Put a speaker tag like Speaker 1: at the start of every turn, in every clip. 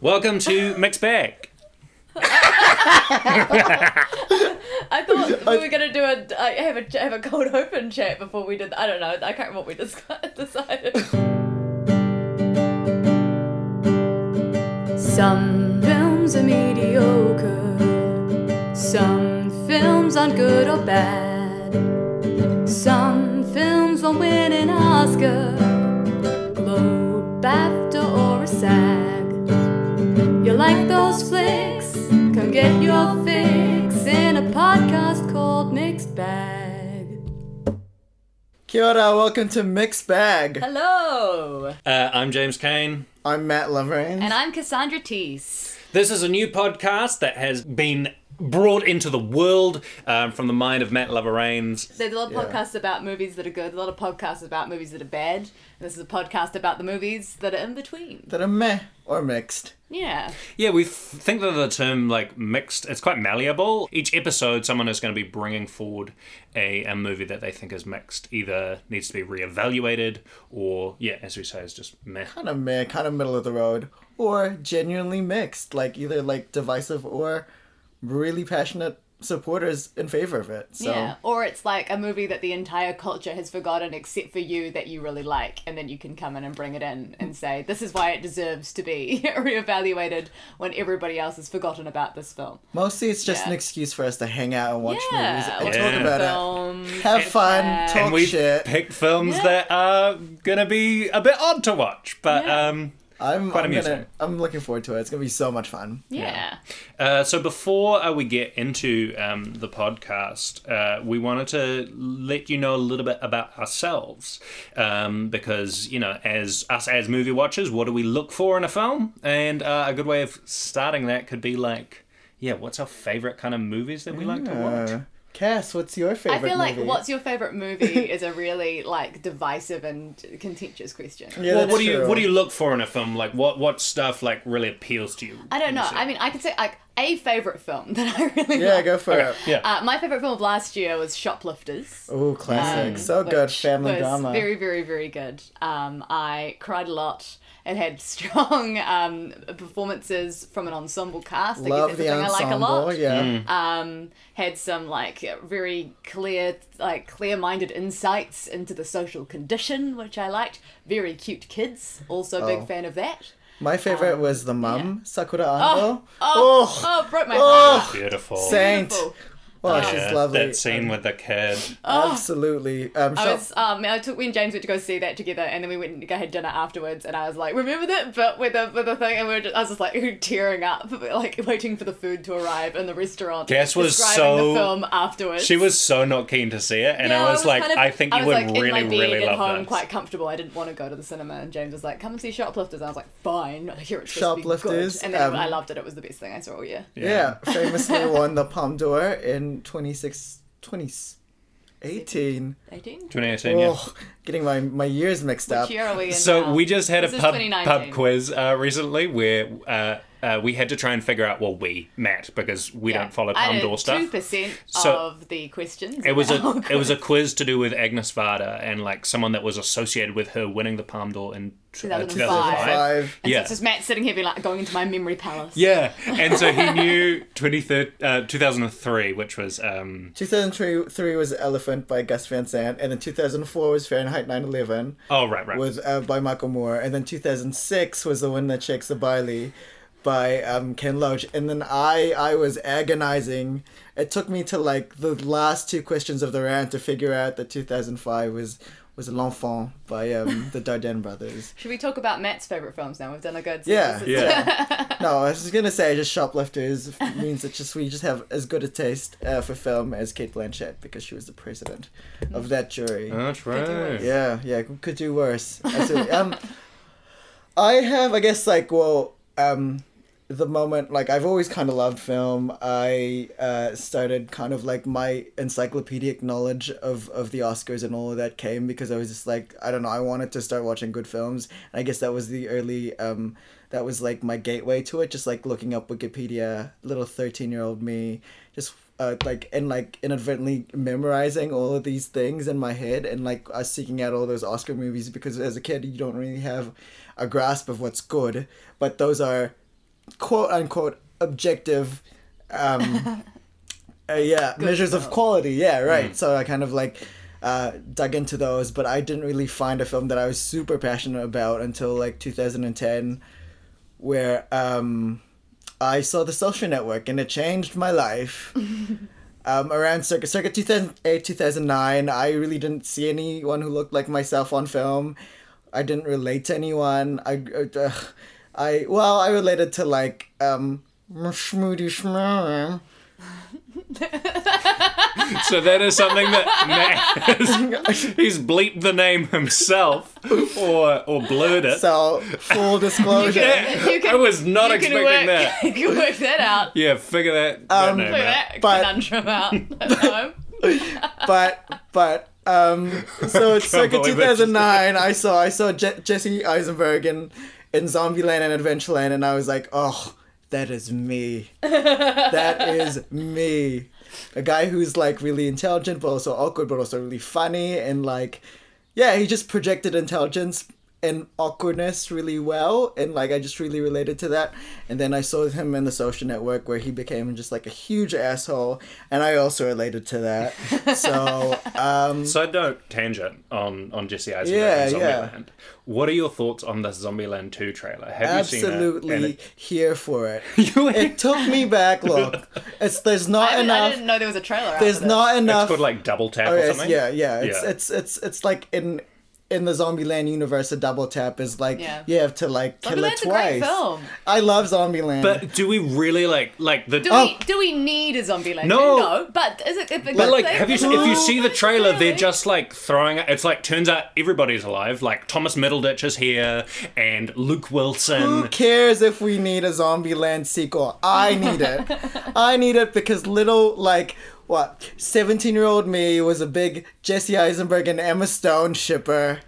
Speaker 1: Welcome to Mixed Bag.
Speaker 2: I thought we were gonna do a uh, have a have a cold open chat before we did. I don't know. I can't remember what we discussed, decided. Some films are mediocre. Some films aren't good or bad. Some films won't win an Oscar, Globe, BAFTA, or a SAG. You like those flicks? Come get your fix in a podcast called Mixed Bag.
Speaker 3: Kia ora, welcome to Mixed Bag.
Speaker 2: Hello,
Speaker 1: Uh, I'm James Kane.
Speaker 3: I'm Matt Loverain.
Speaker 2: and I'm Cassandra Teese.
Speaker 1: This is a new podcast that has been brought into the world um, from the mind of Matt Loverain's.
Speaker 2: There's a lot of podcasts about movies that are good, a lot of podcasts about movies that are bad, and this is a podcast about the movies that are in between.
Speaker 3: that are meh or mixed.
Speaker 2: Yeah.
Speaker 1: Yeah, we th- think that the term like mixed, it's quite malleable. Each episode, someone is going to be bringing forward a, a movie that they think is mixed, either needs to be reevaluated or, yeah, as we say, is just meh.
Speaker 3: Kind of meh, kind of middle of the road. Or genuinely mixed, like either like divisive or really passionate supporters in favor of it. So
Speaker 2: Yeah, or it's like a movie that the entire culture has forgotten except for you that you really like, and then you can come in and bring it in and say, This is why it deserves to be reevaluated when everybody else has forgotten about this film.
Speaker 3: mostly it's just
Speaker 2: Yeah.
Speaker 3: an excuse for us to hang out and watch movies
Speaker 2: yeah,
Speaker 3: and
Speaker 2: watch
Speaker 3: talk
Speaker 1: the
Speaker 3: about
Speaker 2: film.
Speaker 3: it. Have fun,
Speaker 2: Yeah.
Speaker 3: talk
Speaker 1: And we
Speaker 3: shit.
Speaker 1: pick films
Speaker 2: Yeah.
Speaker 1: that are going to be a bit odd to watch, but.
Speaker 2: Yeah.
Speaker 1: Um,
Speaker 3: I'm,
Speaker 1: Quite
Speaker 3: I'm
Speaker 1: amusing.
Speaker 3: gonna I'm looking forward to it. It's gonna be so much fun.
Speaker 2: Yeah.
Speaker 1: Uh, so before uh, we get into um, the podcast, uh, we wanted to let you know a little bit about ourselves, um, because you know, as us as movie watchers, what do we look for in a film? And uh, a good way of starting that could be like, yeah, what's our favorite kind of movies that we like to watch?
Speaker 3: Uh, Cass, what's your
Speaker 2: I
Speaker 3: favorite
Speaker 2: feel like
Speaker 3: movie?
Speaker 2: what's your favorite movie is a really like divisive and contentious question.
Speaker 3: yeah,
Speaker 1: well,
Speaker 3: that's
Speaker 1: what do you
Speaker 3: true.
Speaker 1: what do you look for in a film? Like, what what stuff like really appeals to you?
Speaker 2: I don't know. I mean, I could say like a favorite film that I really
Speaker 3: Yeah,
Speaker 2: like.
Speaker 3: go for
Speaker 1: Okay,
Speaker 3: it.
Speaker 1: yeah.
Speaker 2: Uh, my favorite film of last year was Shoplifters.
Speaker 3: Oh,
Speaker 2: um,
Speaker 3: classic. so good.
Speaker 2: which
Speaker 3: Family
Speaker 2: was
Speaker 3: drama.
Speaker 2: Very, very, very good. Um, I cried a lot. It had strong um, performances from an ensemble cast. I
Speaker 3: Love
Speaker 2: guess that's
Speaker 3: the
Speaker 2: something
Speaker 3: ensemble.
Speaker 2: I like a lot.
Speaker 3: Yeah.
Speaker 1: Mm.
Speaker 2: Um, had some like very clear, like clear-minded insights into the social condition, which I liked. Very cute kids. Also, a
Speaker 3: Oh.
Speaker 2: big fan of that.
Speaker 3: My favorite was the mum, Sakura Ango.
Speaker 2: Um, Oh, oh, oh, broke my heart.
Speaker 3: oh,
Speaker 1: Beautiful.
Speaker 3: Saint.
Speaker 2: Beautiful.
Speaker 3: Oh,
Speaker 1: Yeah,
Speaker 3: she's lovely.
Speaker 1: That scene with the kid.
Speaker 3: Absolutely. Um,
Speaker 2: Oh. I
Speaker 3: Shop-
Speaker 2: was um I took me and James went to go see that together and then we went and go had dinner afterwards and I was like remember that but with the with the thing and we were just, I was just like tearing up like waiting for the food to arrive in the restaurant.
Speaker 1: Cass was
Speaker 2: describing
Speaker 1: so-
Speaker 2: the film afterwards.
Speaker 1: She was so not keen to see it, and
Speaker 2: Yeah,
Speaker 1: I, was like,
Speaker 2: kind of-
Speaker 1: I think you
Speaker 2: was,
Speaker 1: would
Speaker 2: like, in
Speaker 1: really,
Speaker 2: my bed
Speaker 1: really
Speaker 2: at
Speaker 1: love
Speaker 2: home,
Speaker 1: this.
Speaker 2: quite comfortable. I didn't want to go to the cinema, and James was like, "Come and see Shoplifters." And I was like, "Fine, I hear it's supposed to be good."
Speaker 3: Shoplifters,
Speaker 2: And then
Speaker 3: um,
Speaker 2: I loved it. It was the best thing I saw all year.
Speaker 3: yeah, famously won the Palme d'Or in 26, 2018.
Speaker 2: 18.
Speaker 1: 2018, yeah.
Speaker 3: Oh, getting my, my years mixed up.
Speaker 2: Which year are we in
Speaker 1: So
Speaker 2: now?
Speaker 1: we just had
Speaker 2: This
Speaker 1: a
Speaker 2: is
Speaker 1: pub
Speaker 2: 2019.
Speaker 1: pub quiz uh, recently where uh, uh, we had to try and figure out. Well, we Matt because we don't follow Palm Door
Speaker 2: Two
Speaker 1: stuff.
Speaker 2: percent
Speaker 1: So-
Speaker 2: of the questions.
Speaker 1: It was a
Speaker 2: Oh,
Speaker 1: it was a quiz to do with Agnes Varda and like someone that was associated with her winning the Palm Door in t- uh,
Speaker 2: 2005.
Speaker 1: 2005.
Speaker 3: Five.
Speaker 2: And so
Speaker 1: Yeah.
Speaker 2: it's just Matt sitting here being like, going into my memory palace.
Speaker 1: Yeah, and so he knew 23rd, uh, 2003, which was um,
Speaker 3: 2003 was Elephant by Gus Van Sant, and then 2004 was Fahrenheit 9/11
Speaker 1: oh right right
Speaker 3: with uh, by Michael Moore, and then 2006 was the one that shakes the barley by um, Ken Loach, and then I I was agonizing. It took me to like the last two questions of the round to figure out that 2005 was was L'Enfant by um, the Darden brothers.
Speaker 2: Should we talk about Matt's favourite films now? We've done a good.
Speaker 3: Yeah,
Speaker 2: this is-
Speaker 1: yeah.
Speaker 3: No, I was just gonna say just shoplifters means that just we just have as good a taste uh, for film as Kate Blanchett because she was the president of that jury.
Speaker 1: That's right.
Speaker 3: Yeah, yeah, c- could do worse. Absolutely. um, I have, I guess, like, well, um, the moment, like, I've always kind of loved film. I uh, started kind of like my encyclopedic knowledge of, of the Oscars and all of that came because I was just like, I don't know, I wanted to start watching good films. And I guess that was the early, um, that was like my gateway to it, just like looking up Wikipedia, little 13 year old me, just uh, like and like inadvertently memorizing all of these things in my head and like uh, seeking out all those Oscar movies because as a kid you don't really have a grasp of what's good, but those are quote unquote objective um uh, yeah measures of quality yeah right so i kind of like uh, dug into those but i didn't really find a film that i was super passionate about until like 2010 where um i saw the social network and it changed my life um, around circa circa eh, 2008 2009 i really didn't see anyone who looked like myself on film i didn't relate to anyone i uh, i well i related to like um Schmoody Schmoom.
Speaker 1: So that is something that Matt has, he's bleeped the name himself or or blurred it.
Speaker 3: So full disclosure,
Speaker 1: Yeah,
Speaker 2: You can-
Speaker 1: I was not
Speaker 2: you
Speaker 1: expecting
Speaker 2: can work,
Speaker 1: that.
Speaker 2: You can work that out.
Speaker 1: Yeah, figure that, that
Speaker 3: Um,
Speaker 1: name
Speaker 2: Figure
Speaker 1: out.
Speaker 2: that
Speaker 3: But-
Speaker 2: conundrum out um, at home.
Speaker 3: but but um, so it's circa
Speaker 1: believe it.
Speaker 3: 2009. I saw I saw Je- Jesse Eisenberg in in Zombieland and Adventureland, and I was like, oh, that is me. that is me. A guy who's like really intelligent, but also awkward, but also really funny, and like, yeah, he just projected intelligence and awkwardness really well, and like I just really related to that. And then I saw him in the Social Network, where he became just like a huge asshole, and I also related to that. So, um,
Speaker 1: Side note tangent on on Jesse Eisenberg
Speaker 3: Yeah,
Speaker 1: and
Speaker 3: yeah.
Speaker 1: Zombieland. What are your thoughts on this Zombieland two trailer? Have you seen
Speaker 3: absolutely
Speaker 1: it?
Speaker 3: here for it.
Speaker 1: Absolutely.
Speaker 3: It took me back. Look, it's there's not
Speaker 2: I didn't, I
Speaker 3: enough.
Speaker 2: didn't know there was a trailer. out
Speaker 3: there's
Speaker 2: for this.
Speaker 3: not
Speaker 1: It's
Speaker 3: enough.
Speaker 1: called like double tap
Speaker 3: Oh,
Speaker 1: or
Speaker 3: yes,
Speaker 1: something.
Speaker 3: yeah, yeah. It's
Speaker 1: Yeah.
Speaker 3: it's it's it's like in in the Zombieland universe, a double tap is like
Speaker 2: Yeah.
Speaker 3: you have to like kill it
Speaker 2: Zombieland's Oh, a great
Speaker 3: twice.
Speaker 2: film.
Speaker 3: I love Zombieland.
Speaker 1: But do we really like like the
Speaker 2: Do,
Speaker 3: Oh.
Speaker 2: we, do we need a zombie legend?
Speaker 1: No.
Speaker 2: But is it? If it
Speaker 1: But like, have you if you
Speaker 2: No,
Speaker 1: see the
Speaker 2: it's
Speaker 1: trailer, they're
Speaker 2: really-
Speaker 1: just like throwing. It's like turns out everybody's alive. Like Thomas Middleditch is here, and Luke
Speaker 3: who
Speaker 1: Wilson.
Speaker 3: cares if we need a Zombieland sequel? I need it. I need it because little like what seventeen year old me was a big Jesse Eisenberg and Emma Stone shipper,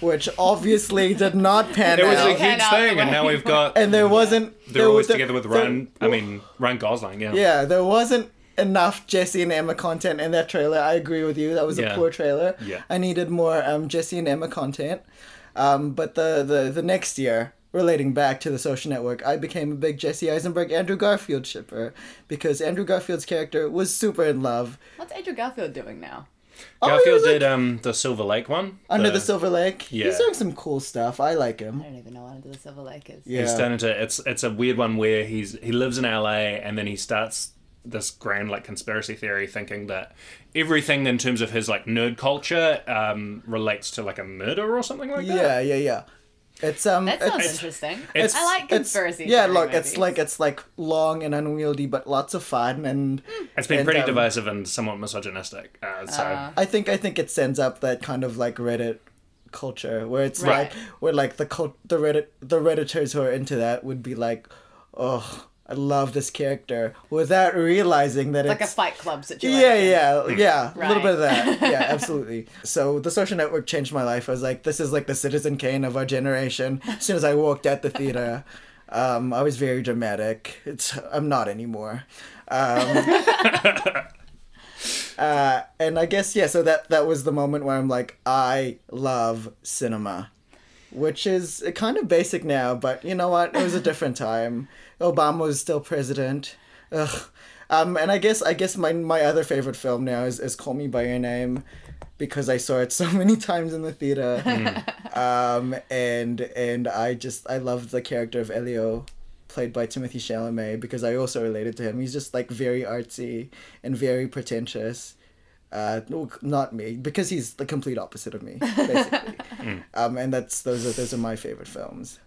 Speaker 3: which obviously did not pan
Speaker 1: It was
Speaker 3: out.
Speaker 1: a
Speaker 2: Pan
Speaker 1: huge
Speaker 2: out the
Speaker 1: thing, and
Speaker 2: way.
Speaker 1: now we've got.
Speaker 3: and there wasn't.
Speaker 1: they're
Speaker 3: there
Speaker 1: always
Speaker 3: was-
Speaker 1: together with
Speaker 3: there-
Speaker 1: Ryan. I mean, Ryan Gosling. Yeah.
Speaker 3: Yeah, there wasn't enough Jesse and Emma content in that trailer. I agree with you. That was a
Speaker 1: Yeah.
Speaker 3: poor trailer.
Speaker 1: Yeah.
Speaker 3: I needed more um, Jesse and Emma content. Um, but the, the, the next year, relating back to the social network, I became a big Jesse Eisenberg, Andrew Garfield shipper because Andrew Garfield's character was super in love.
Speaker 2: What's Andrew Garfield doing now?
Speaker 3: he
Speaker 1: Garfield
Speaker 3: was, like,
Speaker 1: did um the Silver Lake one.
Speaker 3: Under the Silver Lake.
Speaker 1: Yeah.
Speaker 3: He's doing some cool stuff. I like him.
Speaker 2: I don't even know what Under the Silver Lake is.
Speaker 3: Yeah.
Speaker 1: He's turned into it's it's a weird one where he's he lives in LA and then he starts this grand like conspiracy theory thinking that everything in terms of his like nerd culture um relates to like a murder or something like that.
Speaker 3: Yeah, yeah, yeah. It's um
Speaker 2: That sounds
Speaker 3: it's-
Speaker 2: interesting.
Speaker 1: it's-
Speaker 2: I like
Speaker 3: it's-
Speaker 2: conspiracy.
Speaker 3: Yeah,
Speaker 2: theory
Speaker 3: look,
Speaker 2: movies.
Speaker 3: it's like it's like long and unwieldy, but lots of fun and
Speaker 2: Hmm.
Speaker 1: It's been
Speaker 3: And,
Speaker 1: pretty
Speaker 3: um,
Speaker 1: divisive and somewhat misogynistic. Uh, so
Speaker 3: I think I think it sends up that kind of like Reddit culture where it's
Speaker 2: Right.
Speaker 3: like where like the cult the Reddit the redditors who are into that would be like, oh, I love this character without realizing that
Speaker 2: like a
Speaker 3: it's
Speaker 2: Fight Club situation.
Speaker 3: yeah, yeah, yeah, a
Speaker 2: Right.
Speaker 3: little bit of that. Yeah, absolutely. So the social network changed my life. I was like, this is like the Citizen Kane of our generation. As soon as I walked out the theater, um, I was very dramatic. It's I'm not anymore. Um, uh, and I guess yeah. So that that was the moment where I'm like, I love cinema. Which is kind of basic now, but you know what? It was a different time. Obama was still president. Ugh. Um, and I guess I guess my my other favorite film now is, is Call Me by Your Name, because I saw it so many times in the theater, um, and and I just I love the character of Elio, played by Timothy Chalamet, because I also related to him. He's just like very artsy and very pretentious. Uh, no, not me, because he's the complete opposite of me, basically. um, and that's those are those are my favorite films.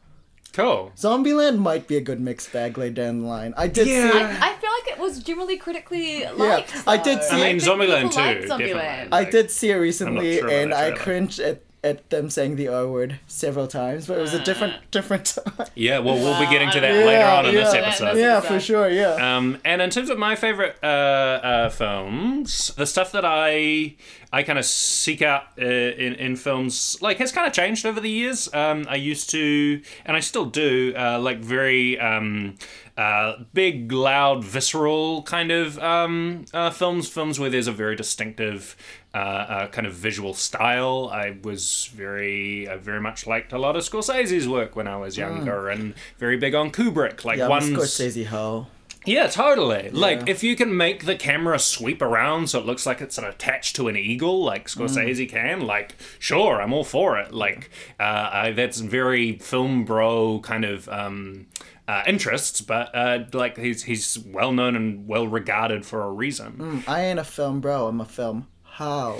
Speaker 1: cool.
Speaker 3: Zombieland might be a good mixed bag later down the line. I did
Speaker 1: Yeah.
Speaker 3: see
Speaker 2: I, I feel like it was generally critically liked.
Speaker 3: I did
Speaker 2: though.
Speaker 3: see- I mean,
Speaker 2: think people
Speaker 1: Zombieland
Speaker 2: liked
Speaker 1: too,
Speaker 2: Zombieland.
Speaker 1: definitely.
Speaker 3: I did see it recently,
Speaker 1: sure about
Speaker 3: and
Speaker 1: that
Speaker 3: I
Speaker 1: trailer.
Speaker 3: cringed at, at them saying the R word several times, but it was a different different time.
Speaker 1: Yeah, well we'll be
Speaker 2: Wow,
Speaker 1: getting to
Speaker 2: I
Speaker 1: that
Speaker 2: don't
Speaker 1: later
Speaker 3: know.
Speaker 1: on in this
Speaker 3: Yeah, yeah.
Speaker 1: episode.
Speaker 2: Yeah.
Speaker 3: yeah, for sure. Yeah.
Speaker 1: Um, and in terms of my favorite uh, uh, films, the stuff that I I kind of seek out uh, in in films like has kind of changed over the years. Um, I used to, and I still do, uh, like very um, uh, big, loud, visceral kind of um, uh, films. Films where there's a very distinctive uh, uh, kind of visual style. I was very, I very much liked a lot of Scorsese's work when I was younger, and very big on Kubrick. Like
Speaker 3: Ah. Yeah,
Speaker 1: one
Speaker 3: I'm a Scorsese hoe.
Speaker 1: yeah, totally. Like if you can make the camera sweep around so it looks like it's attached to an eagle, like Scorsese can, like sure, I'm all for it. Like uh, I, that's very film bro kind of um, uh, interests, but uh, like he's he's well known and well regarded for a reason.
Speaker 3: I ain't a film bro. I'm a film hoe.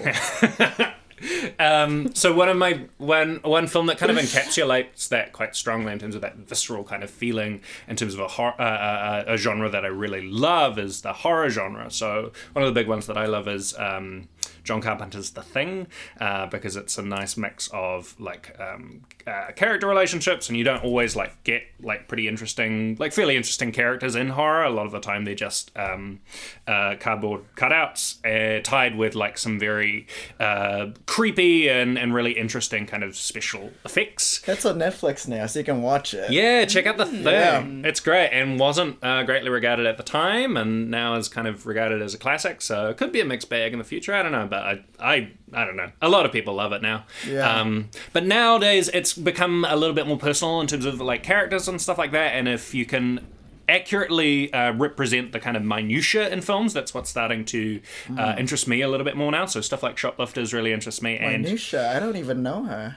Speaker 1: Um, so one of my one one film that kind of encapsulates that quite strongly in terms of that visceral kind of feeling, in terms of a hor- uh, uh, uh, a genre that I really love is the horror genre. So one of the big ones that I love is um, John Carpenter's The Thing, uh, because it's a nice mix of like um, uh, character relationships, and you don't always like get like pretty interesting, like fairly interesting characters in horror. A lot of the time they're just um, uh, cardboard cutouts uh, tied with like some very uh, creepy and, and really interesting kind of special effects.
Speaker 3: That's on Netflix now, so you can watch it.
Speaker 1: Yeah, check out the thing. It's great and wasn't uh, greatly regarded at the time, and now is kind of regarded as a classic. So it could be a mixed bag in the future. I don't know, but I, I, I don't know. A lot of people love it now.
Speaker 3: Yeah.
Speaker 1: Um, but nowadays, it's become a little bit more personal in terms of like characters and stuff like that. And if you can accurately uh, represent the kind of minutia in films, that's what's starting to uh, interest me a little bit more now. So stuff like Shoplifters really interests me, and
Speaker 3: Anusha, I don't even know her.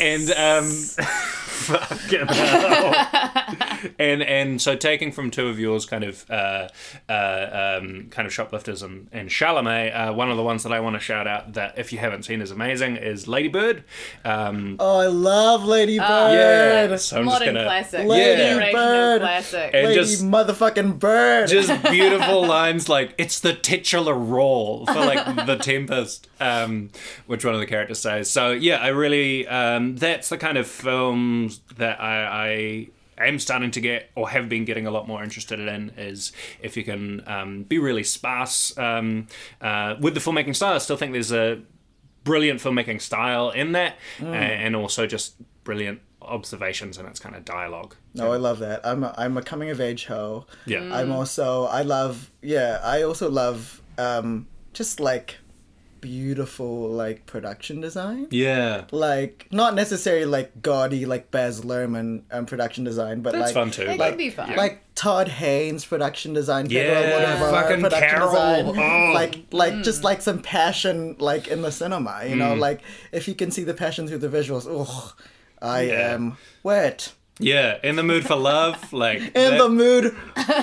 Speaker 1: and um fucking hell. and and so taking from two of yours kind of uh, uh, um, kind of shoplifters and and Chalamet, uh, one of the ones that I want to shout out that if you haven't seen is amazing is Ladybird. Um,
Speaker 3: Oh, I love Lady Bird.
Speaker 1: Oh, yeah, so I'm just
Speaker 2: Modern
Speaker 1: gonna-
Speaker 2: classic.
Speaker 3: Lady
Speaker 2: Generational
Speaker 3: Bird.
Speaker 2: Classic.
Speaker 1: And
Speaker 3: Lady
Speaker 1: just-
Speaker 3: motherfucking Bird.
Speaker 1: just beautiful lines like it's the titular role for like the tempest um which one of the characters says so yeah i really um that's the kind of films that i i am starting to get or have been getting a lot more interested in is if you can um, be really sparse um, uh, with the filmmaking style i still think there's a brilliant filmmaking style in that a- and also just brilliant observations and its kind of dialogue
Speaker 3: No, I love that. I'm a, I'm a coming of age hoe.
Speaker 1: Yeah. Mm.
Speaker 3: I'm also I love yeah, I also love um just like beautiful like production design.
Speaker 1: yeah
Speaker 3: Like not necessarily like gaudy like Baz Luhrmann um, production design, but
Speaker 1: that's
Speaker 3: like
Speaker 1: fun too
Speaker 2: It
Speaker 1: like-
Speaker 2: can be fun.
Speaker 3: like Todd Haynes production design, Pedro
Speaker 1: Yeah,
Speaker 3: Almodovar
Speaker 1: fucking
Speaker 3: production
Speaker 1: Carol.
Speaker 3: design,
Speaker 1: Oh.
Speaker 3: like like just like some passion like in the cinema, you
Speaker 1: Mm.
Speaker 3: know, like if you can see the passion through the visuals. Oh, I
Speaker 1: Yeah.
Speaker 3: am wet
Speaker 1: Yeah, in the mood for love, like in
Speaker 3: in the mood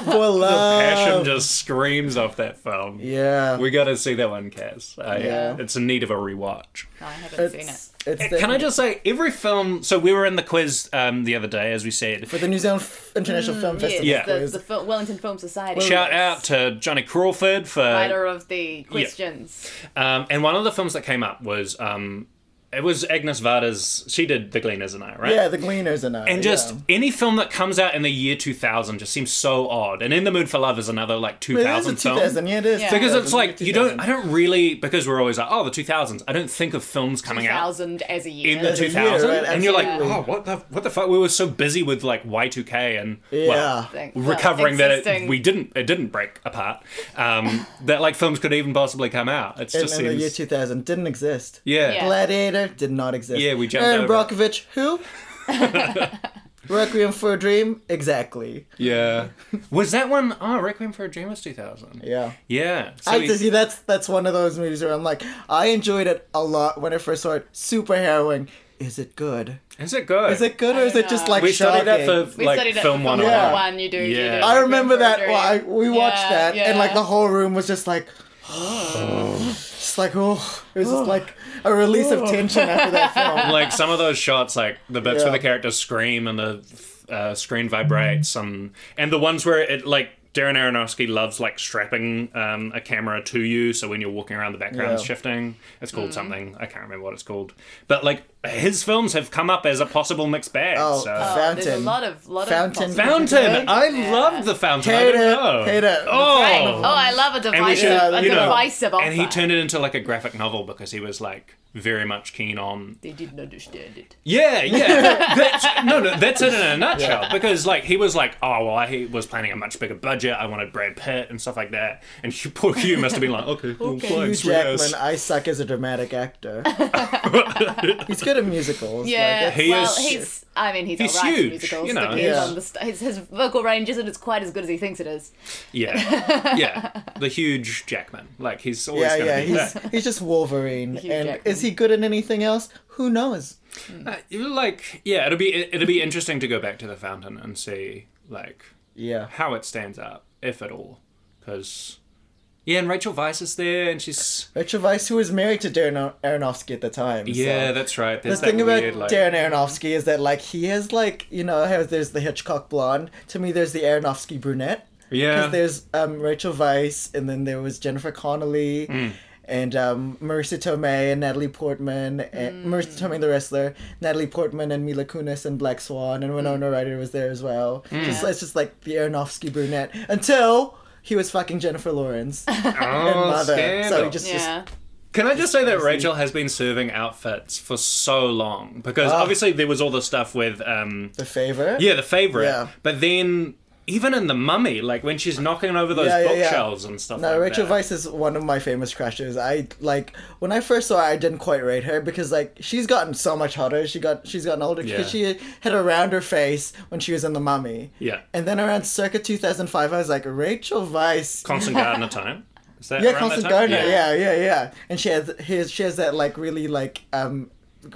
Speaker 3: for love.
Speaker 1: passion just screams off that film.
Speaker 3: yeah,
Speaker 1: We got to see that one, Cass. I, uh,
Speaker 3: Yeah.
Speaker 1: It's in need of a rewatch.
Speaker 2: No, I haven't
Speaker 3: it's,
Speaker 2: seen it.
Speaker 3: it's
Speaker 1: Can I
Speaker 3: definitely-
Speaker 1: just say, every film. So we were in the quiz um, the other day, as we said.
Speaker 3: for the New Zealand F- International Film Festival?
Speaker 1: Mm, Yeah.
Speaker 2: The,
Speaker 3: quiz.
Speaker 2: the Fil- Wellington Film Society.
Speaker 1: Shout out to Johnny Crawford for.
Speaker 2: Writer of the questions.
Speaker 1: Um, and one of the films that came up was. Um, it was Agnes Varda's. She did The Gleaners and I, right?
Speaker 3: yeah, the Gleaners and I.
Speaker 1: And just
Speaker 3: yeah.
Speaker 1: any film that comes out in the year 2000 just seems so odd. And In the Mood for Love is another like
Speaker 3: It
Speaker 1: 2000
Speaker 3: is a
Speaker 1: film.
Speaker 3: 2000. Yeah, it is.
Speaker 2: Yeah.
Speaker 1: because
Speaker 3: 2000,
Speaker 1: it's like you
Speaker 3: 2000.
Speaker 1: don't i don't really because we're always like oh the 2000s i don't think of films coming out
Speaker 2: 2000 as a year.
Speaker 1: in the
Speaker 3: As a year,
Speaker 1: 2000s
Speaker 3: right,
Speaker 1: and you're like
Speaker 3: absolutely.
Speaker 1: oh what the what the fuck we were so busy with like y2k and
Speaker 3: Yeah.
Speaker 1: well,
Speaker 2: Thing. Well,
Speaker 1: recovering that it,
Speaker 2: existing.
Speaker 1: we didn't it didn't break apart um that like films could even possibly come out it's
Speaker 3: And
Speaker 1: just
Speaker 3: in the year
Speaker 1: seems,
Speaker 3: 2000 didn't exist.
Speaker 1: yeah
Speaker 2: Yeah.
Speaker 3: Gladiator did not exist.
Speaker 1: Yeah, we jumped
Speaker 3: Aaron
Speaker 1: over it.
Speaker 3: Brockovich, who? Requiem for a Dream, exactly.
Speaker 1: yeah was that one oh requiem for a dream was 2000
Speaker 3: Yeah.
Speaker 1: yeah so
Speaker 3: I
Speaker 1: we-
Speaker 3: just see that's that's one of those movies where I'm like, I enjoyed it a lot when I first saw it. Super harrowing. Is it good?
Speaker 1: is it good
Speaker 3: Is it good or is it just like
Speaker 1: we
Speaker 3: shocking?
Speaker 1: studied that for
Speaker 2: we
Speaker 1: like
Speaker 2: studied it
Speaker 1: film
Speaker 2: for
Speaker 1: 101
Speaker 3: Yeah.
Speaker 2: one. You do. you
Speaker 1: Yeah.
Speaker 2: do
Speaker 1: I
Speaker 3: I remember that.
Speaker 2: Dream.
Speaker 3: Well, I, we watched
Speaker 2: Yeah,
Speaker 3: that, and like
Speaker 2: yeah.
Speaker 3: the whole room was just like, just like oh, it was just like a release of tension after that film.
Speaker 1: like some of those shots, like the bits where
Speaker 3: Yeah.
Speaker 1: the characters scream and the uh, screen vibrates, and and the ones where it like Darren Aronofsky loves like strapping um, a camera to you, so when you're walking around, the background's
Speaker 3: Yeah.
Speaker 1: shifting. It's
Speaker 2: Mm.
Speaker 1: called something I can't remember what it's called, but like his films have come up as a possible mixed bag.
Speaker 3: Oh,
Speaker 1: so.
Speaker 3: uh,
Speaker 2: Oh, there's a
Speaker 3: Fountain.
Speaker 2: lot of lot
Speaker 3: Fountain.
Speaker 2: of possible-
Speaker 1: Fountain. I
Speaker 2: Yeah.
Speaker 1: love the Fountain. I
Speaker 3: Hate
Speaker 1: don't
Speaker 3: it.
Speaker 1: know.
Speaker 3: Hate it.
Speaker 1: Oh.
Speaker 2: Right. Oh, I love a
Speaker 1: And we
Speaker 2: divisive,
Speaker 1: should,
Speaker 2: a
Speaker 1: you know,
Speaker 2: divisive offer.
Speaker 1: and he turned it into like a graphic novel because he was like, very much keen on
Speaker 2: They didn't understand it.
Speaker 1: yeah, yeah. That's, no, no, that's it in a nutshell. Because like he was like, oh well, I was planning a much bigger budget. I wanted Brad Pitt and stuff like that. And Hugh, poor Hugh must have been like, okay, well,
Speaker 2: Okay.
Speaker 3: Hugh
Speaker 1: thanks,
Speaker 3: Jackman, uh,
Speaker 1: yes.
Speaker 3: I suck as a dramatic actor. He's good at musicals.
Speaker 2: Yeah,
Speaker 3: Like,
Speaker 1: He
Speaker 2: well,
Speaker 1: is-
Speaker 2: he's. I mean, he's,
Speaker 1: he's
Speaker 2: alright
Speaker 1: huge,
Speaker 2: in musicals.
Speaker 1: you know.
Speaker 2: but he's
Speaker 3: Yeah.
Speaker 2: on the st- his, his vocal range isn't as quite as good as he thinks it is.
Speaker 1: Yeah, yeah. The huge Jackman. Like he's always
Speaker 3: yeah,
Speaker 1: going
Speaker 3: yeah.
Speaker 1: to be
Speaker 3: He's,
Speaker 1: that.
Speaker 3: he's just Wolverine.
Speaker 2: Hugh
Speaker 3: and
Speaker 2: Jackman.
Speaker 3: is he good at anything else? Who knows?
Speaker 1: Uh, you like yeah, it'll be it'll be interesting to go back to the fountain and see like
Speaker 3: Yeah.
Speaker 1: how it stands up, if at all, because. Yeah, and Rachel Weisz is there, and she's
Speaker 3: Rachel Weisz, who was married to Darren Aronofsky at the time. so-
Speaker 1: yeah, that's right.
Speaker 3: The
Speaker 1: There's
Speaker 3: thing
Speaker 1: that
Speaker 3: about
Speaker 1: weird, like,
Speaker 3: Darren Aronofsky is that like he is like you know how there's the Hitchcock blonde. To me, there's the Aronofsky brunette. 'Cause
Speaker 1: yeah,
Speaker 3: There's um, Rachel Weisz, and then there was Jennifer Connelly,
Speaker 1: Mm.
Speaker 3: and um, Marissa Tomei and Natalie Portman, and Marissa Tomei the wrestler, Natalie Portman and Mila Kunis and Black Swan, and Winona Ryder was there as well.
Speaker 1: Mm.
Speaker 3: Just it's just like the Aronofsky brunette until he was fucking Jennifer Lawrence and
Speaker 1: oh,
Speaker 3: Mother. So
Speaker 1: scandal.
Speaker 3: he just just
Speaker 2: Yeah,
Speaker 1: Can I just say that Rachel has been serving outfits for so long because
Speaker 3: Ah.
Speaker 1: obviously there was all the stuff with um
Speaker 3: the favor.
Speaker 1: yeah the favorite,
Speaker 3: Yeah.
Speaker 1: but then even in the Mummy, like when she's knocking over those
Speaker 3: Yeah, yeah, yeah.
Speaker 1: bookshelves and stuff.
Speaker 3: No,
Speaker 1: like
Speaker 3: Rachel
Speaker 1: that.
Speaker 3: Vice is one of my famous crushes. I like when I first saw her, I didn't quite rate her because like she's gotten so much hotter. She got she's gotten older because
Speaker 1: Yeah.
Speaker 3: she had around her face when she was in The Mummy.
Speaker 1: Yeah,
Speaker 3: And then around circa 2005, I was like Rachel Vice.
Speaker 1: Constant Gardner time. Is that
Speaker 3: yeah,
Speaker 1: around
Speaker 3: Constant
Speaker 1: that time?
Speaker 3: Gardner. Yeah. yeah, yeah, And she has his, she has that like really like um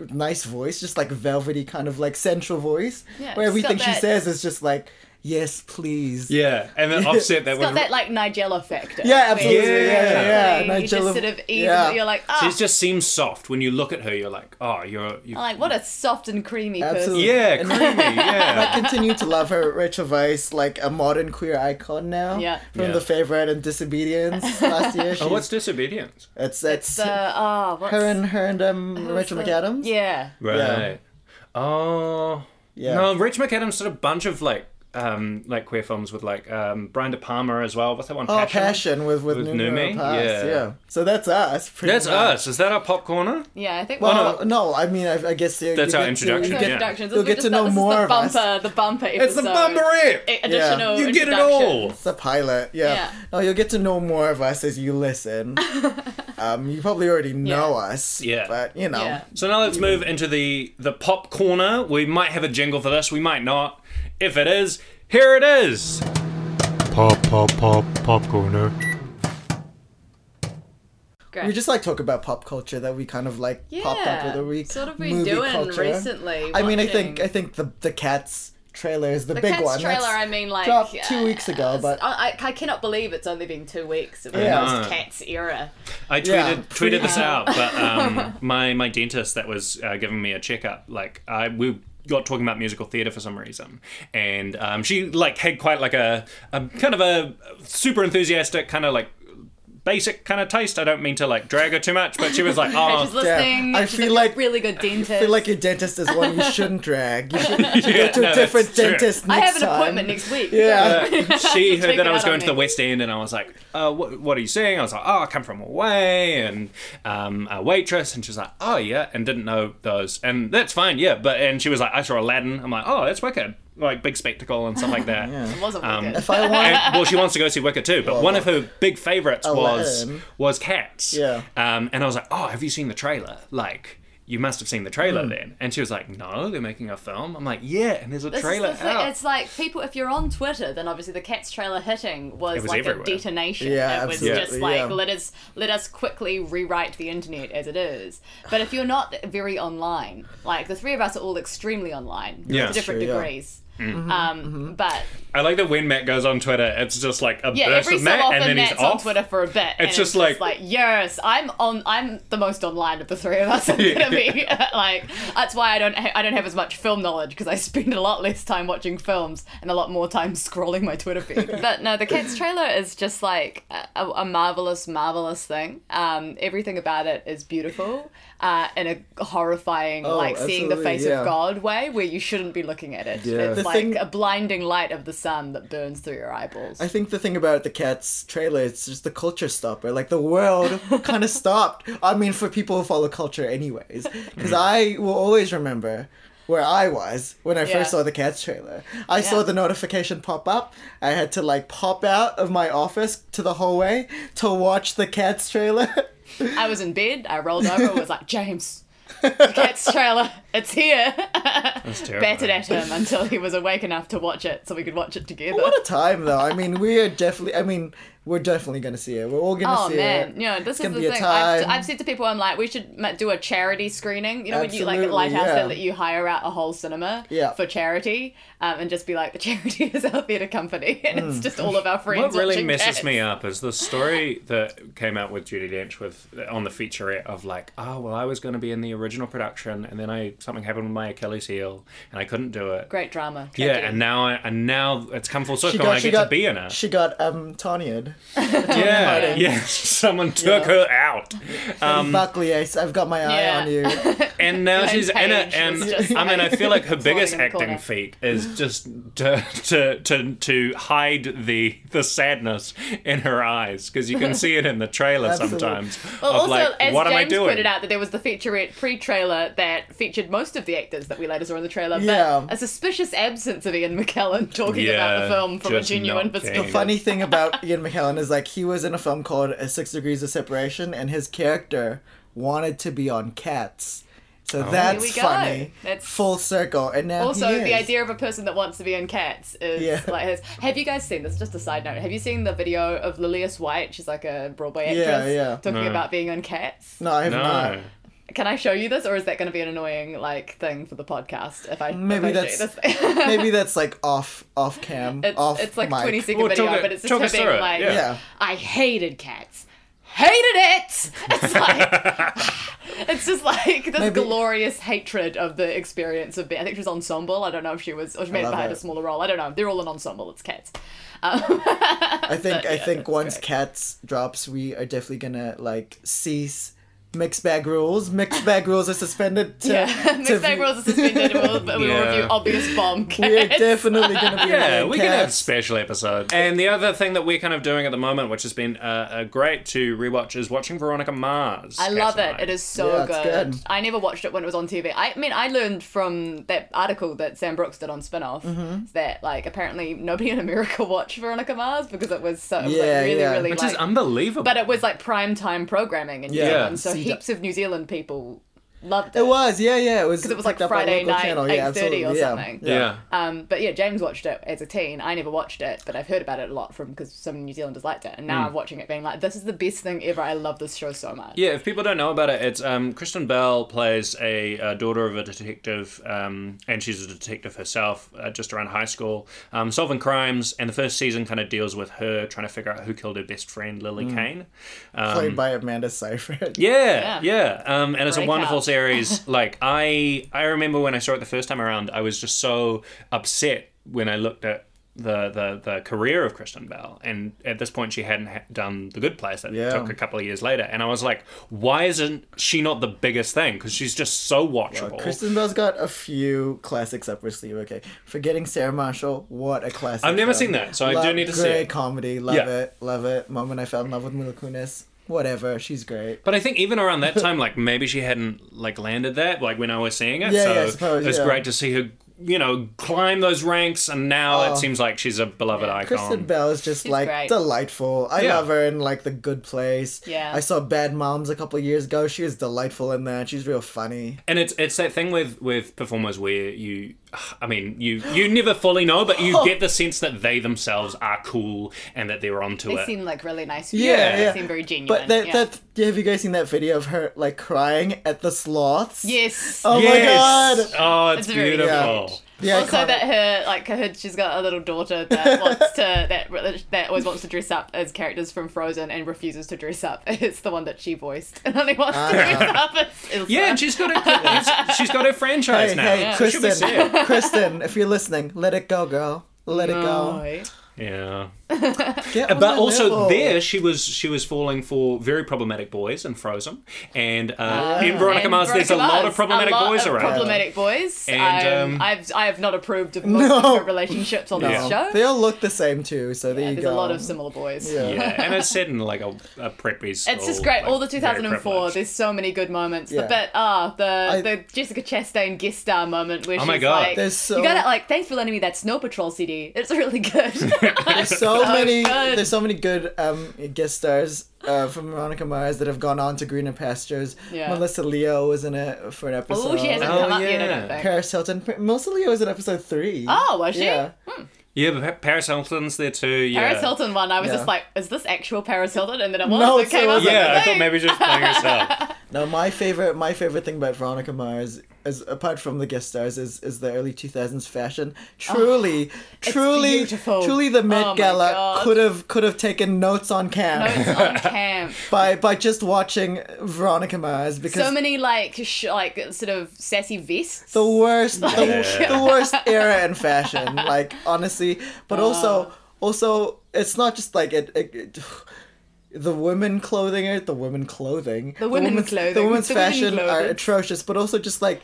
Speaker 3: nice voice, just like velvety kind of like central voice,
Speaker 2: Yeah,
Speaker 3: where
Speaker 2: it's got
Speaker 3: everything she
Speaker 2: that-
Speaker 3: says is just like yes, please.
Speaker 1: yeah, and then offset that
Speaker 2: it's got
Speaker 1: with
Speaker 2: that like Nigella factor.
Speaker 3: Yeah,
Speaker 2: where
Speaker 3: absolutely. Yeah,
Speaker 1: Yeah.
Speaker 3: yeah, yeah.
Speaker 2: you just
Speaker 3: Nigella-
Speaker 2: sort of even.
Speaker 3: yeah.
Speaker 2: You're like, ah,
Speaker 1: she just seems soft when you look at her. You're like, oh, you're you.
Speaker 2: like what a soft and creamy person.
Speaker 3: Absolutely.
Speaker 1: yeah, creamy.
Speaker 3: I
Speaker 1: Yeah,
Speaker 3: continue to love her, Rachel Weisz, like a modern queer icon now.
Speaker 2: Yeah.
Speaker 3: From
Speaker 1: Yeah.
Speaker 3: The Favorite and Disobedience last year.
Speaker 1: oh,
Speaker 3: She's-
Speaker 1: what's disobedience?
Speaker 3: it's it's
Speaker 2: It's uh, ah, what's
Speaker 3: her and her and um,
Speaker 2: what's
Speaker 3: Rachel
Speaker 2: the-
Speaker 3: McAdams.
Speaker 2: Yeah,
Speaker 1: Right. Oh.
Speaker 3: Yeah.
Speaker 1: No, Rich McAdams did a bunch of like um like queer films with like um Brian De Palma as well. What's that one?
Speaker 3: Oh, passion, with with,
Speaker 1: With
Speaker 3: Nuno
Speaker 1: Numi?
Speaker 3: Paz,
Speaker 1: Yeah.
Speaker 3: So that's us. Pretty
Speaker 1: That's
Speaker 3: much.
Speaker 1: us. Is that our pop corner?
Speaker 2: yeah. I think.
Speaker 3: Well, no, I mean, I, I guess you-
Speaker 1: That's
Speaker 3: you
Speaker 1: our
Speaker 3: get to- you
Speaker 1: introduction,
Speaker 3: get-
Speaker 1: yeah.
Speaker 2: introductions.
Speaker 3: You'll
Speaker 2: This-
Speaker 3: get
Speaker 2: this-
Speaker 3: to know
Speaker 2: this is
Speaker 3: more
Speaker 2: the
Speaker 3: of us.
Speaker 2: bumper, the bumper episode.
Speaker 1: It's the bumperette.
Speaker 2: A- Additional
Speaker 1: You get it all.
Speaker 2: eh, introductions.
Speaker 3: It's a pilot, yeah.
Speaker 2: Yeah.
Speaker 3: No, you'll get to know more of us as you listen. um, you probably already know us.
Speaker 1: Yeah.
Speaker 3: But you know,
Speaker 2: Yeah.
Speaker 1: So now let's move into the the pop corner. We might have a jingle for this. We might not. If it is, here it is.
Speaker 4: Pop, pop, pop, pop corner.
Speaker 2: Great.
Speaker 3: we just like talk about pop culture that we kind of like popped up
Speaker 2: Yeah.
Speaker 3: with a week.
Speaker 2: Sort of been
Speaker 3: movie
Speaker 2: doing
Speaker 3: culture.
Speaker 2: recently,
Speaker 3: I mean, I think
Speaker 2: watching-
Speaker 3: I think the the cats trailer is the,
Speaker 2: The
Speaker 3: big
Speaker 2: Cats
Speaker 3: one.
Speaker 2: trailer,
Speaker 3: That's-
Speaker 2: I mean, like
Speaker 3: dropped two weeks ago,
Speaker 2: uh,
Speaker 3: but-
Speaker 2: I, I cannot believe it's only been two weeks of
Speaker 3: Yeah.
Speaker 2: the
Speaker 1: No.
Speaker 2: most Cats era.
Speaker 1: I tweeted
Speaker 3: Yeah,
Speaker 1: tweeted this out, but um, my my dentist that was uh, giving me a checkup, like I we got talking about musical theatre for some reason, and um, she like had quite like a, a kind of a super enthusiastic kind of like basic kind of taste. I don't mean to like drag her too much, but she was like,
Speaker 2: And
Speaker 1: oh.
Speaker 2: she's listening.
Speaker 3: I
Speaker 2: she's
Speaker 3: feel
Speaker 2: a
Speaker 3: like-
Speaker 2: really good dentist.
Speaker 3: I feel like your dentist is one you shouldn't drag. You should
Speaker 1: yeah,
Speaker 3: go to
Speaker 1: no,
Speaker 3: a
Speaker 1: that's
Speaker 3: different
Speaker 1: true."
Speaker 3: dentist next
Speaker 2: I have an
Speaker 3: time.
Speaker 2: appointment next week.
Speaker 3: Yeah.
Speaker 1: Uh, she heard
Speaker 2: Check
Speaker 1: that
Speaker 2: it
Speaker 1: I was
Speaker 2: out on
Speaker 1: going to the
Speaker 2: me.
Speaker 1: West End, and I was like, uh, what, "What are you seeing?" I was like, "Oh, I come from away," and um, a waitress, and she's like, "Oh yeah," and didn't know those, and that's fine, yeah. But and she was like, "I saw Aladdin." I'm like, "Oh, that's wicked." Like big spectacle and stuff like that.
Speaker 2: It wasn't
Speaker 1: Um,
Speaker 2: wicked.
Speaker 3: If I want,
Speaker 1: And, well, she wants to go see Wicked too, but one of her big favorites was
Speaker 3: Aladdin.
Speaker 1: was Cats.
Speaker 3: Yeah.
Speaker 1: Um, and I was like, oh, have you seen the trailer? Like, you must have seen the trailer
Speaker 3: Hmm.
Speaker 1: then. And she was like, no, they're making a film. I'm like, yeah, and there's a
Speaker 2: This is
Speaker 1: trailer
Speaker 2: the thing,
Speaker 1: out.
Speaker 2: It's like people, if you're on Twitter, then obviously the cat's trailer hitting was,
Speaker 1: It was
Speaker 2: like
Speaker 1: everywhere.
Speaker 2: a detonation.
Speaker 3: Yeah,
Speaker 2: it was
Speaker 3: absolutely,
Speaker 2: just like
Speaker 3: yeah.
Speaker 2: let us let us quickly rewrite the internet as it is. But if you're not very online, like the three of us are all extremely online,
Speaker 1: Yeah. Mm-hmm.
Speaker 2: to different
Speaker 3: That's true, yeah. Mm-hmm.
Speaker 2: degrees. Um, But
Speaker 1: I like that when Matt goes on Twitter, it's just like a
Speaker 2: yeah,
Speaker 1: burst
Speaker 2: every
Speaker 1: of
Speaker 2: so
Speaker 1: Matt,
Speaker 2: often
Speaker 1: and then
Speaker 2: Matt's
Speaker 1: he's off.
Speaker 2: on Twitter for a bit. and
Speaker 1: It's just like-
Speaker 2: yes, I'm on. I'm the most online of the three of us. I'm gonna be like that's why I don't ha- I don't have as much film knowledge because I spend a lot less time watching films and a lot more time scrolling my Twitter feed. but no, the Cats trailer is just like a, a marvelous, marvelous thing. Um, everything about it is beautiful uh, in a horrifying, like seeing the
Speaker 3: Oh, absolutely,
Speaker 2: face
Speaker 3: yeah.
Speaker 2: of God way where you shouldn't be looking at it.
Speaker 3: Yeah.
Speaker 2: It's
Speaker 3: The
Speaker 2: like
Speaker 3: thing-
Speaker 2: a blinding light of the sun that burns through your eyeballs.
Speaker 3: I think the thing about the Cats trailer, it's just the culture stopper. Like the world kind of stopped. I mean, for people who follow culture, anyways.
Speaker 2: Mm-hmm.
Speaker 3: Because I will always remember where I was when I
Speaker 2: Yeah.
Speaker 3: first saw the Cats trailer. I saw
Speaker 2: Yeah.
Speaker 3: the notification pop up. I had to like pop out of my office to the hallway to watch the Cats trailer.
Speaker 2: I was in bed. I rolled over. Was like, James, the cat's trailer. It's here.
Speaker 1: That's terrible.
Speaker 2: Batted at him until he was awake enough to watch it, so we could watch it together.
Speaker 3: what a time, though. I mean, we are definitely. I mean, we're definitely gonna see it. We're all gonna
Speaker 2: Oh
Speaker 3: see
Speaker 2: man,
Speaker 3: it.
Speaker 2: you know this is
Speaker 3: gonna
Speaker 2: the
Speaker 3: be a
Speaker 2: thing. I've,
Speaker 3: time.
Speaker 2: I've said to people, I'm like, we should ma- do a charity screening. You know, when you like at
Speaker 3: Absolutely,
Speaker 2: Lighthouse,
Speaker 3: yeah.
Speaker 2: they let you hire out a whole cinema
Speaker 3: Yeah.
Speaker 2: for charity, um, and just be like, the charity is our theatre company, and
Speaker 3: Hmm.
Speaker 2: it's just all of our friends.
Speaker 1: What really
Speaker 2: watching
Speaker 1: messes
Speaker 2: Cats.
Speaker 1: me up is the story that came out with Judy Dench with on the featurette of like, oh well, I was going to be in the original production, and then I something happened with my Achilles heel, and I couldn't do it.
Speaker 2: Great drama.
Speaker 1: Yeah, and now I, and now it's come full circle.
Speaker 3: She
Speaker 1: and I
Speaker 3: got, she
Speaker 1: get
Speaker 3: got,
Speaker 1: to be in it.
Speaker 3: she got um Tanya'd.
Speaker 1: yeah, yeah. Someone took
Speaker 3: Yeah.
Speaker 1: her out,
Speaker 3: Um, Buckley, I, have got my eye
Speaker 2: Yeah.
Speaker 3: on you.
Speaker 1: and now
Speaker 2: And
Speaker 1: she's in it.
Speaker 2: Paige
Speaker 1: And
Speaker 2: was just
Speaker 1: I mean, I
Speaker 2: like
Speaker 1: feel like her biggest
Speaker 2: in the corner.
Speaker 1: acting feat is just to to to, to hide the the sadness in her eyes because you can see it in the trailer
Speaker 3: Absolutely.
Speaker 1: sometimes.
Speaker 2: Well,
Speaker 1: of
Speaker 2: also,
Speaker 1: like,
Speaker 2: as
Speaker 1: what
Speaker 2: James
Speaker 1: am I doing?
Speaker 2: pointed out, that there was the featurette pre-trailer that featured most of the actors that we later saw in the trailer,
Speaker 3: Yeah.
Speaker 2: but a suspicious absence of Ian McKellen talking about
Speaker 1: Yeah,
Speaker 2: the film from a
Speaker 1: just
Speaker 2: genuine
Speaker 1: not
Speaker 2: perspective.
Speaker 1: keen.
Speaker 3: Funny thing about Ian McKellen is like he was in a film called uh, Six Degrees of Separation, and his character wanted to be on Cats. So
Speaker 1: Oh.
Speaker 3: that's
Speaker 2: There we go.
Speaker 3: funny.
Speaker 2: That's-
Speaker 3: full circle. And now
Speaker 2: Also,
Speaker 3: he is.
Speaker 2: the idea of a person that wants to be in cats is
Speaker 3: Yeah.
Speaker 2: like his. Have you guys seen this? is Just a side note. Have you seen the video of Lilius White? She's like a Broadway
Speaker 3: Yeah,
Speaker 2: actress
Speaker 3: yeah.
Speaker 2: talking
Speaker 1: No.
Speaker 2: about being on cats.
Speaker 3: No, I have
Speaker 1: no.
Speaker 3: not.
Speaker 2: Can I show you this, or is that going to be an annoying like thing for the podcast? If I if
Speaker 3: Maybe
Speaker 2: I show
Speaker 3: that's-
Speaker 2: you this?
Speaker 3: Maybe that's like off off cam.
Speaker 2: It's,
Speaker 3: off
Speaker 2: it's like
Speaker 3: mic.
Speaker 2: 20 second
Speaker 1: Well,
Speaker 2: video,
Speaker 1: talk it-
Speaker 2: but it's just
Speaker 1: talk
Speaker 2: her
Speaker 1: us
Speaker 2: being
Speaker 1: through it,
Speaker 2: like,
Speaker 1: yeah.
Speaker 3: Yeah.
Speaker 2: I hated cats. Hated it! It's like, it's just like this
Speaker 3: Maybe-
Speaker 2: glorious hatred of the experience of being, I think she was ensemble, I don't know if she was, or she may
Speaker 3: love
Speaker 2: have had a
Speaker 3: it.
Speaker 2: smaller role, I don't know, they're all an ensemble, it's cats.
Speaker 3: I think I think
Speaker 2: that's
Speaker 3: once
Speaker 2: great.
Speaker 3: Cats drops, we are definitely gonna like cease mixed bag rules. Mixed bag rules are suspended. To,
Speaker 2: Yeah,
Speaker 3: to
Speaker 2: mixed bag
Speaker 3: view-
Speaker 2: rules are suspended, we'll, we'll
Speaker 1: Yeah.
Speaker 2: review obvious bomb
Speaker 3: We are
Speaker 2: cats.
Speaker 3: definitely gonna be
Speaker 1: Yeah,
Speaker 3: on
Speaker 1: we can have
Speaker 3: Cats.
Speaker 1: special episodes. And the other thing that we're kind of doing at the moment, which has been uh, uh, great to rewatch, is watching Veronica Mars.
Speaker 2: I
Speaker 1: Kat
Speaker 2: love
Speaker 1: and
Speaker 2: it. It is so
Speaker 3: Yeah, it's
Speaker 2: good.
Speaker 3: good.
Speaker 2: I never watched it when it was on TV. I mean, I learned from that article that Sam Brooks did on Spinoff
Speaker 3: Mm-hmm.
Speaker 2: that like apparently nobody in America watched Veronica Mars because it was so it was, like,
Speaker 3: Yeah,
Speaker 2: really
Speaker 3: yeah.
Speaker 2: really
Speaker 1: Which
Speaker 2: like,
Speaker 1: is unbelievable.
Speaker 2: but it was like prime time programming in New
Speaker 3: Yeah.
Speaker 2: Zealand, so
Speaker 3: See that-
Speaker 2: heaps of New Zealand people loved it.
Speaker 3: It was, yeah, yeah. It was
Speaker 2: Because it was like
Speaker 3: picked up by
Speaker 2: Friday
Speaker 3: local
Speaker 2: night,
Speaker 3: channel,
Speaker 2: 8:30 or
Speaker 3: absolutely, yeah.
Speaker 2: something.
Speaker 1: yeah.
Speaker 2: Um, but yeah, James watched it as a teen. I never watched it, but I've heard about it a lot from because some New Zealanders liked it, and
Speaker 1: Hmm.
Speaker 2: now I'm watching it, being like, "This is the best thing ever. I love this show so much."
Speaker 1: Yeah, if people don't know about it, it's um, Kristen Bell plays a, uh daughter of a detective, um, and she's a detective herself, uh, just around high school, um, solving crimes. And the first season kind of deals with her trying to figure out who killed her best friend, Lily Kane. Um,
Speaker 3: Played by Amanda Seyfried.
Speaker 1: Yeah, yeah.
Speaker 2: Yeah.
Speaker 1: Um, and it's a
Speaker 2: Breakout.
Speaker 1: wonderful series. like I, I remember when I saw it the first time around, I was just so upset when I looked at the the, the career of Kristen Bell, and at this point she hadn't ha- done The Good Place. It
Speaker 3: Yeah.
Speaker 1: took a couple of years later, and I was like, why isn't she not the biggest thing? Because she's just so watchable.
Speaker 3: Kristen Bell's got a few classics up her sleeve. Okay, forgetting Sarah Marshall, what a classic!
Speaker 1: I've never
Speaker 3: film.
Speaker 1: seen that, so I do
Speaker 3: Love-
Speaker 1: need to see
Speaker 3: great
Speaker 1: it.
Speaker 3: comedy, love
Speaker 1: Yeah.
Speaker 3: it, love it. Moment I fell in love with Mila Kunis. Whatever, she's great.
Speaker 1: But I think even around that time, like maybe she hadn't like landed that, like when I was seeing it.
Speaker 3: Yeah,
Speaker 1: so
Speaker 3: yeah, I suppose,
Speaker 1: it's
Speaker 3: yeah.
Speaker 1: great to see her, you know, climb those ranks, and now
Speaker 3: Oh.
Speaker 1: it seems like she's a beloved icon.
Speaker 3: Kristen Bell is just
Speaker 2: She's
Speaker 3: like
Speaker 2: great.
Speaker 3: delightful. I
Speaker 1: Um, Yeah.
Speaker 3: love her in like The Good Place.
Speaker 2: Yeah.
Speaker 3: I saw Bad Moms a couple of years ago. She was delightful in that. She's real funny.
Speaker 1: And it's it's that thing with with performers where you, I mean, you you never fully know, but you get the sense that they themselves are cool and that they're onto
Speaker 2: They
Speaker 1: it.
Speaker 2: seem like really nice.
Speaker 3: Yeah,
Speaker 2: people.
Speaker 3: yeah.
Speaker 2: They seem very genuine.
Speaker 3: But that
Speaker 2: yeah.
Speaker 3: that yeah, have you guys seen that video of her like crying at the sloths?
Speaker 2: Yes.
Speaker 3: Oh my
Speaker 1: Yes!
Speaker 3: god.
Speaker 1: Oh, it's
Speaker 2: It's very
Speaker 1: beautiful.
Speaker 3: good. Yeah,
Speaker 2: also,
Speaker 3: iconic.
Speaker 2: that her like her, she's got a little daughter that wants to that that always wants to dress up as characters from Frozen and refuses to dress up. It's the one that she voiced and only wants
Speaker 3: Ah.
Speaker 2: to dress up as Elsa.
Speaker 1: Yeah, and she's got a she's got her franchise
Speaker 3: Hey,
Speaker 1: now.
Speaker 3: hey,
Speaker 1: She should be
Speaker 3: Kristen,
Speaker 1: sad.
Speaker 3: Kristen, if you're listening, let it go, girl. Let it
Speaker 2: Oh,
Speaker 3: go.
Speaker 2: right.
Speaker 1: Yeah.
Speaker 3: Get on
Speaker 1: but
Speaker 3: the
Speaker 1: also
Speaker 3: level.
Speaker 1: there she was she was falling for very problematic boys in Frozen, and uh, in Veronica
Speaker 2: Ah, And
Speaker 1: Mars there's a
Speaker 2: Veronica
Speaker 1: lot
Speaker 2: Mars,
Speaker 1: of problematic
Speaker 2: a lot
Speaker 1: boys
Speaker 2: of
Speaker 1: around.
Speaker 2: Problematic boys.
Speaker 1: And,
Speaker 2: I'm-
Speaker 1: um,
Speaker 2: I've I have not approved of most
Speaker 3: No.
Speaker 2: different relationships on
Speaker 3: No.
Speaker 2: this show.
Speaker 3: They all look the same too, so there
Speaker 2: Yeah,
Speaker 3: you
Speaker 2: there's
Speaker 3: go.
Speaker 2: a lot of similar boys.
Speaker 3: Yeah.
Speaker 1: yeah, and it's set in like a, a preppy school.
Speaker 2: It's just great.
Speaker 1: Oh, like,
Speaker 2: All the
Speaker 1: very
Speaker 2: 2004.
Speaker 1: privileged.
Speaker 2: There's so many good moments.
Speaker 3: Yeah.
Speaker 2: The bit, ah, the
Speaker 3: I-
Speaker 2: the Jessica Chastain guest star moment where
Speaker 1: Oh
Speaker 2: she's
Speaker 1: my God.
Speaker 2: like,
Speaker 3: There's so-
Speaker 2: you got it. Like, thanks for lending me that Snow Patrol CD. It's really good.
Speaker 3: There's so many.
Speaker 2: Oh, good.
Speaker 3: There's so many good um, guest stars uh, from Veronica Mars that have gone on to greener pastures.
Speaker 2: Yeah.
Speaker 3: Melissa Leo was in it for an episode.
Speaker 2: oh, she hasn't
Speaker 1: Oh,
Speaker 2: come up yet. I
Speaker 1: yeah.
Speaker 2: don't think.
Speaker 3: Paris Hilton. Melissa Leo was in episode three.
Speaker 2: Oh, was she?
Speaker 3: Yeah.
Speaker 1: Yeah, but Pa- Paris Hilton's there too. Yeah.
Speaker 2: Paris Hilton one. I was
Speaker 3: Yeah.
Speaker 2: just like, is this actual Paris Hilton? And then it was.
Speaker 3: No,
Speaker 2: it
Speaker 3: so
Speaker 2: came
Speaker 3: it
Speaker 2: up.
Speaker 3: wasn't.
Speaker 1: Yeah, I
Speaker 2: like,
Speaker 1: thought maybe she was playing herself.
Speaker 3: Now my favorite, my favorite thing about Veronica Mars is apart from the guest stars is is the early 2000s fashion. Truly, truly,
Speaker 2: Oh, beautiful.
Speaker 3: truly, the Met
Speaker 2: Oh my
Speaker 3: Gala
Speaker 2: God.
Speaker 3: could have could have taken notes on cam.
Speaker 2: notes Oh, on camp.
Speaker 3: By, by just watching Veronica Mars because
Speaker 2: So many like sh- like sort of sassy vests.
Speaker 3: the worst the,
Speaker 1: Yeah.
Speaker 3: the worst era in fashion like honestly but also also it's not just like it, it, it- the women clothing are the women clothing the
Speaker 2: women
Speaker 3: women's- the
Speaker 2: clothing.
Speaker 3: women's
Speaker 2: The women
Speaker 3: fashion are
Speaker 2: clothing.
Speaker 3: atrocious but also just like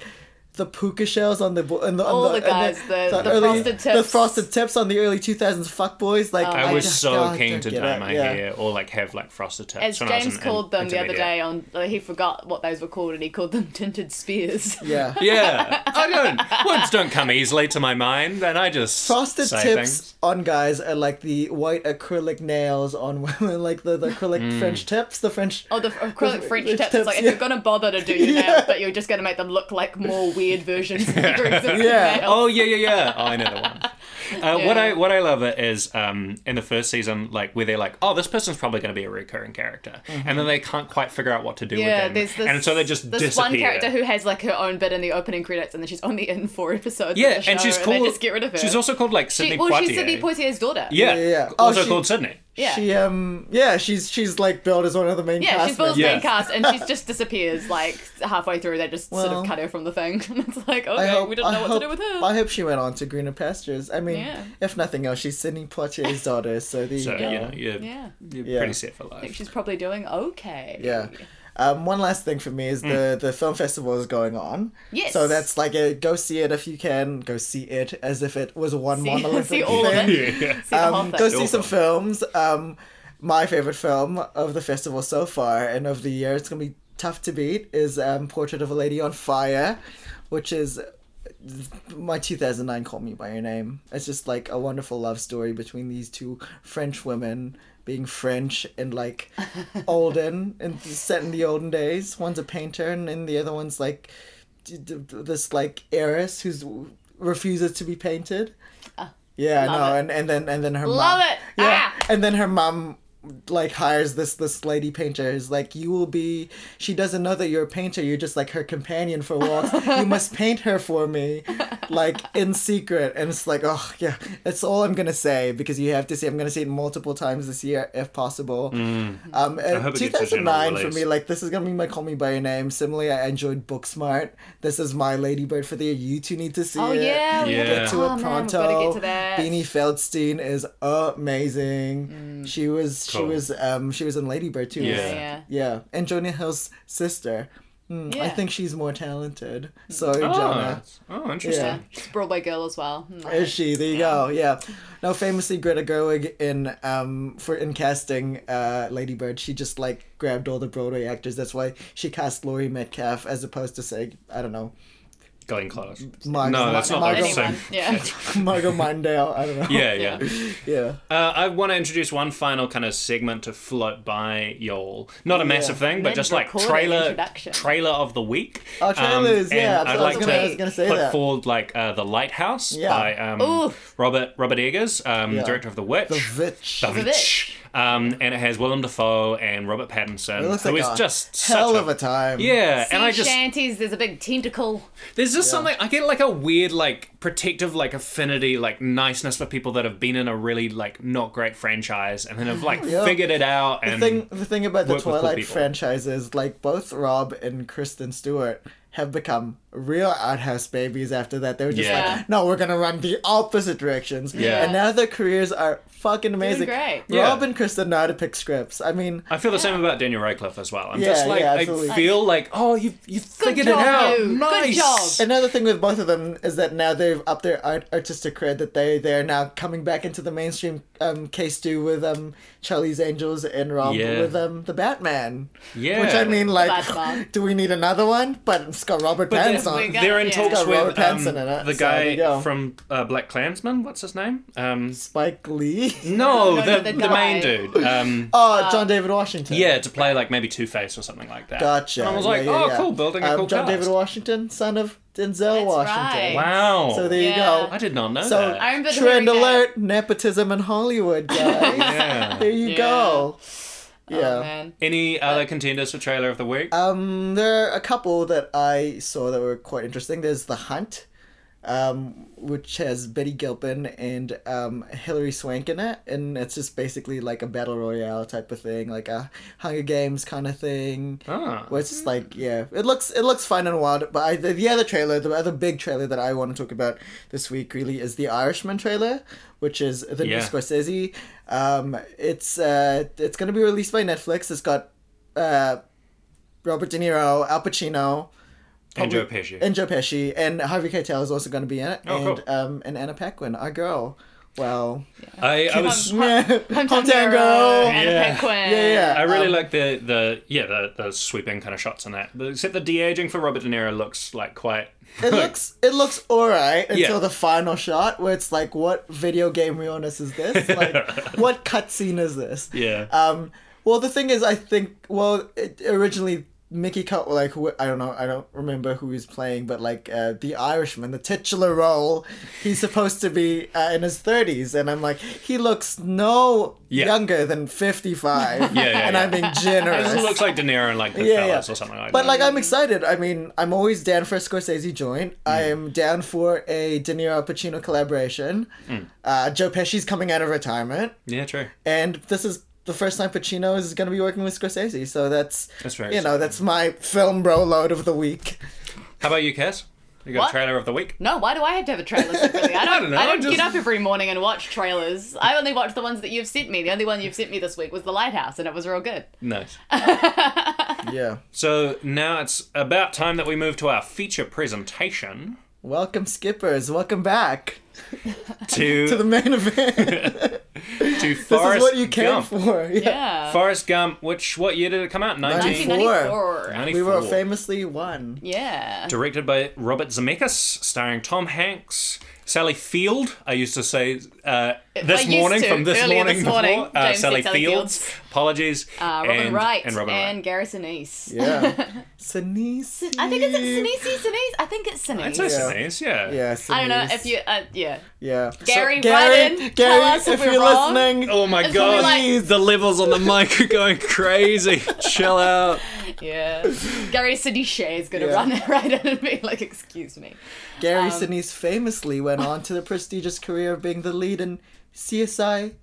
Speaker 3: the puka shells on the bo- and the, on
Speaker 2: All
Speaker 3: the,
Speaker 2: the
Speaker 3: and
Speaker 2: guys, the- the frosted
Speaker 3: the
Speaker 2: tips. Oh
Speaker 3: frosted tips on the early 2000s fuckboys like
Speaker 1: I was
Speaker 3: just-
Speaker 1: so
Speaker 3: God,
Speaker 1: keen
Speaker 3: don't
Speaker 1: to
Speaker 3: get
Speaker 1: dye
Speaker 3: it,
Speaker 1: my
Speaker 3: yeah.
Speaker 1: hair or like have like frosted tips.
Speaker 2: As
Speaker 1: when I was
Speaker 2: James
Speaker 1: in- in
Speaker 2: called them the other
Speaker 1: intermediate.
Speaker 2: day on, uh, he forgot what those were called, and he called them tinted spears.
Speaker 3: yeah
Speaker 1: Yeah, I don't. Words don't come easily to my mind, and I just
Speaker 3: Frosted
Speaker 1: say
Speaker 3: tips
Speaker 1: things.
Speaker 3: on guys are like the white acrylic nails on women, like the, the acrylic French tips, the French.
Speaker 2: Oh, the acrylic French
Speaker 3: French
Speaker 2: tips.
Speaker 3: tips,
Speaker 2: It's like if
Speaker 3: yeah.
Speaker 2: you're gonna bother to do your nails, but you're just gonna make them look like more weird versions of your existing
Speaker 3: Yeah.
Speaker 2: nails.
Speaker 1: Oh yeah, yeah, yeah. Oh, I know that one. Uh, What I what I love it is um, in the first season, like where they're like, oh, this person's probably going to be a recurring character,
Speaker 3: Mm-hmm.
Speaker 1: and then they can't quite figure out what to do
Speaker 2: Yeah,
Speaker 1: with them,
Speaker 2: there's this.
Speaker 1: and so they just
Speaker 2: this
Speaker 1: disappear.
Speaker 2: one character who has like her own bit in the opening credits, and then she's only in four episodes. of
Speaker 1: yeah,
Speaker 2: the
Speaker 1: and she's
Speaker 2: show,
Speaker 1: called.
Speaker 2: they just get rid of her.
Speaker 1: She's also called like
Speaker 2: she,
Speaker 1: Sydney
Speaker 2: well,
Speaker 1: Poitier.
Speaker 2: she's Sydney Poitier's daughter.
Speaker 1: Yeah,
Speaker 3: Yeah, yeah. Oh,
Speaker 1: Also
Speaker 3: she-
Speaker 1: called Sydney.
Speaker 2: yeah.
Speaker 3: She um yeah she's she's like billed as one of the main
Speaker 2: Yeah,
Speaker 3: cast
Speaker 2: she's Bill's
Speaker 3: members.
Speaker 1: Yeah.
Speaker 2: main cast, and she just disappears like halfway through. They just sort
Speaker 3: Well,
Speaker 2: of cut her from the thing. And it's like, okay,
Speaker 3: I hope,
Speaker 2: we don't
Speaker 3: I
Speaker 2: know what
Speaker 3: hope,
Speaker 2: to do with her.
Speaker 3: I hope she went on to greener pastures. I mean,
Speaker 2: Yeah.
Speaker 3: if nothing else, she's Sidney Poitier's daughter, so there
Speaker 1: So
Speaker 3: you go.
Speaker 1: you know, you're,
Speaker 2: Yeah.
Speaker 1: you're
Speaker 3: Yeah.
Speaker 1: pretty set for life.
Speaker 2: I think she's probably doing okay.
Speaker 3: Yeah. Um, one last thing for me is the the film festival is going on.
Speaker 2: Yes.
Speaker 3: So that's like a go see it if you can. Go see it as if it was one
Speaker 2: See-
Speaker 3: monolithic
Speaker 2: see all of
Speaker 3: thing.
Speaker 2: it.
Speaker 1: yeah.
Speaker 2: See the whole
Speaker 3: Um,
Speaker 2: thing.
Speaker 3: go see some
Speaker 1: Awesome.
Speaker 3: films. Um, my favorite film of the festival so far and of the year, it's gonna be tough to beat, is um, Portrait of a Lady on Fire, which is my 2009 Call Me by Your Name. It's just like a wonderful love story between these two French women being French and like olden and set in the olden days. One's a painter and, and the other one's like d- d- d- this like heiress who's refuses to be painted. Yeah, no,
Speaker 2: Ah, it.
Speaker 3: and and then and then her
Speaker 2: Love
Speaker 3: mom-
Speaker 2: it.
Speaker 3: Yeah,
Speaker 2: Ah!
Speaker 3: and then her mom like hires this this lady painter who's like you will be she doesn't know that you're a painter you're just like her companion for walks you must paint her for me like in secret and it's like oh yeah that's all i'm gonna say because you have to see i'm gonna see it multiple times this year if possible um and
Speaker 1: Mm. hope it gets a general
Speaker 3: 2009 for me
Speaker 1: release.
Speaker 3: like this is gonna be my call me by your name similarly i enjoyed booksmart this is my ladybird for the year you two need to see
Speaker 2: Oh
Speaker 3: it
Speaker 2: yeah, we
Speaker 1: Yeah.
Speaker 2: have
Speaker 3: get to
Speaker 2: oh,
Speaker 3: it
Speaker 2: man,
Speaker 3: pronto.
Speaker 2: We've got to get to that.
Speaker 3: Beanie Feldstein is amazing. She was she
Speaker 1: Cool.
Speaker 3: was um she was in Ladybird too.
Speaker 1: Yeah.
Speaker 2: Mm. Yeah.
Speaker 3: Yeah. And Jonah Hill's sister. Mm, I
Speaker 2: Yeah. Mm.
Speaker 3: think she's more talented. So
Speaker 1: Oh,
Speaker 3: Jonah.
Speaker 1: oh, interesting.
Speaker 3: Yeah.
Speaker 2: She's a Broadway girl as well. Hmm.
Speaker 3: Is she? There you go. Yeah. Now, famously, Greta Gerwig in um for in casting uh Lady Bird, she just like grabbed all the Broadway actors. That's why she cast Laurie Metcalf as opposed to say I don't know
Speaker 1: Glenn Close.
Speaker 3: Mar-
Speaker 1: No, that's not
Speaker 3: Margot,
Speaker 1: the same.
Speaker 2: Anyone. Yeah.
Speaker 3: Margot Mondale. I don't know.
Speaker 1: Yeah, yeah.
Speaker 3: Yeah.
Speaker 1: Uh, I want to introduce one final kind of segment to float by y'all. Not a massive thing, but
Speaker 2: Mid-recorded
Speaker 1: just like trailer
Speaker 2: introduction.
Speaker 1: trailer of the week. Um,
Speaker 3: Oh, trailers,
Speaker 1: and
Speaker 3: yeah,
Speaker 1: I'd
Speaker 3: I
Speaker 1: like
Speaker 3: was gonna- I
Speaker 1: to
Speaker 3: was gonna say
Speaker 1: put
Speaker 3: that.
Speaker 1: forward like uh, the Lighthouse
Speaker 3: Yeah.
Speaker 1: by um,
Speaker 2: Ooh.
Speaker 1: Robert Robert Eggers, um,
Speaker 3: Yeah.
Speaker 1: director of The Witch.
Speaker 3: The Vitch.
Speaker 1: The
Speaker 2: The
Speaker 1: Witch. Um, and it has Willem Dafoe and Robert Pattinson,
Speaker 3: It looks
Speaker 1: who
Speaker 3: like
Speaker 1: is
Speaker 3: a
Speaker 1: just
Speaker 3: hell
Speaker 1: such
Speaker 3: of a time.
Speaker 1: yeah.
Speaker 2: Sea
Speaker 1: and I just
Speaker 2: shanties. There's a big tentacle.
Speaker 1: There's just something I get like a weird like protective like affinity like niceness for people that have been in a really like not great franchise and then have like
Speaker 3: Yeah.
Speaker 1: figured it out
Speaker 3: The
Speaker 1: and
Speaker 3: thing, the thing about the
Speaker 1: work with cool
Speaker 3: Twilight
Speaker 1: people.
Speaker 3: franchise is like both Rob and Kristen Stewart have become real art house babies after that. They were just
Speaker 1: Yeah.
Speaker 3: like, no, we're gonna run the opposite directions.
Speaker 1: Yeah.
Speaker 3: And now their careers are fucking amazing.
Speaker 2: great.
Speaker 1: Yeah.
Speaker 3: Rob and Krista know how to pick scripts. I mean,
Speaker 1: I feel the same about Daniel Radcliffe as well. I'm
Speaker 3: Yeah,
Speaker 1: just like
Speaker 3: yeah,
Speaker 1: I
Speaker 3: absolutely.
Speaker 1: feel like oh you you figured
Speaker 2: job,
Speaker 1: it out.
Speaker 2: you. Good
Speaker 1: Nice.
Speaker 2: job.
Speaker 3: another thing with both of them is that now they've upped their art- artistic cred. That they they are now coming back into the mainstream. Um, case two with um Charlie's Angels and Rob
Speaker 1: Yeah.
Speaker 3: with um the Batman.
Speaker 1: Yeah.
Speaker 3: Which I mean,
Speaker 2: Batman.
Speaker 3: like, do we need another one? But it's got Robert
Speaker 1: But
Speaker 3: Pattinson.
Speaker 1: they're,
Speaker 2: We got-
Speaker 1: they're in
Speaker 2: yeah.
Speaker 1: talks
Speaker 3: Got Robert
Speaker 1: with um,
Speaker 3: Pattinson in it,
Speaker 1: the
Speaker 3: so there you
Speaker 1: guy
Speaker 3: go.
Speaker 1: from uh, Black Klansman. What's his name? Um,
Speaker 3: Spike Lee.
Speaker 1: no,
Speaker 2: no,
Speaker 1: the,
Speaker 2: the
Speaker 1: the main
Speaker 2: guy.
Speaker 1: dude. Um,
Speaker 3: Oh,
Speaker 2: Uh,
Speaker 3: John David Washington.
Speaker 1: yeah, to play like maybe Two Face or something like that.
Speaker 3: Gotcha.
Speaker 1: And I was
Speaker 3: Yeah,
Speaker 1: like,
Speaker 3: yeah,
Speaker 1: oh,
Speaker 3: yeah.
Speaker 1: cool, building a
Speaker 3: Um,
Speaker 1: cool
Speaker 3: John
Speaker 1: cast.
Speaker 3: David Washington, son of Denzel Washington.
Speaker 2: right.
Speaker 1: Wow.
Speaker 3: So there
Speaker 2: Yeah.
Speaker 3: you go.
Speaker 1: I did not know
Speaker 3: So
Speaker 1: that.
Speaker 2: I remember hearing
Speaker 3: Trend
Speaker 2: that.
Speaker 3: alert: nepotism in Hollywood, guys.
Speaker 1: yeah.
Speaker 3: There you go. Yeah.
Speaker 2: Oh, man.
Speaker 1: Any other contenders for trailer of the week?
Speaker 3: Um, there are a couple that I saw that were quite interesting. There's The Hunt, um, which has Betty Gilpin and um, Hilary Swank in it, and it's just basically like a battle royale type of thing, like a Hunger Games kind of thing.
Speaker 1: Ah.
Speaker 3: Where it's just like yeah, it looks it looks fun and wild. But I, the, the other trailer, the other big trailer that I want to talk about this week really is the Irishman trailer, which is the new
Speaker 1: Yeah.
Speaker 3: Scorsese. Um, it's uh, it's gonna be released by Netflix. It's got uh, Robert De Niro, Al Pacino,
Speaker 1: and Joe
Speaker 3: probably-
Speaker 1: Pesci.
Speaker 3: and Joe Pesci, and Harvey Keitel is also going to be in it,
Speaker 1: Oh,
Speaker 3: and
Speaker 1: cool.
Speaker 3: um, and Anna Paquin, our girl. Well,
Speaker 1: I, I was.
Speaker 3: yeah, hometown girl.
Speaker 2: Anna
Speaker 1: Yeah.
Speaker 2: Paquin.
Speaker 3: Yeah, yeah.
Speaker 1: I really
Speaker 3: um,
Speaker 1: like the, the yeah the, the sweeping kind of shots in that. But Except the de aging for Robert De Niro looks like quite.
Speaker 3: It looks it looks alright until
Speaker 1: Yeah.
Speaker 3: the final shot where it's like, what video game realness is this? Like, what cutscene is this?
Speaker 1: yeah.
Speaker 3: Um, well, the thing is, I think well, it, originally Mickey Cut, like who, I don't know, I don't remember who he's playing, but like uh, the Irishman, the titular role, he's supposed to be uh, in his thirties, and I'm like, he looks no
Speaker 1: Yeah.
Speaker 3: younger than fifty five,
Speaker 1: Yeah, yeah,
Speaker 3: and
Speaker 1: yeah.
Speaker 3: I'm being
Speaker 1: It
Speaker 3: generous.
Speaker 1: just looks like De Niro and like the
Speaker 3: Yeah, yeah.
Speaker 1: or something like
Speaker 3: But
Speaker 1: that.
Speaker 3: like I'm excited. I mean, I'm always down for a Scorsese
Speaker 1: Mm.
Speaker 3: joint. I am down for a De Niro Pacino collaboration.
Speaker 1: Mm.
Speaker 3: Uh, Joe Pesci's coming out of retirement
Speaker 1: yeah, true.
Speaker 3: and this is the first time Pacino is going to be working with Scorsese. So that's
Speaker 1: That's very
Speaker 3: you know that's my film bro load of the week.
Speaker 1: How about you, Cass? You got
Speaker 2: What?
Speaker 1: a trailer of the week?
Speaker 2: No, why do I have to have a trailer separately? I don't, I
Speaker 1: don't
Speaker 2: don't,
Speaker 1: know, just-
Speaker 2: get up every morning and watch trailers. I only watch the ones that you've sent me. The only one you've sent me this week was The Lighthouse, and it was real good.
Speaker 1: Nice.
Speaker 3: Yeah.
Speaker 1: So now it's about time that we move to our feature presentation.
Speaker 3: Welcome skippers, welcome back
Speaker 1: To
Speaker 3: to the main event. this
Speaker 1: to
Speaker 3: is
Speaker 1: Forrest
Speaker 3: what you came
Speaker 1: Gump.
Speaker 3: for. Yeah.
Speaker 2: Yeah.
Speaker 1: Forrest Gump, which what year did it come out? 1994.
Speaker 2: 1994.
Speaker 3: We were famously one.
Speaker 2: Yeah.
Speaker 1: Directed by Robert Zemeckis, starring Tom Hanks, Sally Field. I used to say uh, this
Speaker 2: used
Speaker 1: morning
Speaker 2: to,
Speaker 1: from this
Speaker 2: earlier
Speaker 1: morning
Speaker 2: this morning,
Speaker 1: before. Uh,
Speaker 2: James said
Speaker 1: Sally
Speaker 2: Sally
Speaker 1: Fields.
Speaker 2: Fields.
Speaker 1: Apologies.
Speaker 2: Uh, Robin
Speaker 1: and,
Speaker 2: Wright
Speaker 1: and
Speaker 2: and,
Speaker 1: Robin Wright.
Speaker 2: Gary Sinise.
Speaker 3: Yeah. Sinise.
Speaker 2: I think it's Sinise. Sinise. I think it's Sinise.
Speaker 1: It's nice
Speaker 3: Yeah.
Speaker 1: to see, it's- yeah.
Speaker 3: Yeah.
Speaker 2: I don't know
Speaker 3: Sinise.
Speaker 2: if you. Uh, yeah.
Speaker 3: Yeah.
Speaker 2: Gary,
Speaker 3: Gary,
Speaker 2: write in,
Speaker 3: Gary,
Speaker 2: tell us if
Speaker 3: if,
Speaker 2: we're
Speaker 3: you're
Speaker 2: wrong.
Speaker 3: listening,
Speaker 1: Oh my
Speaker 2: It's gonna be
Speaker 1: god,
Speaker 2: like-
Speaker 1: the levels on the mic are going crazy. Chill out.
Speaker 2: Yeah. Gary Sinise is gonna
Speaker 3: Yeah.
Speaker 2: run it right in and be like, "Excuse me."
Speaker 3: Gary Sinise famously went on to the prestigious career of being the lead in CSI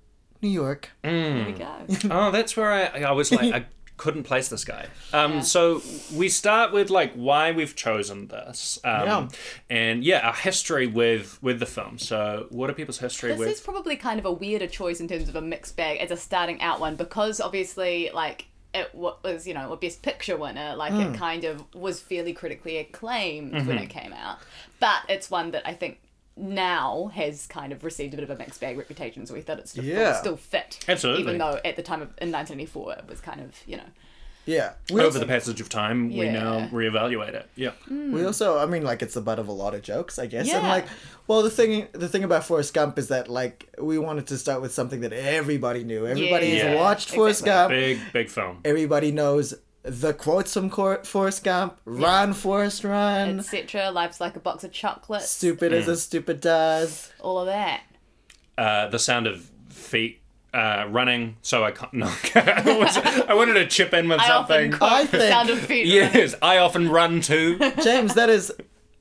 Speaker 3: New York.
Speaker 2: Here we go.
Speaker 3: Mm.
Speaker 1: Oh, that's where I, I was like, I couldn't place this guy. Um, So we start with like why we've chosen this, um,
Speaker 3: Yeah.
Speaker 1: and yeah, our history with with the film. So what are people's history
Speaker 2: This
Speaker 1: with?
Speaker 2: is probably kind of a weirder choice in terms of a mixed bag as a starting out one because obviously, like, it wa- was, you know, a Best Picture winner. Like,
Speaker 1: Hmm.
Speaker 2: it kind of was fairly critically acclaimed when
Speaker 1: Mm-hmm.
Speaker 2: it came out. But it's one that I think now has kind of received a bit of a mixed bag reputation, so we thought it's still,
Speaker 3: Yeah.
Speaker 2: still fit.
Speaker 1: Absolutely.
Speaker 2: Even though at the time of, in 1984, it was kind of, you know,
Speaker 3: Yeah. We
Speaker 1: Over
Speaker 3: also-
Speaker 1: the passage of time, we
Speaker 2: Yeah. Mm.
Speaker 1: now reevaluate it. Yeah,
Speaker 3: We also, I mean, like it's the butt of a lot of jokes, I guess. And
Speaker 2: Yeah.
Speaker 3: like, well, the thing, the thing about Forrest Gump is that like we wanted to start with something that everybody knew. Everybody
Speaker 1: Yeah.
Speaker 3: has watched Forrest
Speaker 2: Exactly.
Speaker 3: Gump.
Speaker 1: big big film.
Speaker 3: Everybody knows the quotes from Cor- Forrest Gump. Run, Forrest,
Speaker 1: Mm.
Speaker 3: run.
Speaker 2: etc. Life's like a box of chocolates,
Speaker 3: stupid as a stupid does.
Speaker 2: all of that.
Speaker 1: Uh, the sound of feet. Uh, running, so I can't. No, I, was, I wanted to chip in with
Speaker 2: I often
Speaker 1: something.
Speaker 2: quote
Speaker 3: I
Speaker 2: the
Speaker 3: think-
Speaker 2: sound of feet.
Speaker 1: yes, I often run too.
Speaker 3: James, that is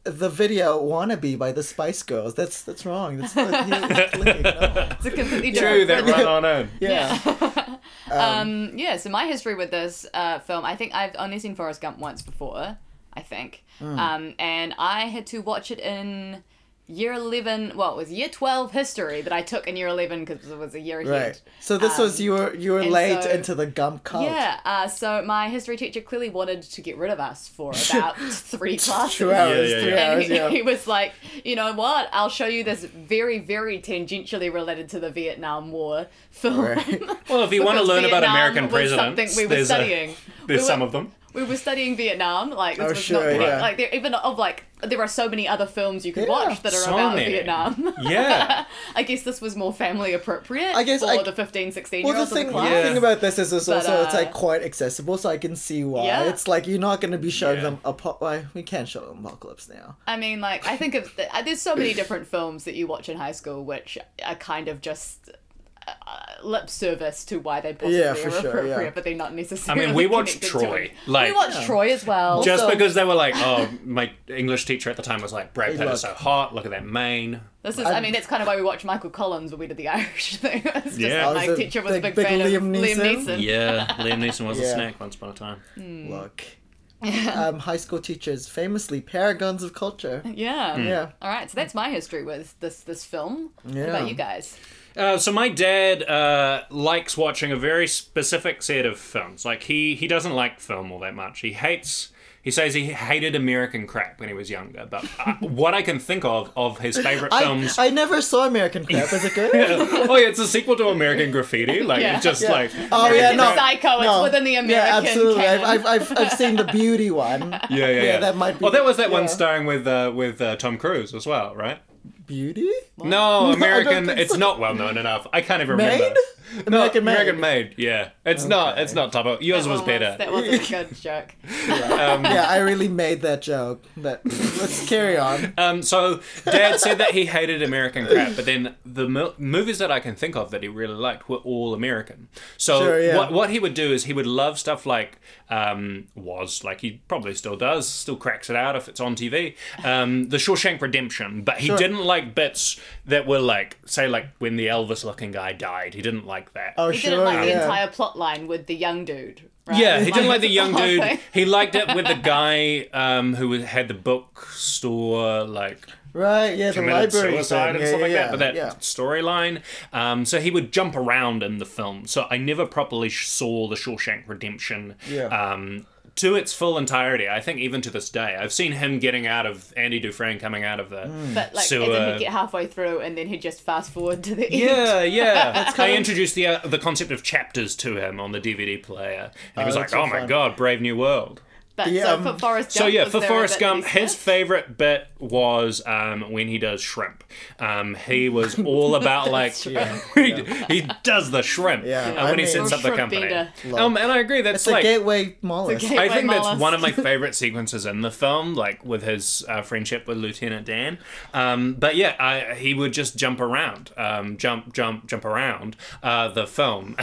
Speaker 3: the video "Wannabe" by the Spice Girls. That's that's wrong. That's like, no.
Speaker 2: It's a completely
Speaker 1: True,
Speaker 2: different
Speaker 1: that run on in.
Speaker 3: yeah.
Speaker 2: Um, yeah, so my history with this uh, film, I think I've only seen Forrest Gump once before. I think.
Speaker 3: Hmm.
Speaker 2: Um, and I had to watch it in year 11, well, it was year 12 history that I took in year 11 because it was a year ahead.
Speaker 3: Right. So this was you were you were
Speaker 2: Um, and
Speaker 3: late
Speaker 2: so-
Speaker 3: into the Gump cult.
Speaker 2: Yeah, uh, so my history teacher clearly wanted to get rid of us for about three classes.
Speaker 3: Two hours,
Speaker 1: yeah,
Speaker 3: three
Speaker 1: yeah.
Speaker 2: And
Speaker 3: hours,
Speaker 2: he,
Speaker 3: yeah.
Speaker 2: he was like, you know what? I'll show you this very, very tangentially related to the Vietnam War film.
Speaker 3: Right.
Speaker 1: Well, if you want to
Speaker 2: Because
Speaker 1: learn about
Speaker 2: Vietnam
Speaker 1: American
Speaker 2: was
Speaker 1: presidents,
Speaker 2: something we were
Speaker 1: there's, a-
Speaker 2: studying.
Speaker 1: there's
Speaker 2: We
Speaker 1: some
Speaker 2: were-
Speaker 1: of them.
Speaker 2: We were studying Vietnam, like this
Speaker 3: Oh,
Speaker 2: was
Speaker 3: sure,
Speaker 2: not,
Speaker 3: yeah.
Speaker 2: like there even of like there are so many other films you could
Speaker 3: Yeah.
Speaker 2: watch that are
Speaker 1: So
Speaker 2: about
Speaker 1: many.
Speaker 2: Vietnam.
Speaker 1: Yeah.
Speaker 2: I guess this was more family appropriate
Speaker 3: I guess
Speaker 2: for
Speaker 3: I-
Speaker 2: the 15, 16 year
Speaker 3: Well,
Speaker 2: olds
Speaker 3: the
Speaker 2: in
Speaker 3: thing,
Speaker 2: the
Speaker 3: the
Speaker 2: class.
Speaker 1: Yeah.
Speaker 3: thing about this is, it's
Speaker 2: But,
Speaker 3: also it's
Speaker 2: uh,
Speaker 3: like quite accessible, so I can see why.
Speaker 2: Yeah.
Speaker 3: It's like you're not going to be showing
Speaker 1: Yeah.
Speaker 3: them apo- Why we can't show them apocalypse now.
Speaker 2: I mean, like, I think of the, uh, there's so many different films that you watch in high school which are kind of just uh, lip service to why they possibly
Speaker 3: Yeah,
Speaker 2: are
Speaker 3: for sure,
Speaker 2: appropriate,
Speaker 3: yeah.
Speaker 2: but they're not necessarily.
Speaker 1: I mean, we watched
Speaker 2: connected to
Speaker 1: Troy,
Speaker 2: it.
Speaker 1: like-
Speaker 2: we watched Troy as well.
Speaker 1: Just
Speaker 3: Also-
Speaker 1: because they were like, oh, my English teacher at the time was like, Brad Pitt is so
Speaker 3: look.
Speaker 1: hot. Look at that mane.
Speaker 2: this is, I mean, that's kind of why we watched Michael Collins when we did the Irish thing. It's just
Speaker 1: Yeah.
Speaker 2: that
Speaker 1: Oh,
Speaker 2: my
Speaker 3: is it
Speaker 2: teacher was a big,
Speaker 3: big- big
Speaker 2: fan of
Speaker 3: Liam
Speaker 2: Liam
Speaker 3: Neeson?
Speaker 2: Neeson.
Speaker 1: Yeah, Liam Neeson was a
Speaker 3: Yeah.
Speaker 1: snack once upon a time.
Speaker 2: Mm.
Speaker 3: Look, um, high school teachers famously paragons of culture.
Speaker 2: Yeah.
Speaker 1: Hmm.
Speaker 3: Yeah.
Speaker 2: All right, so that's my history with this this film. What
Speaker 3: Yeah.
Speaker 2: about you guys?
Speaker 1: Uh, so my dad uh, likes watching a very specific set of films. Like he he doesn't like film all that much. He hates. He says he hated American crap when he was younger. But uh, what I can think of of his favorite
Speaker 3: I,
Speaker 1: films.
Speaker 3: I never saw American Crap. Is it good?
Speaker 1: oh yeah, it's a sequel to American Graffiti. Like
Speaker 2: Yeah.
Speaker 1: it's just
Speaker 3: Yeah.
Speaker 1: like
Speaker 3: Oh yeah,
Speaker 2: American
Speaker 3: no,
Speaker 2: Psycho, it's
Speaker 3: no.
Speaker 2: within the American
Speaker 3: Yeah, absolutely. I've,
Speaker 2: canon.
Speaker 3: I've, I've, I've seen the beauty one.
Speaker 1: yeah, yeah, yeah,
Speaker 3: that might be-
Speaker 1: Oh, that was that
Speaker 3: yeah.
Speaker 1: one starring with uh, with uh, Tom Cruise as well, right?
Speaker 3: Beauty?
Speaker 1: No, American.
Speaker 3: think
Speaker 1: It's
Speaker 3: so.
Speaker 1: not well known enough. I can't even
Speaker 3: Made?
Speaker 1: remember. No,
Speaker 3: American Made.
Speaker 1: American Made. Yeah, it's not. It's not top. of- Yours
Speaker 2: That
Speaker 1: was
Speaker 2: one
Speaker 1: better.
Speaker 2: That was a good joke.
Speaker 3: yeah, I really made that joke. But let's carry on.
Speaker 1: Um, so Dad said that he hated American crap, but then the mo- movies that I can think of that he really liked were all American. So
Speaker 3: Sure, yeah.
Speaker 1: what what he would do is he would love stuff like um, was like he probably still does, still cracks it out if it's on TV. Um, the Shawshank Redemption, but he didn't like bits that were like say like when the Elvis looking guy died. He didn't like that.
Speaker 3: Oh,
Speaker 2: He
Speaker 3: sure.
Speaker 2: didn't like
Speaker 3: yeah.
Speaker 2: the entire plot line with the young dude. Right?
Speaker 1: Yeah, he didn't like the young
Speaker 2: whole
Speaker 1: dude.
Speaker 2: thing.
Speaker 1: He liked it with the guy um, who was- had the bookstore, like
Speaker 3: Right, yeah, the
Speaker 1: committed
Speaker 3: library.
Speaker 1: suicide
Speaker 3: thing.
Speaker 1: and
Speaker 3: yeah,
Speaker 1: stuff
Speaker 3: yeah,
Speaker 1: like
Speaker 3: yeah,
Speaker 1: that. But that
Speaker 3: yeah.
Speaker 1: storyline, um, so he would jump around in the film. So I never properly sh- saw the Shawshank Redemption.
Speaker 3: Yeah.
Speaker 1: Um, to its full entirety, I think even to this day, I've seen him getting out of Andy Dufresne coming out of the
Speaker 3: Mm.
Speaker 2: But like,
Speaker 1: sewer.
Speaker 2: and then he'd get halfway through, and then he'd just fast forward to the end.
Speaker 1: uh, Yeah, yeah. I introduced the uh, the concept of chapters to him on the DVD player, and he was like,
Speaker 3: that's so
Speaker 1: "Oh my
Speaker 3: fun.
Speaker 1: god, Brave New World."
Speaker 2: But
Speaker 3: The,
Speaker 2: so
Speaker 3: um,
Speaker 2: for Forrest
Speaker 1: So
Speaker 2: Gump,
Speaker 1: yeah,
Speaker 2: was
Speaker 1: for
Speaker 2: there a
Speaker 1: Forrest
Speaker 2: bit
Speaker 1: Gump,
Speaker 2: that he
Speaker 1: his
Speaker 2: said?
Speaker 1: favorite bit was um, when he does shrimp. Um, he was all about like he, he does the shrimp.
Speaker 3: Yeah,
Speaker 1: and
Speaker 3: I
Speaker 1: when he
Speaker 3: mean-
Speaker 1: sets up
Speaker 2: Or
Speaker 1: the
Speaker 2: shrimp
Speaker 1: company.
Speaker 2: eater.
Speaker 1: Um, and I agree that's
Speaker 3: It's
Speaker 1: like.
Speaker 3: a gateway mollusk.
Speaker 2: gateway-
Speaker 1: I think that's
Speaker 2: mollusk.
Speaker 1: one of my favorite sequences in the film, like with his uh, friendship with Lieutenant Dan. Um, but yeah, I, he would just jump around, um, jump, jump, jump around uh, the film.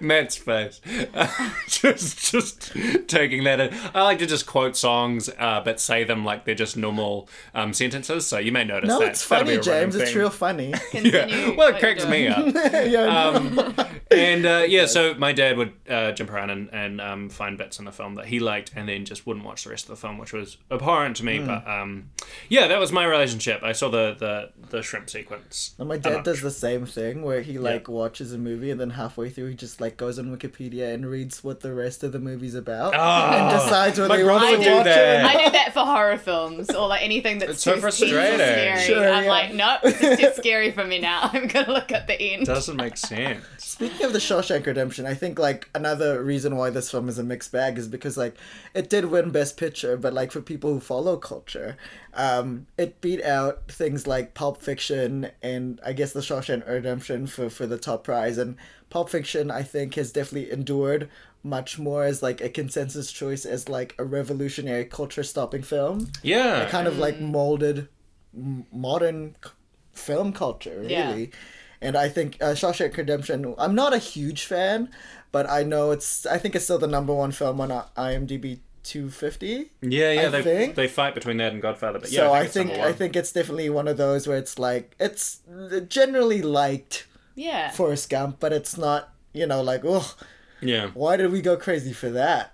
Speaker 1: Matt's face, just just taking that in. I like to just quote songs, uh, but say them like they're just normal um, sentences. So you may notice
Speaker 3: no,
Speaker 1: that.
Speaker 3: it's
Speaker 1: That'll be
Speaker 3: funny,
Speaker 1: a running
Speaker 3: James. It's
Speaker 1: theme.
Speaker 3: real funny.
Speaker 2: Continue
Speaker 1: Yeah. Well, it
Speaker 2: what
Speaker 1: cracks
Speaker 2: you're
Speaker 1: me
Speaker 2: doing.
Speaker 1: up
Speaker 3: yeah, no.
Speaker 1: um, and uh, yeah, so my dad would uh, jump around and, and um, find bits in the film that he liked, and then just wouldn't watch the rest of the film, which was abhorrent to
Speaker 3: Hmm.
Speaker 1: me. But um, yeah, that was my relationship. I saw the the, the shrimp sequence. Uh,
Speaker 3: And my dad does the same thing where he like watches a movie and then halfway through he just like goes on Wikipedia and reads what the rest of the movie's about
Speaker 1: Ah,
Speaker 3: and decides whether
Speaker 1: my
Speaker 3: he wants
Speaker 1: brother would Oh.
Speaker 3: to
Speaker 1: do
Speaker 3: watch
Speaker 1: that.
Speaker 3: it.
Speaker 2: I do that for horror films or like anything that's
Speaker 1: It's so
Speaker 2: too steep or
Speaker 1: frustrating.
Speaker 2: scary.
Speaker 3: Sure,
Speaker 2: I'm
Speaker 3: yeah.
Speaker 2: like, nope, this is too scary for me now. I'm gonna look at the end.
Speaker 1: Doesn't make sense.
Speaker 3: Speaking of the Shawshank Redemption, I think like another reason why this film is a mixed bag is because like it did win Best Picture, but like for people who follow culture, um, it beat out things like Pulp Fiction and I guess the Shawshank Redemption for for the top prize. And Pulp Fiction, I think, has definitely endured much more as like a consensus choice as like a revolutionary culture stopping film.
Speaker 1: Yeah.
Speaker 3: It kind of like
Speaker 2: Mm.
Speaker 3: molded m- modern c- film culture really
Speaker 2: Yeah.
Speaker 3: and i think uh, shawshank redemption i'm not a huge fan but i know it's i think it's still the number one film on I- imdb 250
Speaker 1: yeah, yeah.
Speaker 3: I
Speaker 1: they
Speaker 3: think-
Speaker 1: they fight between that and Godfather, but yeah.
Speaker 3: so i
Speaker 1: it's
Speaker 3: think
Speaker 1: number
Speaker 3: i
Speaker 1: one.
Speaker 3: think it's definitely one of those where it's like it's generally liked
Speaker 2: Yeah.
Speaker 3: for a scamp but it's not you know like oh
Speaker 1: yeah. Hmm,
Speaker 3: why did we go crazy for that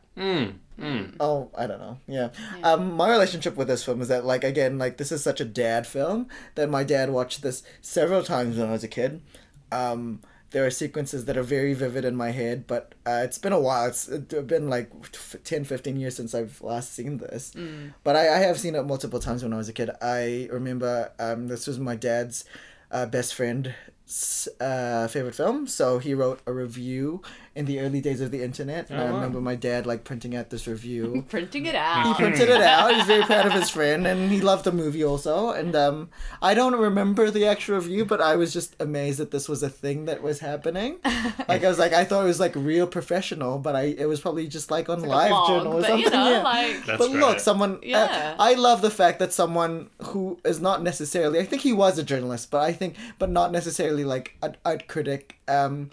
Speaker 3: Oh, I don't know. Yeah. Um, my relationship with this film is that, like, again, like, this is such a dad film that my dad watched this several times when I was a kid. Um, there are sequences that are very vivid in my head, but uh, it's been a while. It's it's been like f- 10, 15 years since I've last seen this. But I, I have seen it multiple times when I was a kid. I remember um, this was my dad's uh, best friend's uh, favorite film. So he wrote a review in the early days of the internet. And I remember my dad like printing out this review.
Speaker 2: Printing it
Speaker 3: he
Speaker 2: out.
Speaker 3: printed it out. He's very proud of his friend, and he loved the movie also. And um, I don't remember the actual review, but I was just amazed that this was a thing that was happening. Like I was like, I thought it was like real professional, but I it was probably just like on live
Speaker 2: Blog,
Speaker 3: journal or
Speaker 2: but
Speaker 3: something.
Speaker 2: you know,
Speaker 3: yeah.
Speaker 2: like
Speaker 1: That's
Speaker 3: but look,
Speaker 1: great.
Speaker 3: someone.
Speaker 2: Yeah.
Speaker 3: uh, I love the fact that someone who is not necessarily. I think he was a journalist, but I think, but not necessarily like an art critic. Um,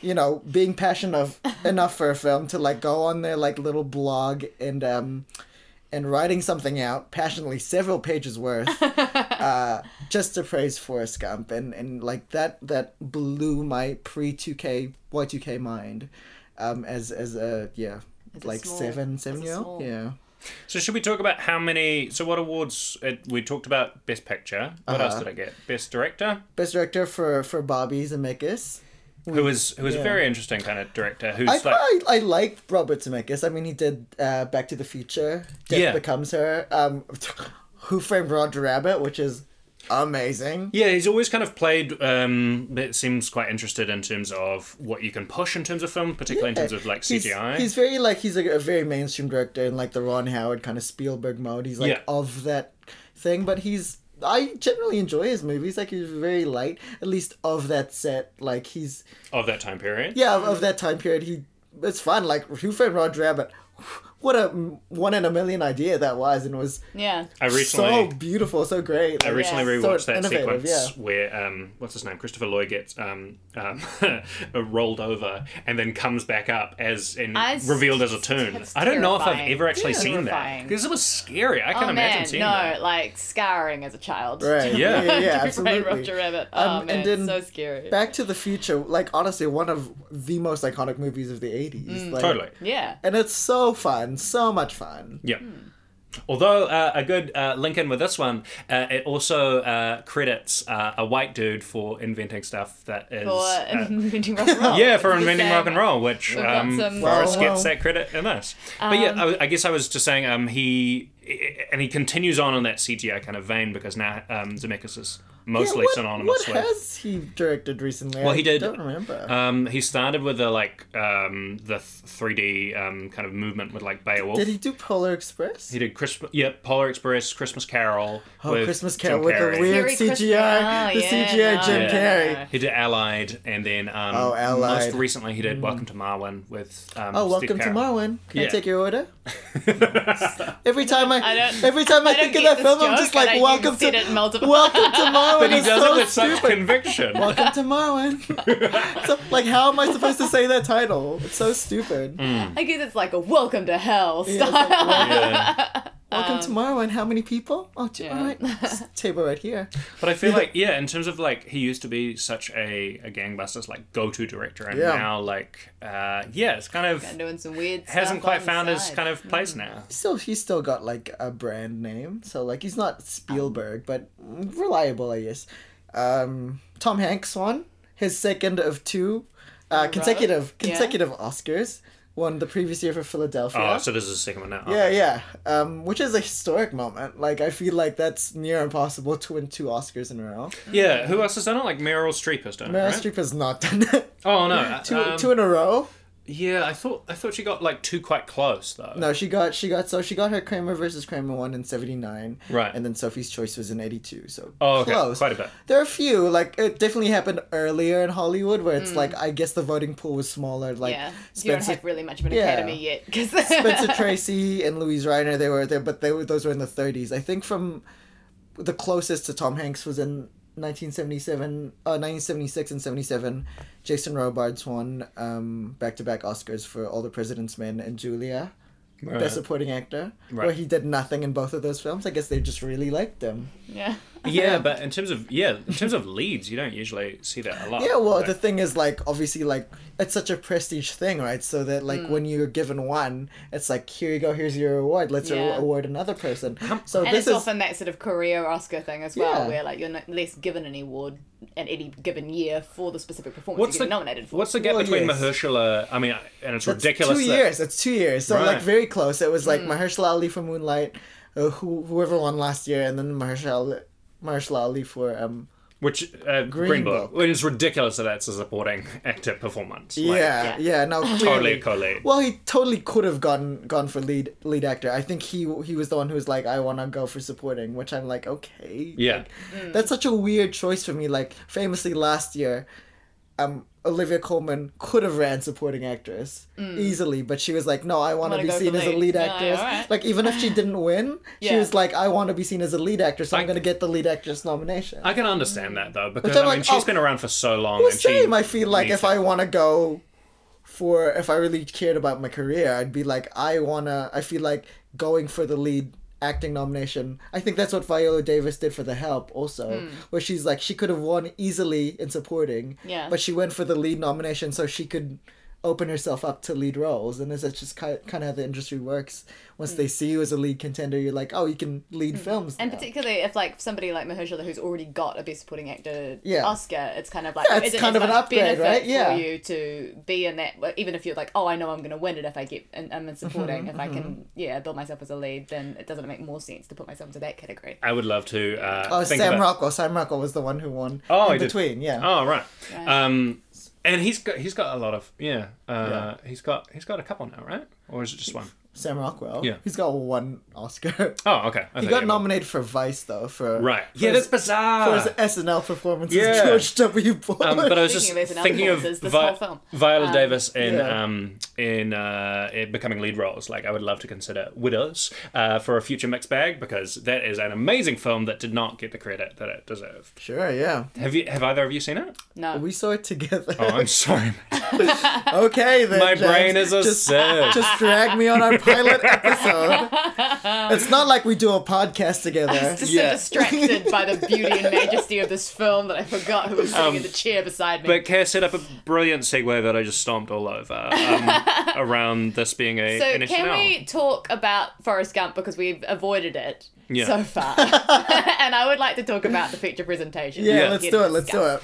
Speaker 3: you know, being passionate of, enough for a film to like go on their like little blog and um, and writing something out passionately, several pages worth, uh, just to praise Forrest Gump, and and like that that blew my pre two K Y two K mind, um, as as a yeah.
Speaker 2: As a
Speaker 3: like
Speaker 2: small-
Speaker 3: seven,
Speaker 2: as a
Speaker 3: seven year old,
Speaker 2: small-
Speaker 3: yeah.
Speaker 1: So should we talk about how many? So what awards? Uh, we talked about Best Picture. What else
Speaker 3: Uh-huh.
Speaker 1: did I get? Best Director,
Speaker 3: best director for for Bobby Zemeckis.
Speaker 1: who was who was a
Speaker 3: Yeah.
Speaker 1: very interesting kind of director. Who's
Speaker 3: I
Speaker 1: like
Speaker 3: probably, I like Robert Zemeckis. I mean, he did uh, Back to the Future, Death
Speaker 1: Yeah.
Speaker 3: Becomes Her, um, Who Framed Roger Rabbit, which is amazing.
Speaker 1: Yeah, he's always kind of played. Um, but seems quite interested in terms of what you can push in terms of film, particularly in terms of like
Speaker 3: He's-
Speaker 1: CGI.
Speaker 3: He's, very like he's like a very mainstream director in like the Ron Howard kind of Spielberg mode. He's like
Speaker 1: Yeah.
Speaker 3: of that thing, but he's I generally enjoy his movies. Like he's very light, at least of that set. Like he's
Speaker 1: of that time period.
Speaker 3: yeah of, of that time period he it's fun like who framed roger rabbit what a m- one in a million idea that was and it was
Speaker 2: yeah.
Speaker 1: I recently.
Speaker 3: so beautiful so great
Speaker 1: I
Speaker 3: Like,
Speaker 1: recently
Speaker 2: Yeah.
Speaker 1: rewatched
Speaker 3: so
Speaker 1: that
Speaker 3: innovative,
Speaker 1: sequence where um, what's his name, Christopher Lloyd gets um, um, rolled over and then comes back up as and
Speaker 2: I-
Speaker 1: revealed as a toon.
Speaker 2: that's
Speaker 1: I don't know if I've
Speaker 2: terrifying.
Speaker 1: ever actually seen that
Speaker 2: Terrifying.
Speaker 1: because it was scary. I
Speaker 2: Oh
Speaker 1: can't
Speaker 2: man,
Speaker 1: imagine seeing
Speaker 2: no,
Speaker 1: that.
Speaker 2: like scouring as a child.
Speaker 3: right
Speaker 1: Yeah.
Speaker 3: yeah,
Speaker 2: To be
Speaker 3: absolutely
Speaker 2: Ray Roger Rabbit. Oh
Speaker 3: Um,
Speaker 2: man,
Speaker 3: and then
Speaker 2: so scary.
Speaker 3: back to the future like honestly one of the most iconic movies of the 80s
Speaker 2: Mm.
Speaker 3: like-
Speaker 1: Totally.
Speaker 2: yeah.
Speaker 3: and it's so fun so much fun
Speaker 1: Yeah. Although uh, a good uh, link in with this one, uh, it also uh, credits uh, a white dude for inventing stuff that is.
Speaker 2: For
Speaker 1: uh,
Speaker 2: inventing rock and roll.
Speaker 1: yeah, for
Speaker 2: It's the
Speaker 1: inventing
Speaker 2: same-
Speaker 1: rock and roll, which
Speaker 2: got
Speaker 1: um,
Speaker 2: some-
Speaker 1: Forrest
Speaker 3: Well,
Speaker 1: gets
Speaker 3: well.
Speaker 1: that credit in this. but
Speaker 3: Um,
Speaker 1: yeah, I, I guess I was just saying um, he and he continues on in that CGI kind of vein because now um, Zemeckis is
Speaker 3: Yeah,
Speaker 1: mostly
Speaker 3: what,
Speaker 1: synonymous
Speaker 3: what
Speaker 1: with.
Speaker 3: has he directed recently
Speaker 1: Well, he did-
Speaker 3: I don't remember
Speaker 1: um, he started with the like um, the three D um, kind of movement with like Beowulf.
Speaker 3: did he do polar express
Speaker 1: He did Christmas, yeah, Polar Express, Christmas Carol.
Speaker 3: Oh,
Speaker 1: with
Speaker 3: Christmas
Speaker 1: Jim
Speaker 3: Carol with the
Speaker 1: Carrey.
Speaker 3: weird
Speaker 2: Merry Christmas.
Speaker 3: CGI,
Speaker 2: Oh,
Speaker 3: the
Speaker 2: yeah,
Speaker 3: CGI
Speaker 2: no,
Speaker 3: Jim
Speaker 1: no,
Speaker 3: Carey.
Speaker 2: no.
Speaker 1: He did Allied, and then um,
Speaker 3: Oh, Allied. Mm.
Speaker 1: most recently he did Welcome to Marwin with um,
Speaker 3: Oh,
Speaker 1: Steve
Speaker 3: welcome to
Speaker 1: Carell.
Speaker 3: Marwin. Can I
Speaker 1: Yeah.
Speaker 3: take your order? every time I,
Speaker 2: I don't-
Speaker 3: every time I,
Speaker 2: I don't
Speaker 3: think
Speaker 2: get
Speaker 3: of that
Speaker 2: this
Speaker 3: film, I'm
Speaker 2: joke,
Speaker 3: just like,
Speaker 2: and I-
Speaker 3: welcome
Speaker 2: you've seen
Speaker 3: to,
Speaker 2: it multiple-
Speaker 3: welcome to Marwin.
Speaker 1: But he
Speaker 3: It's
Speaker 1: does
Speaker 3: so
Speaker 1: it with such
Speaker 3: stupid.
Speaker 1: conviction.
Speaker 3: Welcome to Marwin. so, like, how am I supposed to say that title? It's so stupid.
Speaker 1: Mm.
Speaker 2: I guess it's like a welcome to hell
Speaker 3: Yeah, it's
Speaker 2: style.
Speaker 3: like, well,
Speaker 1: Yeah.
Speaker 3: welcome to Marwin. How many people? Oh, two.
Speaker 2: Um, Yeah.
Speaker 3: All right. This table right here.
Speaker 1: But I feel like yeah, in terms of like he used to be such a, a gangbusters like go to director, and
Speaker 3: Yeah.
Speaker 1: now like uh, yeah, it's kind of
Speaker 2: And doing some weird
Speaker 1: hasn't
Speaker 2: stuff on
Speaker 1: quite
Speaker 2: the
Speaker 1: found his
Speaker 2: side. Mm.
Speaker 1: kind of place now.
Speaker 3: Still, he's still got like a brand name. So like, he's not Spielberg, but reliable, I guess. Um, Tom Hanks won his second of two uh, consecutive
Speaker 2: Yeah.
Speaker 3: consecutive Oscars. Won the previous year for Philadelphia.
Speaker 1: Oh, so this is the second one now.
Speaker 3: yeah, yeah. Um, which is a historic moment. Like, I feel like that's near impossible to win two Oscars in a row.
Speaker 1: yeah. Who else has done it? Like Meryl Streep has done it.
Speaker 3: Meryl
Speaker 1: right?
Speaker 3: Streep has not done it.
Speaker 1: Oh no,
Speaker 3: two
Speaker 1: um,
Speaker 3: two in a row.
Speaker 1: Yeah, I thought I thought she got like two quite close though.
Speaker 3: No, she got she got so she got her Kramer versus Kramer one in seventy nine,
Speaker 1: Right.
Speaker 3: And then Sophie's Choice was in eighty two, so
Speaker 1: Oh, okay.
Speaker 3: close,
Speaker 1: Quite a bit.
Speaker 3: There are a few like it definitely happened earlier in Hollywood where it's like I guess the voting pool was smaller. Like
Speaker 2: Mm. yeah. you don't
Speaker 3: Spencer,
Speaker 2: have really much of an
Speaker 3: Yeah.
Speaker 2: academy yet because
Speaker 3: Spencer Tracy and Louise Reiner, they were there, but they were those were in the thirties. I think from the closest to Tom Hanks was in. 1977, uh, 1976 and 77, Jason Robards won um, back-to-back Oscars for All the President's Men and Julia.
Speaker 1: Right.
Speaker 3: Best Supporting Actor,
Speaker 1: Right.
Speaker 3: where he did nothing in both of those films. I guess they just really liked them.
Speaker 2: yeah.
Speaker 1: yeah, but in terms of yeah, in terms of leads, you don't usually see that a lot.
Speaker 3: Yeah, well,
Speaker 1: Like,
Speaker 3: the thing is, like, obviously, like, it's such a prestige thing, right? So that,
Speaker 2: Mm.
Speaker 3: like, when you're given one, it's like, here you go, here's your award. Let's
Speaker 2: Yeah.
Speaker 3: award another person. So
Speaker 2: And it's
Speaker 3: this is
Speaker 2: often that sort of career Oscar thing as well,
Speaker 3: Yeah.
Speaker 2: where like you're not less given an award at any given year for the specific performance
Speaker 1: what's
Speaker 2: you
Speaker 1: the
Speaker 2: get nominated for.
Speaker 1: What's the gap
Speaker 3: Well,
Speaker 1: between
Speaker 3: yes.
Speaker 1: Mahershala? I mean, I- and it's
Speaker 3: it's
Speaker 1: ridiculous.
Speaker 3: Two
Speaker 1: that-
Speaker 3: years. It's two years. So like
Speaker 1: Right.
Speaker 3: very close. It was like Mahershala Ali for Moonlight, uh, who, whoever won last year, and then Mahershala Mahershala Ali for um.
Speaker 1: which uh, Green,
Speaker 3: Green
Speaker 1: Book.
Speaker 3: Book.
Speaker 1: Well, It's ridiculous that that's a supporting actor performance. Like,
Speaker 3: yeah,
Speaker 2: yeah.
Speaker 3: yeah. No,
Speaker 1: totally
Speaker 3: clearly.
Speaker 1: a co-lead.
Speaker 3: Well, he totally could have gone gone for lead lead actor. I think he he was the one who was like, I want to go for supporting, which I'm like, okay,
Speaker 1: yeah,
Speaker 2: Mm.
Speaker 3: That's such a weird choice for me. Like famously last year, um, Olivia Colman could have ran supporting actress easily, but she was like, "No, I want
Speaker 2: Mm.
Speaker 3: to
Speaker 2: Wanna
Speaker 3: be
Speaker 2: go
Speaker 3: seen
Speaker 2: for
Speaker 3: as a
Speaker 2: lead."
Speaker 3: lead
Speaker 2: Yeah,
Speaker 3: actress."
Speaker 2: alright.
Speaker 3: Like even if she didn't win, she
Speaker 2: Yeah.
Speaker 3: was like, "I want to be seen as a lead actress, so I,
Speaker 1: I-
Speaker 3: am going to get the lead actress nomination."
Speaker 1: I can understand that though because
Speaker 3: Which I'm
Speaker 1: I mean
Speaker 3: like,
Speaker 1: she's
Speaker 3: oh,
Speaker 1: been around for so long.
Speaker 3: Well,
Speaker 1: and she
Speaker 3: same. I feel like
Speaker 1: needs
Speaker 3: if I want to go for if I really cared about my career, I'd be like, I wanna. I feel like going for the lead acting nomination. I think that's what Viola Davis did for The Help, also,
Speaker 1: Hmm.
Speaker 3: where she's like she could have won easily in supporting,
Speaker 2: Yeah.
Speaker 3: but she went for the lead nomination so she could open herself up to lead roles and is that just kind of, kind of how the industry works
Speaker 1: Hmm.
Speaker 3: once they see you as a lead contender you're like oh you can lead films
Speaker 2: And
Speaker 3: now.
Speaker 2: particularly if like somebody like Mahershala who's already got a Best Supporting Actor
Speaker 3: Yeah.
Speaker 2: Oscar, it's kind of like
Speaker 3: Yeah,
Speaker 2: oh,
Speaker 3: it's
Speaker 2: is it
Speaker 3: kind
Speaker 2: as
Speaker 3: of an
Speaker 2: much
Speaker 3: upgrade,
Speaker 2: benefit
Speaker 3: right? Yeah.
Speaker 2: for you to be in that. well, Even if you're like, oh, I know I'm going to win it if I get and I'm in
Speaker 3: Mm-hmm,
Speaker 2: supporting. if I can, yeah, build myself as a lead, then it doesn't make more sense to put myself into that category.
Speaker 1: I would love to. Uh,
Speaker 3: oh
Speaker 1: think
Speaker 3: Sam
Speaker 1: about-
Speaker 3: Rockwell Sam Rockwell was the one who won
Speaker 1: Oh,
Speaker 3: in
Speaker 1: he did.
Speaker 3: between yeah
Speaker 1: Oh right.
Speaker 2: Right.
Speaker 1: Um, and he's got he's got a lot of yeah. Uh, He's got he's got a couple now, right? Or is it just one?
Speaker 3: Sam Rockwell.
Speaker 1: Yeah.
Speaker 3: He's got one Oscar.
Speaker 1: Oh okay. I
Speaker 3: he
Speaker 1: thought
Speaker 3: got
Speaker 1: had one.
Speaker 3: nominated for Vice though for
Speaker 1: Right.
Speaker 3: for
Speaker 1: Yeah,
Speaker 3: his-
Speaker 1: that's bizarre.
Speaker 3: for his SNL performance
Speaker 1: Yeah.
Speaker 3: as George W. Bush.
Speaker 1: Um, but I was
Speaker 2: Speaking
Speaker 1: just
Speaker 2: of SNL
Speaker 1: thinking of
Speaker 2: performances, this
Speaker 1: Vi-
Speaker 2: whole film.
Speaker 1: Viola Davis in
Speaker 3: yeah.
Speaker 1: um, in uh, in becoming lead roles. Like I would love to consider Widows uh, for a future mixed bag because that is an amazing film that did not get the credit that it deserved.
Speaker 3: sure, yeah.
Speaker 1: Have you? Have either of you seen it?
Speaker 2: No,
Speaker 3: We saw it together.
Speaker 1: Oh, I'm sorry.
Speaker 3: okay, then.
Speaker 1: My
Speaker 3: James.
Speaker 1: brain is a
Speaker 3: just,
Speaker 1: sieve.
Speaker 3: just drag me on our pilot episode. it's not like we do a podcast together.
Speaker 2: just
Speaker 1: Yeah.
Speaker 2: so distracted by the beauty and majesty of this film that I forgot who was sitting in the chair beside me.
Speaker 1: Um, But Care set up a brilliant segue that I just stomped all over um, around this being a
Speaker 2: So
Speaker 1: an
Speaker 2: can
Speaker 1: SNL.
Speaker 2: we talk about Forrest Gump because we've avoided it
Speaker 1: Yeah.
Speaker 2: so far, and I would like to talk about the feature presentation.
Speaker 3: Yeah,
Speaker 1: Yeah.
Speaker 3: let's do it. Let's do it.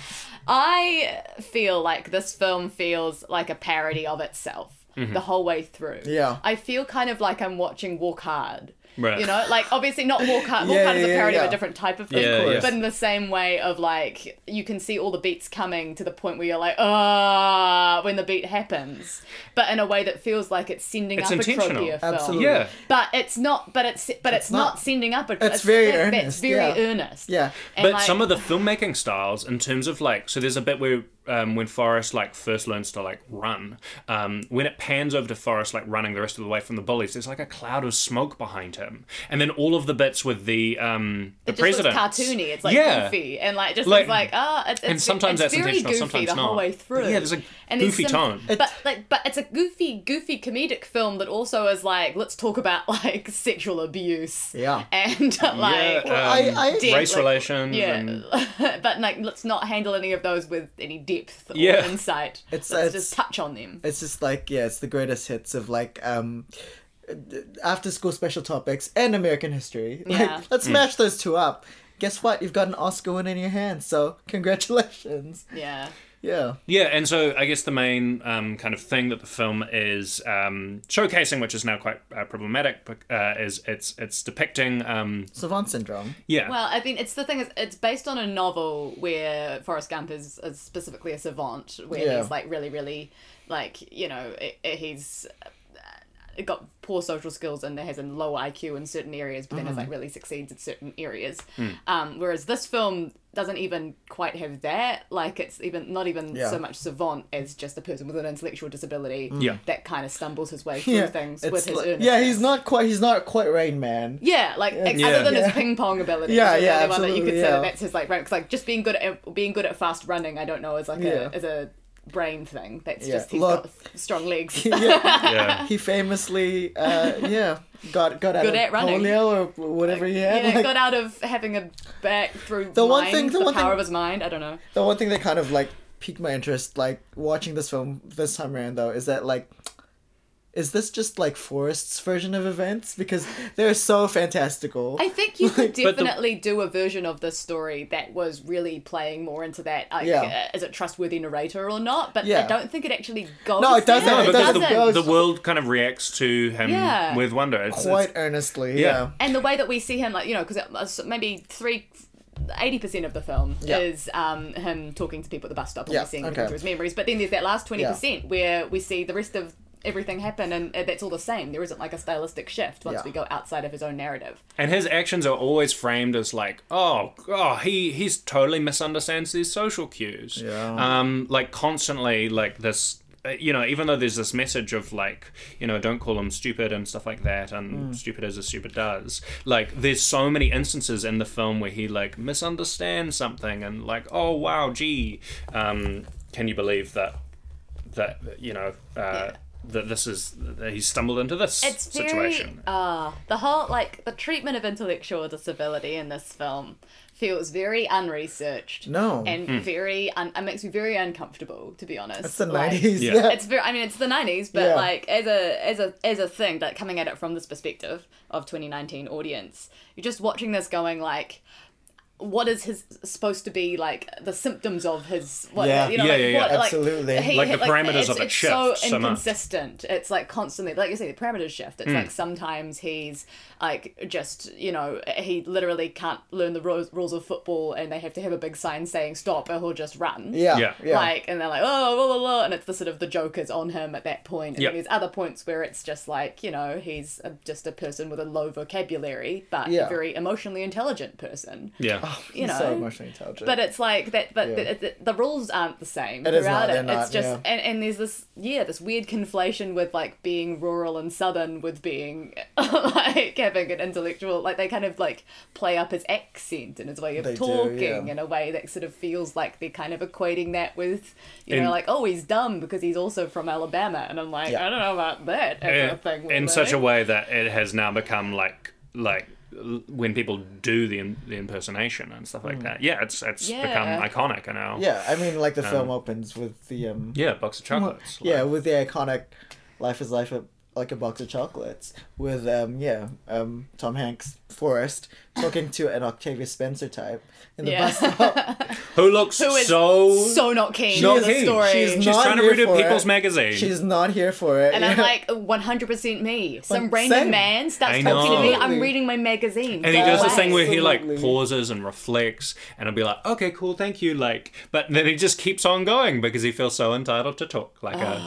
Speaker 2: I feel like this film feels like a parody of itself
Speaker 1: Mm-hmm.
Speaker 2: the whole way through.
Speaker 3: Yeah.
Speaker 2: I feel kind of like I'm watching Walk Hard.
Speaker 1: Right.
Speaker 2: You know, like obviously not Walk Hard. Walk
Speaker 3: Yeah,
Speaker 2: Hard is
Speaker 3: yeah,
Speaker 2: a parody
Speaker 3: yeah.
Speaker 2: of a different type of film,
Speaker 1: Yeah, Of course. yeah.
Speaker 2: but in the same way of like you can see all the beats coming to the point where you're like, ah, when the beat happens, but in a way that feels like it's sending
Speaker 1: It's
Speaker 2: up a
Speaker 1: intentional.
Speaker 2: trophy film.
Speaker 3: Absolutely.
Speaker 1: Yeah.
Speaker 2: But it's not. But it's but it's, not,
Speaker 3: not.
Speaker 2: sending up a. It's,
Speaker 3: very
Speaker 2: it-
Speaker 3: earnest,
Speaker 2: It's very
Speaker 3: yeah.
Speaker 2: earnest.
Speaker 3: Yeah.
Speaker 2: And,
Speaker 1: But
Speaker 2: like-
Speaker 1: some of the filmmaking styles, in terms of like, so there's a bit where um, when Forrest like first learns to like run, um, when it pans over to Forrest like running the rest of the way from the bullies, there's like a cloud of smoke behind him, and then all of the bits with the um, the
Speaker 2: It just
Speaker 1: president,
Speaker 2: looks cartoony. It's like goofy and like just
Speaker 1: Like-
Speaker 2: like, like oh, it's, it's,
Speaker 1: and sometimes
Speaker 2: it's
Speaker 1: that's
Speaker 2: very
Speaker 1: intentional,
Speaker 2: goofy
Speaker 1: sometimes
Speaker 2: the
Speaker 1: not.
Speaker 2: whole way through.
Speaker 1: Yeah, there's a
Speaker 2: and
Speaker 1: goofy
Speaker 2: some,
Speaker 1: tone.
Speaker 2: but like, but it's a goofy, goofy comedic film that also is like, let's talk about like sexual abuse.
Speaker 3: Yeah.
Speaker 2: and like.
Speaker 3: I- I-
Speaker 2: deep,
Speaker 1: um, race
Speaker 2: like-
Speaker 1: relations, and
Speaker 2: yeah, but like, let's not handle any of those with any depth or
Speaker 1: Yeah.
Speaker 2: insight.
Speaker 3: It's-
Speaker 2: let's
Speaker 3: it's-
Speaker 2: just touch on them.
Speaker 3: It's just like yeah, it's the greatest hits of like um after school special topics and American history.
Speaker 2: Yeah.
Speaker 3: Like let's match those two up. Guess what? You've got an Oscar win in your hand, so congratulations.
Speaker 2: Yeah,
Speaker 3: Yeah.
Speaker 1: Yeah, and so I guess the main um, kind of thing that the film is um, showcasing, which is now quite uh, problematic, but, uh, is it's it's depicting, um,
Speaker 3: Savant syndrome.
Speaker 1: yeah,
Speaker 2: Well, I mean, it's the thing is, it's based on a novel where Forrest Gump is, is specifically a savant, where
Speaker 3: Yeah.
Speaker 2: he's like really, really, like you know, i i- he's uh, got poor social skills and has a low IQ in certain areas, but then
Speaker 3: Mm-hmm.
Speaker 2: has like really succeeds in certain areas.
Speaker 3: Hmm.
Speaker 2: Um, whereas this film doesn't even quite have that. Like it's even not even
Speaker 3: Yeah. Mm.
Speaker 2: so much savant as just a person with an intellectual disability
Speaker 1: Yeah.
Speaker 2: that kind of stumbles his way through
Speaker 3: Yeah.
Speaker 2: things
Speaker 3: it's
Speaker 2: with his
Speaker 3: like-
Speaker 2: earnestness.
Speaker 3: yeah, he's not quite he's not quite Rain Man.
Speaker 2: Yeah, like ex-
Speaker 1: Yeah.
Speaker 2: other than
Speaker 3: Yeah.
Speaker 2: his ping pong ability,
Speaker 3: Yeah,
Speaker 2: yeah, the
Speaker 3: yeah,
Speaker 2: only one that you
Speaker 3: absolutely,
Speaker 2: could
Speaker 3: yeah.
Speaker 2: say that that's his like rank. 'Cause, Like just being good at being good at fast running, I don't know, is like a
Speaker 3: Yeah.
Speaker 2: is a brain thing. That's
Speaker 3: Yeah.
Speaker 2: just he's
Speaker 3: Look.
Speaker 2: got th- strong legs.
Speaker 3: yeah,
Speaker 1: Yeah.
Speaker 3: he famously, uh, yeah, got got out
Speaker 2: Good
Speaker 3: of
Speaker 2: at running.
Speaker 3: polio or whatever he had.
Speaker 2: yeah,
Speaker 3: like-
Speaker 2: got out of having a back through
Speaker 3: The one
Speaker 2: mind,
Speaker 3: thing- the
Speaker 2: the
Speaker 3: one
Speaker 2: power
Speaker 3: thing-
Speaker 2: of his mind. I don't know.
Speaker 3: the one thing that kind of like piqued my interest, like watching this film this time around, though, is that like, is this just like Forrest's version of events? Because they're so fantastical.
Speaker 2: I think you could
Speaker 1: But the-
Speaker 2: definitely do a version of this story that was really playing more into that. Like,
Speaker 3: Yeah.
Speaker 2: uh, is it trustworthy narrator or not? But I
Speaker 3: Yeah.
Speaker 2: don't think it actually goes.
Speaker 3: No, it doesn't.
Speaker 2: there.
Speaker 1: No,
Speaker 3: it
Speaker 1: because
Speaker 3: doesn't. Goes-
Speaker 1: the, the world kind of reacts to him
Speaker 2: Yeah.
Speaker 1: with wonder. It's,
Speaker 3: Quite
Speaker 1: it's-
Speaker 3: earnestly,
Speaker 1: Yeah.
Speaker 3: yeah.
Speaker 2: and the way that we see him, like you know, because maybe three. 80% of the film
Speaker 3: Yeah.
Speaker 2: is um, him talking to people at the bus stop and
Speaker 3: Yeah,
Speaker 2: we're seeing him
Speaker 3: okay.
Speaker 2: through his memories. But then there's that last 20% where we see the rest of everything happen and uh, that's all the same. There isn't like a stylistic shift once
Speaker 3: Yeah.
Speaker 2: we go outside of his own narrative.
Speaker 1: and his actions are always framed as like, oh, oh, he he's totally misunderstands these social cues.
Speaker 3: Yeah.
Speaker 1: Um, like constantly, like this. uh, You know, even though there's this message of like, you know, don't call him stupid and stuff like that, and stupid as a stupid does. Like, there's so many instances in the film where he like misunderstands something and like, oh wow, gee, um, can you believe that that you know uh, that this is that he stumbled into this
Speaker 2: it's
Speaker 1: situation?
Speaker 2: very uh, the whole like the treatment of intellectual disability in this film feels very unresearched
Speaker 3: No.
Speaker 2: and very un- it makes me very uncomfortable to be honest
Speaker 3: It's the
Speaker 2: Like,
Speaker 3: nineties.
Speaker 1: Yeah.
Speaker 3: Yeah.
Speaker 2: it's very i mean it's the 90s but
Speaker 3: Yeah.
Speaker 2: like as a as a as a thing like coming at it from this perspective of 2019 audience you're just watching this going like what is his supposed to be like the symptoms of his what
Speaker 3: Yeah.
Speaker 2: you know
Speaker 1: Yeah,
Speaker 2: like,
Speaker 1: yeah, yeah.
Speaker 2: what,
Speaker 3: Absolutely.
Speaker 2: like, he-
Speaker 1: Like, the parameters
Speaker 2: it's,
Speaker 1: of it
Speaker 2: it's
Speaker 1: shift
Speaker 2: so
Speaker 1: so much. Hmm.
Speaker 2: inconsistent it's like constantly like you say the parameters shift it's like sometimes he's like just you know he literally can't learn the rules rules of football and they have to have a big sign saying stop or he'll just run
Speaker 3: Yeah.
Speaker 1: Yeah.
Speaker 3: Yeah.
Speaker 2: like, and they're like, oh, blah, blah, blah. And it's the sort of the Joker's on him at that point. And
Speaker 1: Yep.
Speaker 2: there's other points where it's just like, you know, he's a, just a person with a low vocabulary, but a
Speaker 3: Yeah.
Speaker 2: very emotionally intelligent person.
Speaker 1: yeah.
Speaker 2: You know?
Speaker 3: so emotionally intelligent.
Speaker 2: But uh, it's like that. But
Speaker 3: Yeah.
Speaker 2: the, the, the rules aren't the same
Speaker 3: It is
Speaker 2: throughout
Speaker 3: not,
Speaker 2: it.
Speaker 3: they're
Speaker 2: It's
Speaker 3: not,
Speaker 2: just
Speaker 3: yeah.
Speaker 2: and, and there's this yeah this weird conflation with like being rural and southern with being like having an intellectual like they kind of like play up his accent and his way of
Speaker 3: They do,
Speaker 2: talking
Speaker 3: yeah.
Speaker 2: in a way that sort of feels like they're kind of equating that with you know
Speaker 1: And-
Speaker 2: like oh he's dumb because he's also from Alabama and I'm like
Speaker 3: Yeah.
Speaker 2: I don't know about that as a
Speaker 1: Eh, in,
Speaker 2: thing
Speaker 1: in such a
Speaker 2: really.
Speaker 1: way that it has now become like like l- when people do the in, the impersonation and stuff like that. Yeah, it's it's
Speaker 2: Yeah.
Speaker 1: become iconic now.
Speaker 3: Hmm. yeah, I mean, like the film opens with the um,
Speaker 1: Um, yeah, box of chocolates.
Speaker 3: yeah,
Speaker 1: like-
Speaker 3: with the iconic "Life Is Life" like a box of chocolates with um, yeah, um, Tom Hanks Forrest talking to an Octavia Spencer type in the
Speaker 2: Yeah.
Speaker 3: bus stop.
Speaker 1: who looks
Speaker 2: Who is
Speaker 1: so
Speaker 2: so not keen
Speaker 1: Not
Speaker 2: on the
Speaker 1: keen.
Speaker 2: story
Speaker 3: She's
Speaker 1: she's
Speaker 3: not
Speaker 1: trying to
Speaker 3: here
Speaker 1: read a
Speaker 3: for
Speaker 1: People's
Speaker 3: it.
Speaker 1: magazine.
Speaker 3: She's not here for it.
Speaker 2: And I'm
Speaker 3: yeah.
Speaker 2: like, 100% me. Some
Speaker 3: Like,
Speaker 2: random
Speaker 3: same.
Speaker 2: man starts
Speaker 1: I
Speaker 2: talking to
Speaker 1: know.
Speaker 2: me. I'm
Speaker 3: Absolutely.
Speaker 2: reading my magazine.
Speaker 1: and he does this
Speaker 3: Wow.
Speaker 1: thing where he like
Speaker 3: Absolutely.
Speaker 1: pauses and reflects, and I'll be like, "Okay, cool, thank you." Like, but then he just keeps on going because he feels so entitled to talk like a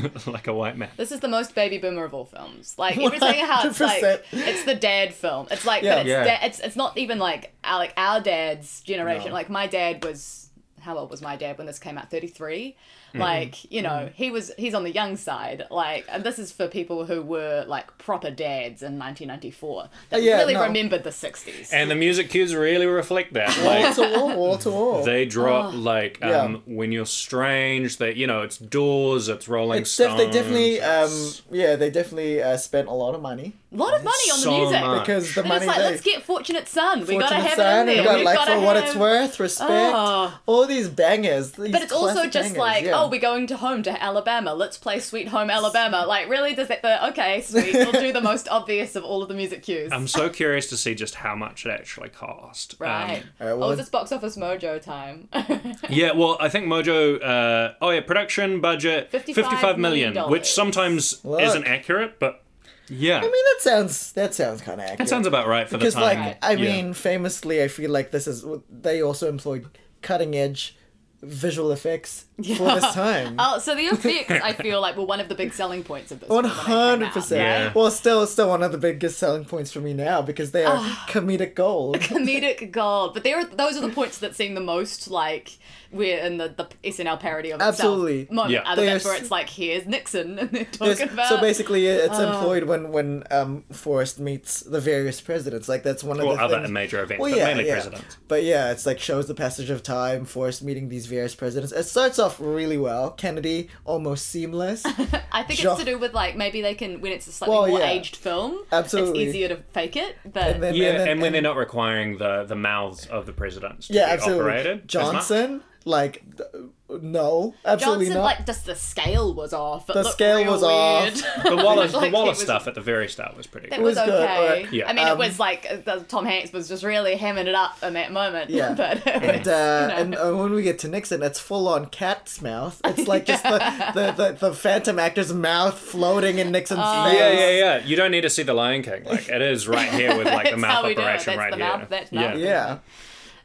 Speaker 1: like a white man.
Speaker 2: This is the most baby boomer of all films. Like everything how it's like
Speaker 3: 100%.
Speaker 2: it's the dad film. It's like
Speaker 3: Yeah.
Speaker 2: but it's,
Speaker 1: Yeah.
Speaker 2: da- it's it's not even like our, like our dad's generation. Like my dad was how old was my dad when this came out? Thirty three.
Speaker 1: Mm-hmm.
Speaker 2: Like you
Speaker 3: Mm-hmm.
Speaker 2: know he was he's on the young side. Like and this is for people who were like proper dads in nineteen ninety four. That
Speaker 3: Yeah,
Speaker 2: really
Speaker 3: no.
Speaker 2: remembered the sixties.
Speaker 1: And the music cues really reflect that.
Speaker 3: wall
Speaker 1: Like,
Speaker 3: to wall, wall to wall.
Speaker 1: They drop like
Speaker 3: Oh, Yeah.
Speaker 1: um, when you're strange. That you know, it's doors, it's Rolling
Speaker 3: It's def-
Speaker 1: Stones.
Speaker 3: they definitely, um,
Speaker 1: it's-
Speaker 3: yeah, they definitely uh, spent a lot of money
Speaker 2: A lot of money on the
Speaker 1: So
Speaker 2: music.
Speaker 1: much.
Speaker 3: because the
Speaker 2: They're
Speaker 3: money
Speaker 2: just like,
Speaker 3: they
Speaker 2: let's get Fortunate Son. We gotta
Speaker 3: Fortune
Speaker 2: have
Speaker 3: Son,
Speaker 2: it in
Speaker 3: we
Speaker 2: there.
Speaker 3: got
Speaker 2: We've
Speaker 3: like
Speaker 2: gotta
Speaker 3: for what
Speaker 2: have-
Speaker 3: it's worth, respect,
Speaker 2: Oh.
Speaker 3: all these bangers. These
Speaker 2: But it's also
Speaker 3: classic
Speaker 2: just
Speaker 3: bangers,
Speaker 2: like,
Speaker 3: yeah.
Speaker 2: oh, we're going to home to Alabama. Let's play Sweet Home Alabama. Like, really? Does that the okay? Sweet. We'll do the most obvious of all of the music cues.
Speaker 1: I'm so curious to see just how much it actually cost. Um,
Speaker 2: right.
Speaker 3: Alright, well,
Speaker 2: oh, is this box office mojo time?
Speaker 1: yeah, well, I think Mojo. Uh, oh yeah, production budget
Speaker 2: 55
Speaker 1: fifty-five million,
Speaker 2: million
Speaker 1: which sometimes
Speaker 3: Look.
Speaker 1: isn't accurate, but yeah,
Speaker 3: I mean, that sounds that sounds kind of accurate.
Speaker 1: it sounds about right for the
Speaker 3: because
Speaker 1: time.
Speaker 3: like i
Speaker 1: Yeah.
Speaker 3: mean famously i feel like this is they also employed cutting edge visual effects for this time
Speaker 2: oh, so the effects I feel like were one of the big selling points of this. film when it came out.
Speaker 3: 100%
Speaker 1: Yeah.
Speaker 3: well still still one of the biggest selling points for me now because they are
Speaker 2: Ah.
Speaker 3: comedic gold
Speaker 2: comedic gold. But there are those are the points that seem the most like we're in the, the SNL parody of
Speaker 3: Absolutely.
Speaker 2: itself moment.
Speaker 1: Yeah.
Speaker 2: Are the bits
Speaker 3: There's-
Speaker 2: where it's like here's Nixon and they're talking
Speaker 3: Yes,
Speaker 2: about Oh.
Speaker 3: so basically it's employed when when um Forrest meets the various presidents like that's one of
Speaker 1: Or
Speaker 3: the
Speaker 1: other
Speaker 3: things-
Speaker 1: major events,
Speaker 3: well,
Speaker 1: but
Speaker 3: yeah,
Speaker 1: mainly
Speaker 3: yeah.
Speaker 1: presidents.
Speaker 3: but yeah it's like shows the passage of time Forrest meeting these various presidents. It starts off really well. Kennedy, almost seamless.
Speaker 2: I think
Speaker 3: Genre-
Speaker 2: it's to do with like maybe they can when it's a slightly
Speaker 3: Well,
Speaker 2: more
Speaker 3: yeah.
Speaker 2: aged film.
Speaker 3: Absolutely.
Speaker 2: it's easier to fake it. But
Speaker 3: And then-
Speaker 1: Yeah, and,
Speaker 3: then-
Speaker 1: when they're not requiring the, the mouths of the presidents to
Speaker 3: yeah,
Speaker 1: be
Speaker 3: absolutely.
Speaker 1: operated. as much.
Speaker 3: Johnson, like, th- no, absolutely
Speaker 2: Johnson
Speaker 3: not.
Speaker 2: like just the scale was off. It
Speaker 3: The
Speaker 2: looked
Speaker 3: scale
Speaker 2: real
Speaker 3: was off.
Speaker 2: weird.
Speaker 1: The Wallace,
Speaker 2: Like,
Speaker 1: the Wallace
Speaker 2: he was-
Speaker 1: stuff at the very start was pretty
Speaker 2: That
Speaker 1: cool.
Speaker 2: was,
Speaker 3: was good,
Speaker 2: okay.
Speaker 3: alright.
Speaker 1: Yeah.
Speaker 2: I mean,
Speaker 3: Um,
Speaker 2: it was like uh, the- Tom Hanks was just really hamming it up in that moment.
Speaker 3: Yeah.
Speaker 2: but
Speaker 3: and, uh,
Speaker 2: you
Speaker 3: and
Speaker 2: know.
Speaker 3: uh, when we get to Nixon, it's full on cat's mouth. It's like just the, the, the, the phantom actor's mouth floating in Nixon's
Speaker 2: Oh.
Speaker 3: face.
Speaker 1: Yeah, yeah, yeah. You don't need to see the Lion King. Like it is right here with like the
Speaker 2: That's
Speaker 1: mouth
Speaker 2: how we do it.
Speaker 1: operation
Speaker 2: That's
Speaker 1: right
Speaker 2: the
Speaker 1: here.
Speaker 2: mouth- that's
Speaker 1: yeah.
Speaker 2: mouth.
Speaker 3: Yeah.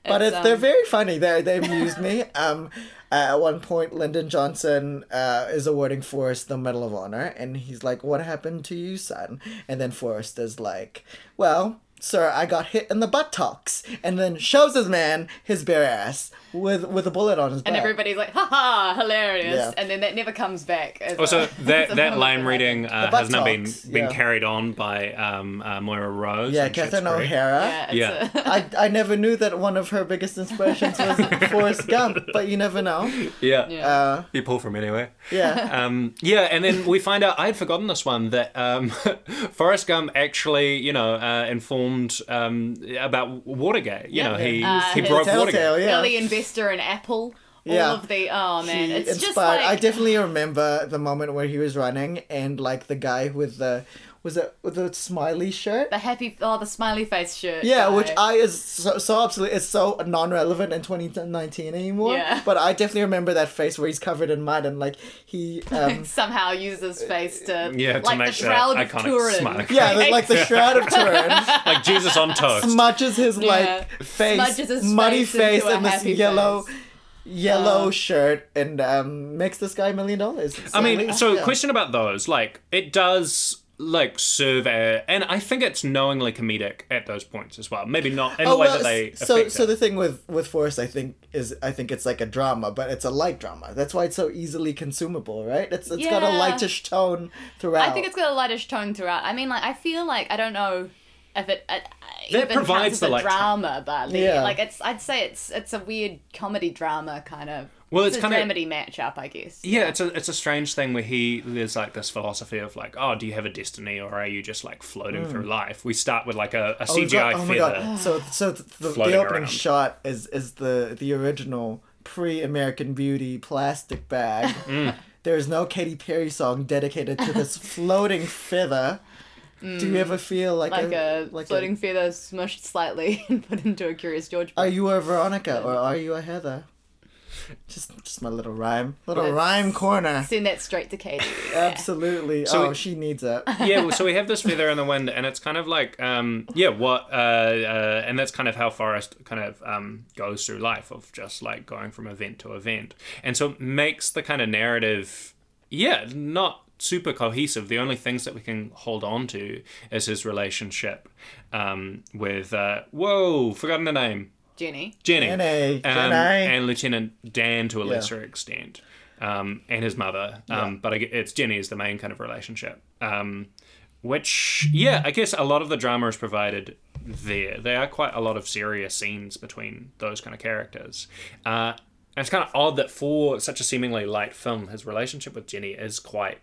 Speaker 3: But
Speaker 2: It's,
Speaker 3: it's, they're
Speaker 2: um,
Speaker 3: very funny. They they amused me. Um, uh, at one point, Lyndon Johnson uh, is awarding Forrest the Medal of Honor, and he's like, "What happened to you, son?" And then Forrest is like, "Well, sir, I got hit in the buttocks," and then shows his man his bare ass with with a bullet on his
Speaker 2: and
Speaker 3: back.
Speaker 2: everybody's like, ha ha, hilarious.
Speaker 3: Yeah.
Speaker 2: And then that never comes back. as
Speaker 1: Also,
Speaker 2: a- as
Speaker 1: Oh, that
Speaker 2: a
Speaker 1: that
Speaker 2: film.
Speaker 1: line reading uh,
Speaker 3: butt
Speaker 1: has now been
Speaker 3: talks,
Speaker 1: been
Speaker 3: yeah.
Speaker 1: carried on by um, uh, Moira Rose.
Speaker 3: yeah,
Speaker 1: and Schitt's
Speaker 3: Catherine
Speaker 1: Creek.
Speaker 3: O'Hara.
Speaker 2: Yeah. It's
Speaker 1: Yeah.
Speaker 2: A,
Speaker 3: I, I never knew that one of her biggest inspirations was Forrest Gump, but you never know.
Speaker 1: Yeah,
Speaker 2: yeah.
Speaker 3: Uh,
Speaker 1: you pull from anywhere.
Speaker 3: yeah.
Speaker 1: Um, yeah, and then we find out I had forgotten this one that um, Forrest Gump actually, you know, uh, informed um, about Watergate. You know, he
Speaker 2: Uh,
Speaker 1: he
Speaker 2: his-
Speaker 1: broke
Speaker 3: Telltale,
Speaker 1: Watergate.
Speaker 3: oh, yeah.
Speaker 2: Early investor in Apple.
Speaker 3: Yeah.
Speaker 2: All of the oh man,
Speaker 3: He
Speaker 2: it's just
Speaker 3: inspired.
Speaker 2: like
Speaker 3: I definitely remember the moment where he was running and like the guy with the was it with the smiley shirt.
Speaker 2: the happy oh the smiley face shirt.
Speaker 3: Yeah, which
Speaker 2: guy.
Speaker 3: I is so, so absolutely it's so non-relevant in 2019 anymore.
Speaker 2: Yeah.
Speaker 3: But I definitely remember that face where he's covered in mud and like he um
Speaker 2: somehow uses his face to
Speaker 1: Yeah, to
Speaker 2: like
Speaker 1: make
Speaker 2: the
Speaker 1: sure
Speaker 2: shroud of
Speaker 1: iconic
Speaker 2: Turin.
Speaker 1: smile.
Speaker 3: yeah, the- like the shroud of Turin.
Speaker 1: like Jesus on toast.
Speaker 3: smudges his
Speaker 2: Yeah.
Speaker 3: like face,
Speaker 2: Smudges his
Speaker 3: muddy
Speaker 2: face into
Speaker 3: face,
Speaker 2: a
Speaker 3: in this
Speaker 2: happy
Speaker 3: yellow,
Speaker 2: face. Uh.
Speaker 3: yellow shirt, and um, makes this guy a million dollars.
Speaker 1: I mean,
Speaker 3: Sadly,
Speaker 1: so
Speaker 3: yeah.
Speaker 1: question about those, like it does like serve a, and I think it's knowingly comedic at those points as well. Maybe not
Speaker 2: Oh,
Speaker 1: in the way that they
Speaker 3: Oh, s- so
Speaker 1: affect
Speaker 3: so
Speaker 1: it.
Speaker 3: the thing with with Forrest, I think is I think it's like a drama, but it's a light drama. That's why it's so easily consumable, right? It's it's got a
Speaker 2: Yeah.
Speaker 3: lightish tone throughout.
Speaker 2: I think it's got a lightish tone throughout. I mean, like I feel like I don't know if it. I, I-
Speaker 1: That
Speaker 2: even
Speaker 1: provides
Speaker 2: counts as
Speaker 1: the
Speaker 2: a
Speaker 1: light tone.
Speaker 2: drama, but the-
Speaker 3: Yeah.
Speaker 2: like it's, I'd say it's it's a weird comedy drama kind of.
Speaker 1: Well, it's
Speaker 2: a
Speaker 1: kinda-
Speaker 2: dramedy matchup, I guess.
Speaker 1: yeah, it's a it's a strange thing where he there's like this philosophy of like, oh, do you have a destiny or are you just like floating through life? We start with like a, a
Speaker 3: Hmm. Oh, we've
Speaker 1: CGI
Speaker 3: got- oh my
Speaker 1: feather.
Speaker 3: god! So so th- the, the
Speaker 1: Floating
Speaker 3: opening
Speaker 1: around.
Speaker 3: shot is is the the original pre American Beauty plastic bag.
Speaker 1: Mm.
Speaker 3: There is no Katy Perry song dedicated to this floating feather. Do you ever feel like,
Speaker 2: Mm. Like a
Speaker 3: like
Speaker 2: floating feather smushed slightly and put into a Curious George.
Speaker 3: are you a Veronica or are you a Heather? Just just my little rhyme, little
Speaker 2: That's-
Speaker 3: rhyme corner.
Speaker 2: Send that straight to Katie.
Speaker 3: Absolutely.
Speaker 1: So
Speaker 3: oh,
Speaker 1: we-
Speaker 3: she needs it.
Speaker 1: yeah, well, so we have this feather in the wind, and it's kind of like, um, yeah, what, uh, uh, and that's kind of how Forrest kind of um, goes through life of just like going from event to event, and so it makes the kind of narrative, yeah, not super cohesive. The only things that we can hold on to is his relationship um, with, uh, whoa, forgotten the name,
Speaker 2: Jenny.
Speaker 1: Jenny,
Speaker 3: Jenny,
Speaker 1: um,
Speaker 3: Jenny.
Speaker 1: and Lieutenant Dan to a lesser extent, um, and his mother. Um, But I, gue- it's Jenny is the main kind of relationship, um, which yeah, I guess a lot of the drama is provided there. There are quite a lot of serious scenes between those kind of characters. Uh, and it's kind of odd that for such a seemingly light film, his relationship with Jenny is quite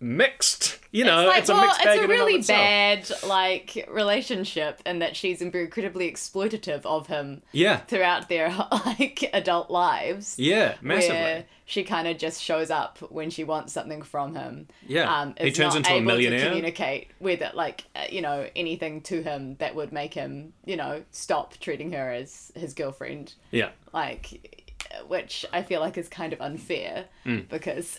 Speaker 1: mixed. You know, it's, a
Speaker 2: like, well,
Speaker 1: mixed bag
Speaker 2: it's
Speaker 1: in
Speaker 2: a
Speaker 1: and of
Speaker 2: really
Speaker 1: itself.
Speaker 2: bad like relationship, and that she's incredibly exploitative of him
Speaker 1: Yeah,
Speaker 2: throughout their like adult lives.
Speaker 1: yeah, massively.
Speaker 2: where she kind of just shows up when she wants something from him.
Speaker 1: Yeah.
Speaker 2: um,
Speaker 1: He
Speaker 2: is
Speaker 1: turns
Speaker 2: not
Speaker 1: into a
Speaker 2: able
Speaker 1: millionaire.
Speaker 2: To communicate with it, like uh, you know anything to him that would make him, you know, stop treating her as his girlfriend.
Speaker 1: yeah.
Speaker 2: Like, which I feel like is kind of unfair
Speaker 1: Mm.
Speaker 2: because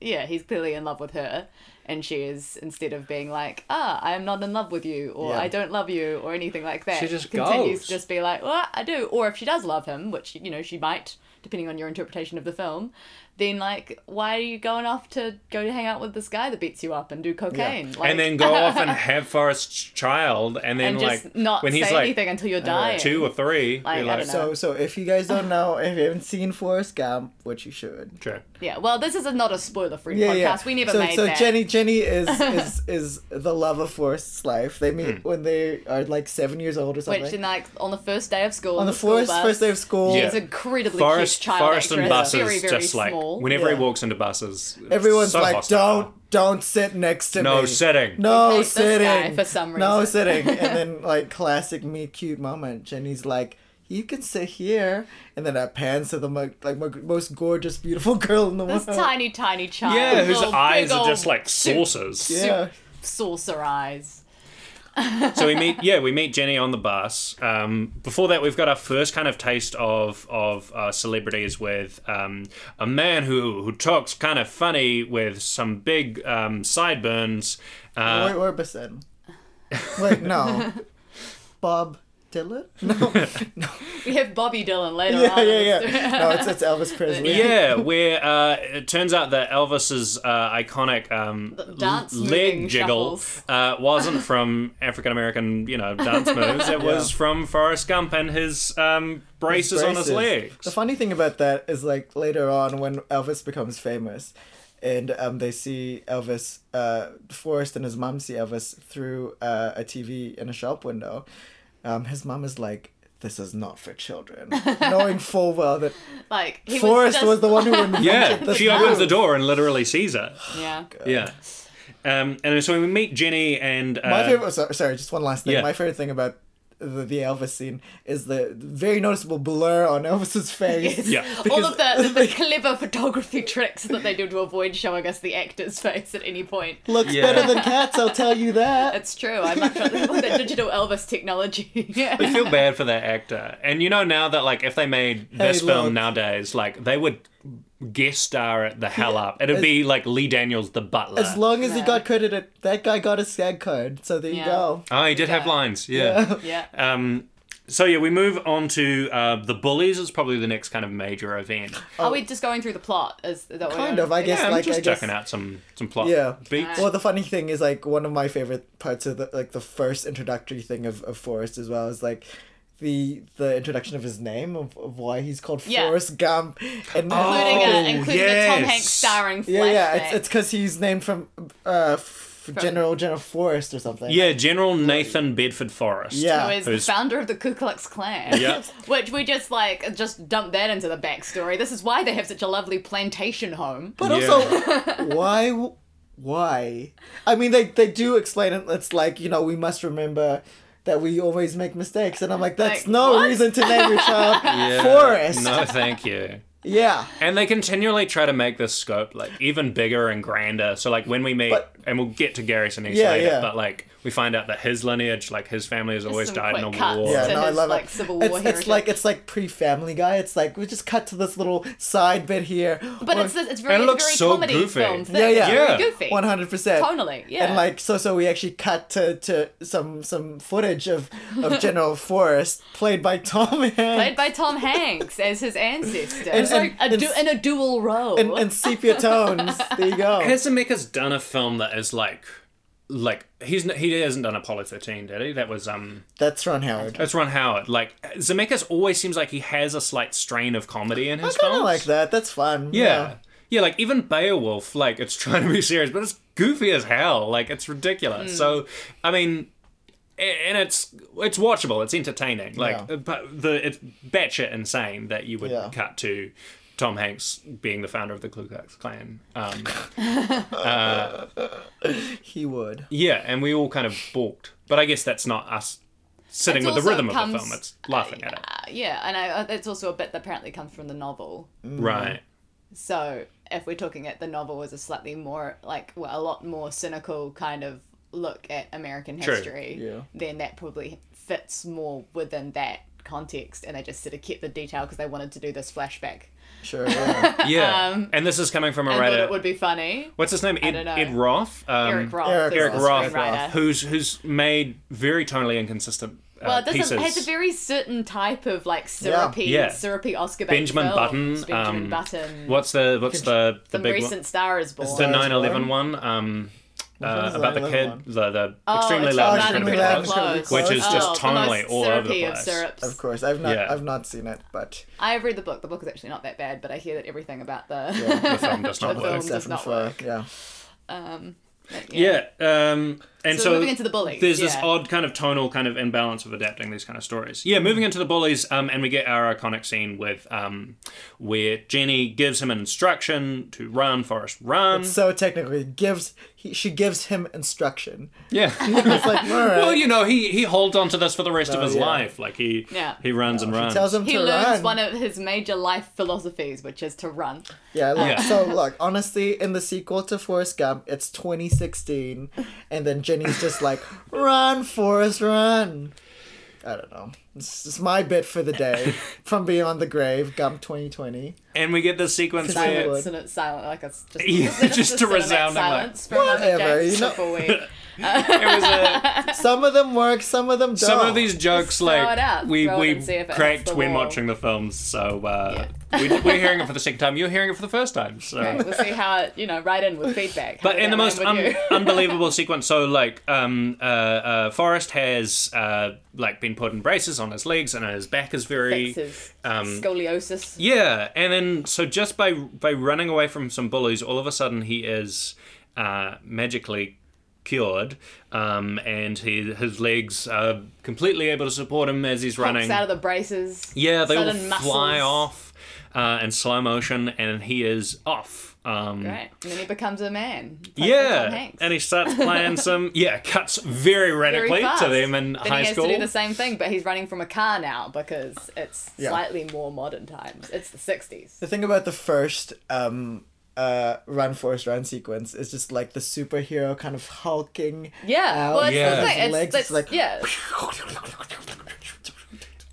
Speaker 2: yeah, he's clearly in love with her, and she is instead of being like, ah, I am not in love with you, or
Speaker 3: Yeah.
Speaker 2: I don't love you, or anything like that.
Speaker 1: She just
Speaker 2: continues
Speaker 1: goes.
Speaker 2: to just be like, well, I do. Or if she does love him, which you know she might, depending on your interpretation of the film, then like, why are you going off to go to hang out with this guy that beats you up and do cocaine? Like,
Speaker 1: and then go off and have Forrest's child, and then
Speaker 2: and
Speaker 1: like
Speaker 2: just not
Speaker 1: when
Speaker 2: say
Speaker 1: he's like "Uh,
Speaker 2: anything until you're dying.
Speaker 1: two or three,
Speaker 2: Like,
Speaker 1: you're
Speaker 2: I
Speaker 1: like,
Speaker 2: don't know.
Speaker 3: So so if you guys don't know, if you haven't seen Forrest Gump, which you should.
Speaker 1: true.
Speaker 2: Yeah. Well, this is not a spoiler-free podcast. We never
Speaker 3: so,
Speaker 2: made
Speaker 3: so
Speaker 2: that.
Speaker 3: Jenny, Jenny Jenny is is is the love of Forrest's life. They meet
Speaker 1: Hmm.
Speaker 3: when they are like seven years old or something.
Speaker 2: Which in like on the first day of school
Speaker 3: on the
Speaker 2: school
Speaker 3: Forrest
Speaker 2: bus,
Speaker 3: first day of school,
Speaker 1: Yeah.
Speaker 2: He's incredibly
Speaker 1: Forest,
Speaker 2: cute child
Speaker 1: Forrest
Speaker 2: actress,
Speaker 1: and buses,
Speaker 2: very, very
Speaker 1: just like
Speaker 2: small.
Speaker 1: whenever
Speaker 3: Yeah.
Speaker 1: he walks into buses, it's
Speaker 3: everyone's
Speaker 1: so
Speaker 3: like,
Speaker 1: hostile.
Speaker 3: "Don't don't sit next to me."
Speaker 1: no sitting.
Speaker 3: No
Speaker 2: They hate this
Speaker 3: sitting.
Speaker 2: guy for some
Speaker 3: No
Speaker 2: reason.
Speaker 3: sitting. And then like classic me cute moment. Jenny's like, you can sit here. And then that pans to the mo- like mo- most gorgeous, beautiful girl in the
Speaker 2: this
Speaker 3: world.
Speaker 2: tiny, tiny child.
Speaker 1: Yeah, whose
Speaker 2: little
Speaker 1: eyes
Speaker 2: big
Speaker 1: are
Speaker 2: old
Speaker 1: just like
Speaker 2: su-
Speaker 1: saucers.
Speaker 3: Yeah.
Speaker 2: saucer eyes.
Speaker 1: so we meet yeah we meet jenny on the bus um, before that we've got our first kind of taste of of uh, celebrities with um, a man who who talks kind of funny with some big um, sideburns uh,
Speaker 3: Roy Orbison. Wait, no. Bob Dylan? No.
Speaker 2: We have Bobby Dylan later
Speaker 3: yeah,
Speaker 2: on.
Speaker 3: yeah, yeah. No, it's, it's Elvis Presley.
Speaker 1: yeah, where uh, it turns out that Elvis's uh, iconic um,
Speaker 2: dance
Speaker 1: l-
Speaker 2: moving
Speaker 1: leg jiggle
Speaker 2: shuffles.
Speaker 1: uh, wasn't from African American, you know, dance moves. It was from Forrest Gump and his um, braces, on his
Speaker 3: braces.
Speaker 1: legs.
Speaker 3: The funny thing about that is, like later on when Elvis becomes famous, and um, they see Elvis, uh, Forrest and his mom see Elvis through uh, a TV in a shop window. Um, his mom is like, "This is not for children," knowing full well that
Speaker 2: Like he
Speaker 3: Forrest
Speaker 2: was, just,
Speaker 3: was, the one who invented
Speaker 1: yeah,
Speaker 3: this
Speaker 1: she opens the
Speaker 3: move.
Speaker 1: door and literally sees it.
Speaker 2: Yeah.
Speaker 1: Yeah. Um, and so we meet Jenny and uh,
Speaker 3: My favorite. so- Sorry, just one last thing.
Speaker 1: yeah.
Speaker 3: My favorite thing about the, the Elvis scene is the very noticeable blur on Elvis's face.
Speaker 1: Yeah.
Speaker 2: All of the, the, the clever photography tricks that they do to avoid showing us the actor's face at any point.
Speaker 3: looks
Speaker 1: Yeah.
Speaker 3: better than cats. I'll tell you that.
Speaker 2: It's true. I'm not sure that digital Elvis technology.
Speaker 1: we feel bad for that actor. And you know now that like if they made this
Speaker 3: Hey,
Speaker 1: film
Speaker 3: look.
Speaker 1: nowadays, like they would guest star at the hell up. It'd be like Lee Daniels the butler.
Speaker 3: As long as he
Speaker 2: Yeah.
Speaker 3: got credited, that guy got a SAG card. So there
Speaker 2: Yeah.
Speaker 3: you go.
Speaker 1: oh, he did have
Speaker 2: Yeah.
Speaker 1: lines. Yeah.
Speaker 2: yeah.
Speaker 1: Um. So yeah, we move on to uh, the bullies. Is probably the next kind of major event.
Speaker 2: Are we just going through the plot? Is that what
Speaker 3: oh. Kind
Speaker 2: we're-
Speaker 3: of, I guess.
Speaker 1: Yeah, I'm
Speaker 3: like
Speaker 1: just
Speaker 3: I guess.
Speaker 1: checking out some some plot.
Speaker 3: Yeah.
Speaker 1: Beats.
Speaker 3: Well, the funny thing is, like, one of my favorite parts of the like the first introductory thing of, of Forrest as well is like the the introduction of his name of, of why he's called
Speaker 2: Yeah.
Speaker 3: Forrest Gump, and
Speaker 2: Including,
Speaker 1: Oh,
Speaker 2: a, including a Tom
Speaker 1: yes.
Speaker 2: Hanks starring
Speaker 3: yeah,
Speaker 2: flashback.
Speaker 3: yeah, it's it's because he's named from uh f- General General Forrest or something.
Speaker 1: Yeah, General Nathan Bedford Forrest.
Speaker 3: Yeah.
Speaker 2: who is the
Speaker 1: Who's-
Speaker 2: founder of the Ku Klux Klan.
Speaker 1: Yeah.
Speaker 2: Which we just like just dump that into the backstory. This is why they have such a lovely plantation home.
Speaker 3: But
Speaker 1: Yeah.
Speaker 3: also, why? w- Why? I mean, they they do explain it. It's like you know, we must remember that we always make mistakes, and I'm like, that's
Speaker 2: Like,
Speaker 3: no
Speaker 2: what?
Speaker 3: reason to name your child
Speaker 1: Yeah.
Speaker 3: Forrest.
Speaker 1: No, thank you.
Speaker 3: Yeah,
Speaker 1: And they continually try to make this scope like even bigger and grander. So like when we meet,
Speaker 3: But-
Speaker 1: and we'll get to Garrison East
Speaker 3: Yeah,
Speaker 1: later,
Speaker 3: yeah.
Speaker 1: but like we find out that his lineage, like his family, has always
Speaker 2: some
Speaker 1: died in a
Speaker 2: quick cuts.
Speaker 1: war.
Speaker 3: yeah.
Speaker 2: To
Speaker 3: No, I
Speaker 2: his,
Speaker 3: love
Speaker 2: like,
Speaker 3: it.
Speaker 2: Civil War
Speaker 3: it's, it's
Speaker 2: heritage.
Speaker 3: like it's like pre Family Guy. It's like we just cut to this little side bit here.
Speaker 2: But it's it's very,
Speaker 1: And it
Speaker 2: it's
Speaker 1: looks
Speaker 2: very
Speaker 1: so
Speaker 2: comedy
Speaker 1: goofy.
Speaker 2: film thing.
Speaker 3: Yeah, yeah.
Speaker 2: It's very
Speaker 1: Yeah.
Speaker 2: goofy.
Speaker 3: one hundred percent
Speaker 2: Tonally, yeah.
Speaker 3: And like so, so we actually cut to, to some some footage of of General Forrest played by Tom Hanks.
Speaker 2: Played by Tom Hanks as his ancestor.
Speaker 3: And- and-
Speaker 2: a du-
Speaker 3: and-
Speaker 2: in a dual role.
Speaker 3: in, in sepia tones. There you go.
Speaker 1: Casamaker's done a film that is like, like he's n- he hasn't done Apollo thirteen, did he? That was um
Speaker 3: That's Ron Howard.
Speaker 1: that's Ron Howard. Like Zemeckis always seems like he has a slight strain of comedy in his
Speaker 3: I kind
Speaker 1: films.
Speaker 3: of like that. That's fun.
Speaker 1: Yeah. yeah. like even Beowulf, like it's trying to be serious, but it's goofy as hell. Like it's
Speaker 3: Hmm.
Speaker 1: ridiculous. So, I mean, a- and it's it's watchable. It's entertaining. Like,
Speaker 3: Yeah.
Speaker 1: but the it's batshit insane that you would
Speaker 3: Yeah.
Speaker 1: cut to Tom Hanks being the founder of the Ku Klux Klan. Um,
Speaker 3: He would.
Speaker 1: yeah, and we all kind of balked, but I guess that's not us sitting
Speaker 2: It's
Speaker 1: with the
Speaker 2: also
Speaker 1: rhythm of the
Speaker 2: comes-
Speaker 1: film. It's laughing at it,
Speaker 2: Uh, yeah, and I, uh, it's also a bit that apparently comes from the novel.
Speaker 1: Mm-hmm. right?
Speaker 2: So if we're talking at the novel was a slightly more like well, a lot more cynical kind of look at American
Speaker 1: True.
Speaker 2: history,
Speaker 3: Yeah.
Speaker 2: then that probably fits more within that context, and they just sort of kept the detail because they wanted to do this flashback.
Speaker 3: Sure. yeah.
Speaker 1: Yeah,
Speaker 2: Um,
Speaker 1: and this is coming from a
Speaker 2: I thought
Speaker 1: writer.
Speaker 2: it would be funny.
Speaker 1: What's his name? Ed,
Speaker 2: don't know.
Speaker 1: Ed Roth. Um,
Speaker 2: Eric Roth,
Speaker 3: Eric
Speaker 2: is
Speaker 1: Eric
Speaker 2: the
Speaker 1: Roth, uh,
Speaker 2: screenwriter.
Speaker 1: who's who's made very tonally inconsistent uh,
Speaker 2: Well, it
Speaker 1: pieces.
Speaker 2: doesn't, has a very certain type of like syrupy,
Speaker 1: Yeah.
Speaker 2: syrupy Oscar bait
Speaker 1: Benjamin
Speaker 2: films.
Speaker 1: Button,
Speaker 2: Benjamin
Speaker 1: um,
Speaker 2: Button.
Speaker 1: what's the what's the the
Speaker 2: the
Speaker 1: big
Speaker 2: recent Star is born.
Speaker 1: one? The
Speaker 3: Star is
Speaker 1: 9/11 one. Um,
Speaker 3: one
Speaker 1: uh,
Speaker 3: is the
Speaker 1: about the
Speaker 3: 9/11
Speaker 1: kid,
Speaker 3: one?
Speaker 1: the the
Speaker 2: Oh,
Speaker 1: extremely
Speaker 2: it's
Speaker 1: loud,
Speaker 2: Extremely
Speaker 1: incredibly
Speaker 2: Loud
Speaker 1: close.
Speaker 2: and Incredibly
Speaker 3: Close.
Speaker 1: which is
Speaker 3: Oh,
Speaker 1: just
Speaker 2: the most
Speaker 1: tonally all over the
Speaker 2: syrupy of
Speaker 1: place.
Speaker 2: syrups.
Speaker 3: Of course. I've not.
Speaker 1: Yeah.
Speaker 3: I've not seen it, but
Speaker 2: I have read the book. The book is actually not that bad, but I hear that everything about the,
Speaker 1: The film does
Speaker 2: the
Speaker 1: not
Speaker 2: film
Speaker 1: work.
Speaker 2: does
Speaker 3: Stefan
Speaker 2: not
Speaker 3: Fry,
Speaker 2: work.
Speaker 3: Yeah.
Speaker 2: Um,
Speaker 1: Yeah. Um, and
Speaker 2: So
Speaker 1: so,
Speaker 2: moving into the bullies,
Speaker 1: There's this
Speaker 2: yeah.
Speaker 1: odd kind of tonal kind of imbalance of adapting these kind of stories. Yeah, moving into the bullies, um, and we get our iconic scene with um, where Jenny gives him an instruction to run, Forrest, run.
Speaker 3: So technically, gives he, she gives him instruction.
Speaker 1: yeah.
Speaker 3: It's like, all right.
Speaker 1: well, you know, he he holds on to this for the rest of his
Speaker 3: yeah.
Speaker 1: life. Like he
Speaker 2: Yeah.
Speaker 1: he runs and runs.
Speaker 3: tells him
Speaker 2: He
Speaker 3: to
Speaker 2: learns
Speaker 3: run.
Speaker 2: one of his major life philosophies, which is to run.
Speaker 3: Yeah, like,
Speaker 1: Yeah.
Speaker 3: so look, honestly, in the sequel to Forrest Gump, it's 2016, and then Jenny's just like, run, Forrest, run. I don't know. It's, it's my bit for the day from Beyond the Grave, Gump 2020.
Speaker 1: and we get this sequence
Speaker 3: Silent.
Speaker 1: where
Speaker 3: Would.
Speaker 2: Silence and it's silent, like it's just
Speaker 1: Yeah,
Speaker 2: it's just,
Speaker 1: just
Speaker 2: a
Speaker 1: a
Speaker 2: cinematic
Speaker 1: resounding, like,
Speaker 2: silence for another
Speaker 3: whatever,
Speaker 2: James
Speaker 3: you know.
Speaker 2: before we.
Speaker 1: it was a,
Speaker 3: Some of them work, some of them don't.
Speaker 1: some of these jokes
Speaker 2: throw
Speaker 1: like
Speaker 2: it out,
Speaker 1: we
Speaker 2: throw it
Speaker 1: we
Speaker 2: and see if it hits
Speaker 1: cracked
Speaker 2: the
Speaker 1: when
Speaker 2: wall.
Speaker 1: watching the films. So uh, we, we're hearing it for the second time. You're hearing it for the first time. So.
Speaker 2: Okay, we'll see how it, you know. Right in with feedback.
Speaker 1: But in the most un-
Speaker 2: un-
Speaker 1: unbelievable sequence, so like um, uh, uh, Forrest has uh, like been put in braces on his legs, and his back is very um,
Speaker 2: scoliosis.
Speaker 1: yeah. And then so just by by running away from some bullies, all of a sudden he is uh, magically cured, um, and he, his legs are completely able to support him as he's
Speaker 2: pops
Speaker 1: running.
Speaker 2: out of the braces.
Speaker 1: Yeah, they all
Speaker 2: sudden muscles.
Speaker 1: fly off uh, in slow motion, and he is off. Um,
Speaker 2: Right, and then he becomes a man. It's like Tom
Speaker 1: Yeah,
Speaker 2: Hanks.
Speaker 1: and he starts playing some yeah cuts very
Speaker 2: Very
Speaker 1: radically
Speaker 2: fast.
Speaker 1: to them in
Speaker 2: then
Speaker 1: high
Speaker 2: he has
Speaker 1: school.
Speaker 2: to do the same thing, but he's running from a car now because it's
Speaker 3: Yeah.
Speaker 2: slightly more modern times. It's the '60s.
Speaker 3: The thing about the first um, uh, Run, Forrest, Run sequence is just like the superhero kind of hulking.
Speaker 2: Yeah,
Speaker 3: out
Speaker 2: well, it's
Speaker 1: Yeah.
Speaker 2: the
Speaker 3: with
Speaker 2: thing.
Speaker 3: his
Speaker 2: It's,
Speaker 3: legs,
Speaker 2: it's,
Speaker 3: like,
Speaker 2: yeah,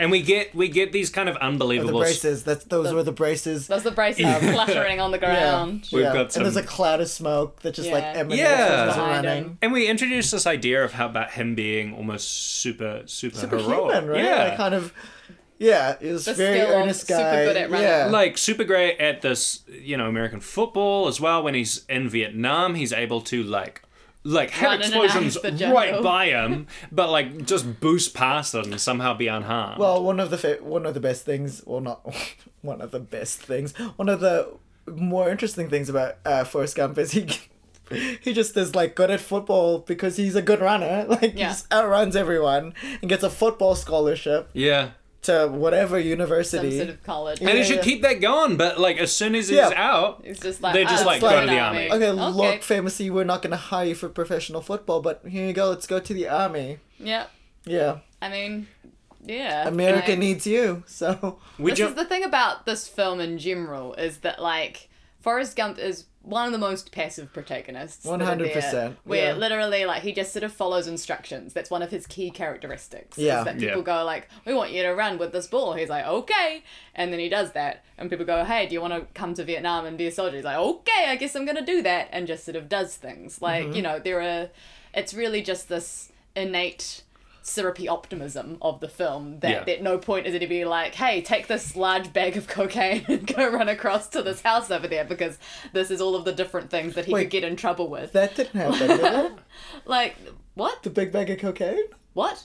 Speaker 1: And we get we get these kind of
Speaker 3: The
Speaker 1: unbelievable.
Speaker 3: braces, that's, those were the braces.
Speaker 2: That's the braces fluttering on the ground.
Speaker 1: We've got
Speaker 3: And there's
Speaker 1: some-
Speaker 3: a cloud of smoke that just like
Speaker 2: Yeah.
Speaker 3: emanates
Speaker 1: Yeah.
Speaker 3: as he's
Speaker 2: Behind
Speaker 3: running.
Speaker 2: him.
Speaker 1: and we introduce this idea of how about him being almost super super, heroic.
Speaker 3: superhuman, right?
Speaker 1: Yeah.
Speaker 3: Like kind of, yeah, he was
Speaker 2: But
Speaker 3: very
Speaker 2: still
Speaker 3: earnest
Speaker 2: super
Speaker 3: guy.
Speaker 2: good at running.
Speaker 3: yeah,
Speaker 1: like super great at this you know american football as well when he's in vietnam he's able to like like have
Speaker 2: Run in and out
Speaker 1: explosions
Speaker 2: of the jungle.
Speaker 1: right by him but like just boost past it and somehow be unharmed
Speaker 3: well, one of the fa- one of the best things, well, not one of the best things, one of the more interesting things about uh, Forrest Gump is he. He just is like good at football because he's a good runner. Like he
Speaker 2: Yeah.
Speaker 3: just outruns everyone and gets a football scholarship
Speaker 1: yeah
Speaker 3: to whatever
Speaker 2: Some
Speaker 3: university.
Speaker 2: sort of college.
Speaker 1: and he
Speaker 3: Yeah,
Speaker 1: should
Speaker 3: yeah.
Speaker 1: keep that going but like as soon as he's
Speaker 3: Yeah.
Speaker 1: out
Speaker 2: It's just like
Speaker 1: They
Speaker 2: ah,
Speaker 1: just,
Speaker 2: it's
Speaker 1: like,
Speaker 3: go to
Speaker 2: an
Speaker 1: the army.
Speaker 3: okay, look, famously, we're not going to hire you for professional football, but here you go. Let's go to the army.
Speaker 2: Yeah,
Speaker 3: Yeah,
Speaker 2: I mean, yeah.
Speaker 3: America
Speaker 2: Like,
Speaker 3: needs you. So
Speaker 1: we
Speaker 2: this
Speaker 1: ju-
Speaker 2: is the thing about this film in general is that like Forrest Gump is one of the most passive protagonists. that are there,
Speaker 3: 100%,
Speaker 2: Where
Speaker 3: yeah.
Speaker 2: literally like he just sort of follows instructions. That's one of his key characteristics. is
Speaker 3: Yeah.
Speaker 2: that
Speaker 1: Yeah.
Speaker 2: people go like, "We want you to run with this ball." He's like, "Okay," and then he does that, and people go, "Hey, do you want to come to Vietnam and be a soldier?" He's like, "Okay, I guess I'm gonna do that," and just sort of does things. Like you know, there are. It's really just this innate syrupy optimism of the film that
Speaker 1: Yeah.
Speaker 2: at no point is it to be like, hey, take this large bag of cocaine and go run across to this house over there because this is all of the different things that he
Speaker 3: Wait.
Speaker 2: could get in trouble with.
Speaker 3: that didn't happen, did it?
Speaker 2: Like, what?
Speaker 3: The big bag of cocaine?
Speaker 2: What?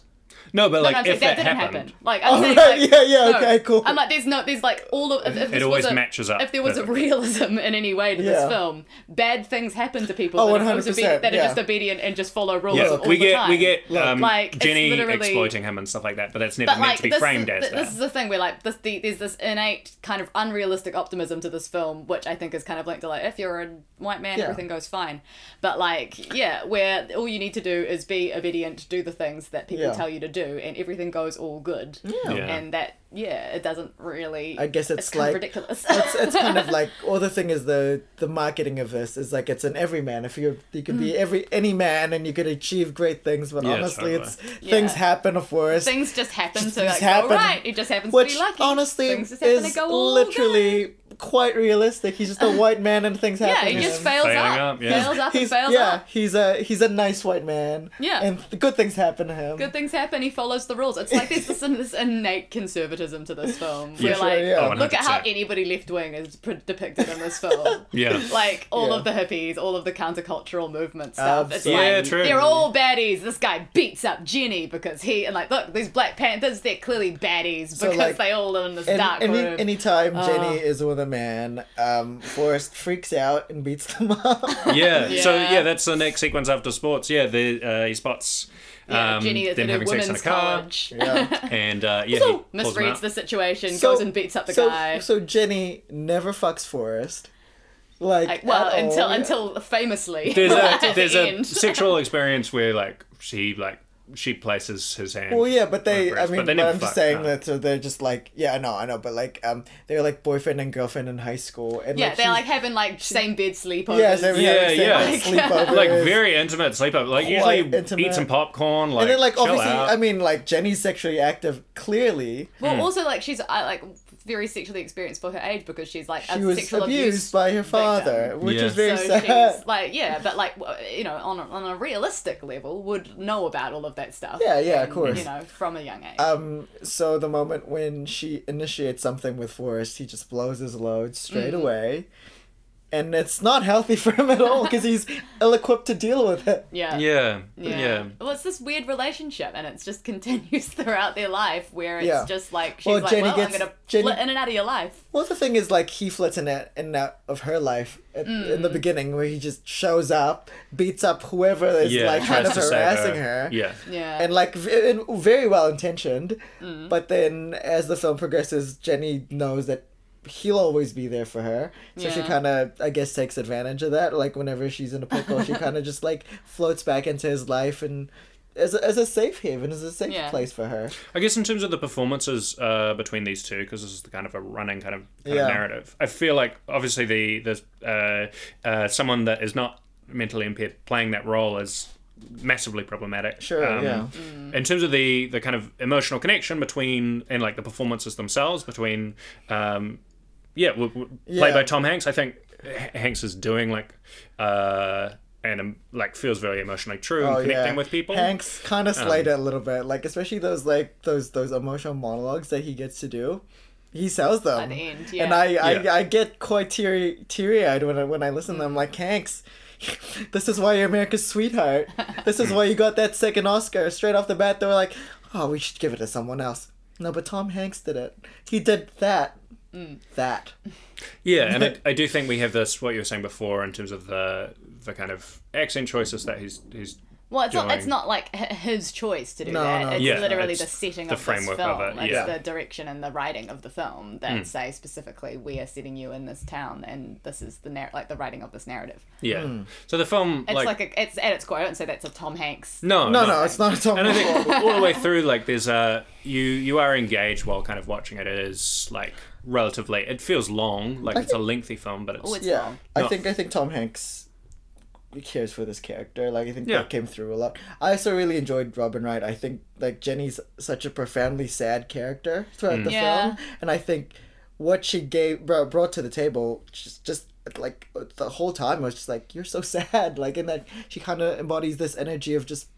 Speaker 1: no but
Speaker 2: No,
Speaker 1: like
Speaker 2: no, I'm
Speaker 1: if
Speaker 2: saying
Speaker 1: that,
Speaker 2: that didn't
Speaker 1: happened
Speaker 2: happen. Like, I'm
Speaker 3: Oh,
Speaker 2: saying,
Speaker 3: right,
Speaker 2: like,
Speaker 3: yeah, yeah,
Speaker 2: no.
Speaker 3: okay, cool.
Speaker 2: I'm like, there's no, there's like all of. If, if this was
Speaker 1: always
Speaker 2: a-
Speaker 1: matches up
Speaker 2: If there was
Speaker 1: perfectly.
Speaker 2: a realism in any way to
Speaker 3: Yeah.
Speaker 2: this film, bad things happen to people
Speaker 3: Oh,
Speaker 2: that, are,
Speaker 3: 100%,
Speaker 2: that
Speaker 3: yeah.
Speaker 2: are just obedient and just follow rules.
Speaker 1: yeah,
Speaker 2: all
Speaker 1: we
Speaker 2: the
Speaker 1: get
Speaker 2: time.
Speaker 1: we get
Speaker 3: Look,
Speaker 1: um,
Speaker 2: like, it's
Speaker 1: Jenny
Speaker 2: literally-
Speaker 1: exploiting him and stuff like that, but that's never
Speaker 2: But
Speaker 1: meant
Speaker 2: like
Speaker 1: to be
Speaker 2: this,
Speaker 1: framed as
Speaker 2: th-
Speaker 1: that.
Speaker 2: this is the thing where like this the, there's this innate kind of unrealistic optimism to this film, which I think is kind of linked to like if you're a white man,
Speaker 3: Yeah.
Speaker 2: everything goes fine. But like yeah, where all you need to do is be obedient, do the things that people
Speaker 3: Yeah.
Speaker 2: tell you to do, and everything goes all good.
Speaker 1: Yeah.
Speaker 2: And that yeah, it doesn't really.
Speaker 3: I guess it's
Speaker 2: kind of
Speaker 3: like-
Speaker 2: ridiculous.
Speaker 3: It's, it's kind of like, or the thing is the the marketing of this is like it's an everyman. If you you could
Speaker 2: Hmm.
Speaker 3: be every any man and you could achieve great things, but
Speaker 1: Yeah,
Speaker 3: honestly,
Speaker 1: totally.
Speaker 3: it's things
Speaker 2: Yeah.
Speaker 3: happen. Of course,
Speaker 2: things just happen
Speaker 3: Just
Speaker 2: to like,
Speaker 3: things happen.
Speaker 2: go right. It just happens
Speaker 3: which
Speaker 2: to be lucky.
Speaker 3: honestly
Speaker 2: things just happen
Speaker 3: is
Speaker 2: to go all good.
Speaker 3: literally quite realistic. He's just a white man and things
Speaker 2: Yeah,
Speaker 3: happen.
Speaker 2: he
Speaker 3: to
Speaker 2: just
Speaker 3: him.
Speaker 2: fails
Speaker 1: Failing
Speaker 2: up.
Speaker 1: up, yeah.
Speaker 2: Fails up and
Speaker 3: He's,
Speaker 2: fails
Speaker 3: yeah,
Speaker 2: up.
Speaker 3: he's a he's a nice white man.
Speaker 2: Yeah.
Speaker 3: and good things happen to him.
Speaker 2: good things happen he follows the rules it's like there's this, this innate favoritism to this film.
Speaker 1: Yeah.
Speaker 2: We're
Speaker 1: Sure,
Speaker 2: like,
Speaker 3: yeah.
Speaker 2: look at how
Speaker 1: 100%.
Speaker 2: anybody left wing is pre- depicted in this film.
Speaker 1: Yeah.
Speaker 2: Like all
Speaker 3: Yeah.
Speaker 2: of the hippies, all of the countercultural movement stuff.
Speaker 3: Absolutely.
Speaker 1: Yeah,
Speaker 2: It's like
Speaker 1: true.
Speaker 2: they're all baddies. This guy beats up Jenny because he and like look, these Black Panthers, they're clearly baddies because
Speaker 3: like,
Speaker 2: they all live in this
Speaker 3: Any,
Speaker 2: dark room.
Speaker 3: any, anytime Jenny
Speaker 2: Oh.
Speaker 3: is with a man, um, Forrest freaks out and beats them up.
Speaker 1: yeah. So
Speaker 2: Yeah.
Speaker 1: yeah, that's the next sequence after sports. Yeah, the, uh, he spots um,
Speaker 2: yeah, Jenny is
Speaker 1: them
Speaker 2: in a
Speaker 1: having sex
Speaker 2: women's
Speaker 1: in a car,
Speaker 2: college.
Speaker 3: Yeah.
Speaker 1: and uh, yeah,
Speaker 2: So
Speaker 1: he pulls them
Speaker 2: misreads
Speaker 1: out.
Speaker 2: the situation, goes and beats up the
Speaker 3: so,
Speaker 2: guy.
Speaker 3: So Jenny never fucks Forrest. Like,
Speaker 2: like, well,
Speaker 3: at all.
Speaker 2: until until famously,
Speaker 1: There's
Speaker 2: at
Speaker 1: a
Speaker 2: the
Speaker 1: there's a
Speaker 2: end.
Speaker 1: sexual experience where like she like she places his hand.
Speaker 3: Well, yeah, but they.
Speaker 1: on
Speaker 3: I
Speaker 1: hers,
Speaker 3: mean,
Speaker 1: but they
Speaker 3: but
Speaker 1: never
Speaker 3: I'm just
Speaker 1: fuck,
Speaker 3: saying
Speaker 1: no.
Speaker 3: that so they're just like, yeah, I know, I know, but like, um, they're like boyfriend and girlfriend in high school, and
Speaker 2: yeah,
Speaker 3: like,
Speaker 2: they're
Speaker 3: she's-
Speaker 2: like having like same bed sleepovers.
Speaker 3: yeah, so
Speaker 1: Yeah, yeah.
Speaker 3: sleepover,
Speaker 1: like very intimate sleepover. Like
Speaker 3: Quite
Speaker 1: usually
Speaker 3: intimate.
Speaker 1: eat some popcorn. Like
Speaker 3: and then like
Speaker 1: chill
Speaker 3: obviously,
Speaker 1: out.
Speaker 3: I mean, like Jenny's sexually active, clearly.
Speaker 2: Well, also like she's uh, like very sexually experienced for her age because she's like
Speaker 3: She
Speaker 2: a
Speaker 3: was
Speaker 2: sexual
Speaker 3: abused
Speaker 2: abuse
Speaker 3: by her father, which
Speaker 1: Yeah.
Speaker 3: is very
Speaker 2: so
Speaker 3: sad.
Speaker 2: she's like yeah, but like w- you know on a, on a realistic level would know about all of that stuff.
Speaker 3: Yeah, yeah, of
Speaker 2: and,
Speaker 3: course.
Speaker 2: You know from a young age.
Speaker 3: Um, so the moment when she initiates something with Forrest, he just blows his load straight away. And it's not healthy for him at all because he's ill equipped to deal with it.
Speaker 2: yeah.
Speaker 1: yeah, yeah,
Speaker 2: Well, it's this weird relationship, and it's just continues throughout their life where it's
Speaker 3: Yeah.
Speaker 2: just like she's
Speaker 3: Well,
Speaker 2: like,
Speaker 3: Jenny
Speaker 2: well,
Speaker 3: gets-
Speaker 2: I'm gonna
Speaker 3: Jenny-
Speaker 2: flit in and out of your life.
Speaker 3: Well, the thing is, like, he flits in and in and out of her life at, in the beginning where he just shows up, beats up whoever is,
Speaker 1: yeah.
Speaker 3: like, kind
Speaker 1: tries
Speaker 3: of
Speaker 1: to save
Speaker 3: harassing
Speaker 1: her.
Speaker 3: her.
Speaker 1: Yeah,
Speaker 2: Yeah. Mm.
Speaker 3: And, like, v- and very well intentioned. But then as the film progresses, Jenny knows that he'll always be there for her. So she
Speaker 2: Yeah.
Speaker 3: kind of, I guess, takes advantage of that. Like, whenever she's in a pickle, she kind of just, like, floats back into his life and. As a, as a safe haven, as a safe
Speaker 2: Yeah.
Speaker 3: place for her.
Speaker 1: I guess in terms of the performances uh, between these two, because this is the kind of a running kind of, kind
Speaker 3: Yeah.
Speaker 1: of narrative. I feel like obviously the the uh, uh, someone that is not mentally impaired playing that role is massively problematic. Um,
Speaker 3: Sure, yeah.
Speaker 1: In terms of the the kind of emotional connection between and like the performances themselves between, um, yeah, w- w- played
Speaker 3: Yeah.
Speaker 1: by Tom Hanks. I think H- Hanks is doing like. Uh, and um, like feels very emotionally true and connecting with people.
Speaker 3: Oh,
Speaker 1: Um,
Speaker 3: Hanks kind of slayed it a little bit, like especially those like those those emotional monologues that he gets to do. He sells them
Speaker 2: At the end,
Speaker 3: and
Speaker 2: yeah.
Speaker 3: I I,
Speaker 1: Yeah.
Speaker 3: I get quite teary teary eyed when I when I listen to them. Like Hanks, this is why you're America's sweetheart. This is why you got that second Oscar straight off the bat. They were like, oh, we should give it to someone else. No, but Tom Hanks did it. He did that.
Speaker 2: Mm.
Speaker 3: That.
Speaker 1: Yeah, and I, I do think we have this what you were saying before in terms of the the kind of accent choices that he's he's
Speaker 2: Well, it's not, it's
Speaker 1: doing.
Speaker 2: not like h- his choice to do
Speaker 3: No,
Speaker 2: that.
Speaker 3: no.
Speaker 2: It's
Speaker 1: Yeah,
Speaker 2: literally
Speaker 1: it's
Speaker 2: the setting
Speaker 1: the
Speaker 2: of
Speaker 1: framework
Speaker 2: this
Speaker 1: of
Speaker 2: film.
Speaker 1: it,
Speaker 2: It's
Speaker 1: yeah. Hmm.
Speaker 2: the direction and the writing of the film that say specifically we are setting you in this town, and this is the narr- like the writing of this narrative.
Speaker 1: yeah.
Speaker 3: Hmm.
Speaker 1: So the film
Speaker 2: It's
Speaker 1: like,
Speaker 2: like, a, it's at its core. I don't say that's a Tom Hanks.
Speaker 1: Oh, no
Speaker 3: No, no, it's not a Tom
Speaker 1: And I
Speaker 3: Hanks.
Speaker 1: think all the way through, like there's a you you are engaged while kind of watching it. It is like relatively it feels long, like it's a lengthy film, but it's,
Speaker 2: Oh, it's
Speaker 3: Yeah,
Speaker 2: long.
Speaker 3: I
Speaker 1: No.
Speaker 3: think I think Tom Hanks cares for this character. Like I think
Speaker 1: Yeah.
Speaker 3: that came through a lot. I also really enjoyed Robin Wright. I think like Jenny's such a profoundly sad character throughout
Speaker 1: Mm.
Speaker 3: the
Speaker 2: Yeah.
Speaker 3: film, and I think what she gave br- brought to the table just just like the whole time was just like you're so sad. Like in that she kind of embodies this energy of just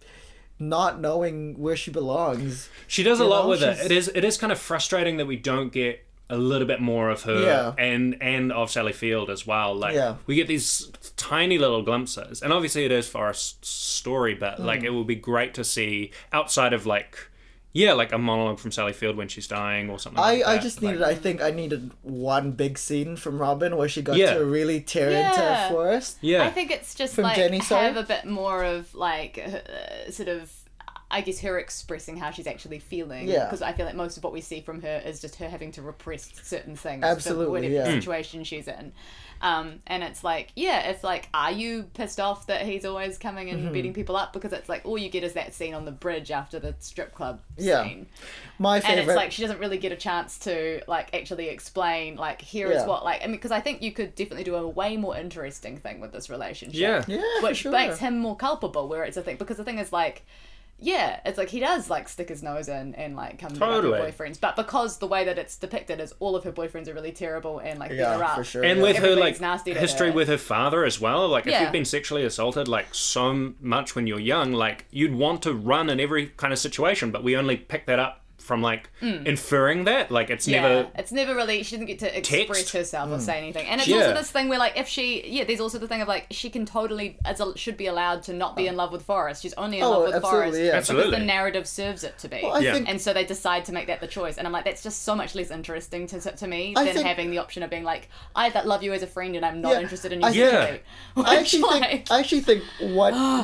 Speaker 3: not knowing where she belongs.
Speaker 1: She does a
Speaker 3: You
Speaker 1: lot
Speaker 3: know,
Speaker 1: with
Speaker 3: she's-
Speaker 1: it. It is it is kind of frustrating that we don't get a little bit more of her
Speaker 3: Yeah.
Speaker 1: and and of Sally Field as well. Like
Speaker 3: Yeah.
Speaker 1: we get these tiny little glimpses, and obviously it is Forrest's story, but
Speaker 3: Mm.
Speaker 1: like it would be great to see outside of like yeah, like a monologue from Sally Field when she's dying or something.
Speaker 3: I,
Speaker 1: like
Speaker 3: I
Speaker 1: that.
Speaker 3: just
Speaker 1: Like,
Speaker 3: needed I think I needed one big scene from Robin where she got
Speaker 1: Yeah.
Speaker 3: to really tear
Speaker 2: Yeah.
Speaker 3: into Forrest.
Speaker 1: yeah.
Speaker 2: I think it's just
Speaker 3: From
Speaker 2: like
Speaker 3: Jenny, sorry?
Speaker 2: have a bit more of like uh, sort of. I guess her expressing how she's actually feeling.
Speaker 3: Yeah.
Speaker 2: Because I feel like most of what we see from her is just her having to repress certain things. for
Speaker 3: Absolutely,
Speaker 2: Whatever
Speaker 3: yeah. Mm.
Speaker 2: situation she's in. Um, and it's like, yeah, it's like, are you pissed off that he's always coming
Speaker 3: Mm-hmm.
Speaker 2: and beating people up? Because it's like all you get is that scene on the bridge after the strip club
Speaker 3: Yeah.
Speaker 2: scene
Speaker 3: My
Speaker 2: and
Speaker 3: favorite.
Speaker 2: it's like she doesn't really get a chance to like actually explain like here is
Speaker 3: Yeah.
Speaker 2: what like I mean because I think you could definitely do a way more interesting thing with this relationship.
Speaker 1: Yeah.
Speaker 3: Yeah, for
Speaker 2: which
Speaker 3: sure.
Speaker 2: makes him more culpable where it's a thing because the thing is like yeah it's like he does like stick his nose in and like come
Speaker 1: Totally.
Speaker 2: to her boyfriends but because the way that it's depicted is all of her boyfriends are really terrible and like
Speaker 3: Yeah,
Speaker 2: beat her up
Speaker 3: for sure.
Speaker 1: and
Speaker 3: yeah.
Speaker 1: with her
Speaker 2: Everybody's
Speaker 1: like
Speaker 2: nasty to
Speaker 1: history
Speaker 2: her.
Speaker 1: with her father as well like if
Speaker 2: Yeah.
Speaker 1: you've been sexually assaulted like so m- much when you're young like you'd want to run in every kind of situation but we only pick that up from like inferring that. Like it's
Speaker 2: Mm. Yeah,
Speaker 1: never
Speaker 2: it's never really. She didn't get to express
Speaker 1: Text?
Speaker 2: herself
Speaker 3: Hmm.
Speaker 2: or say anything, and it's
Speaker 1: Yeah.
Speaker 2: also this thing where, like, if she, yeah, there's also the thing of like she can totally, as a, should be allowed to not be in love with Forrest. She's only in
Speaker 3: Oh,
Speaker 2: love with
Speaker 3: absolutely,
Speaker 2: Forrest
Speaker 3: yeah.
Speaker 2: because
Speaker 1: Absolutely.
Speaker 2: the narrative serves it to be.
Speaker 3: Well, I
Speaker 1: Yeah.
Speaker 3: think
Speaker 2: and so they decide to make that the choice, and I'm like, that's just so much less interesting to, to me
Speaker 3: I
Speaker 2: than
Speaker 3: think-
Speaker 2: having the option of being like, I that love you as a friend, and I'm not
Speaker 3: Yeah,
Speaker 2: interested in you.
Speaker 3: I
Speaker 1: think-
Speaker 2: physically.
Speaker 3: I
Speaker 2: Which,
Speaker 3: actually
Speaker 2: like-
Speaker 3: think I actually think what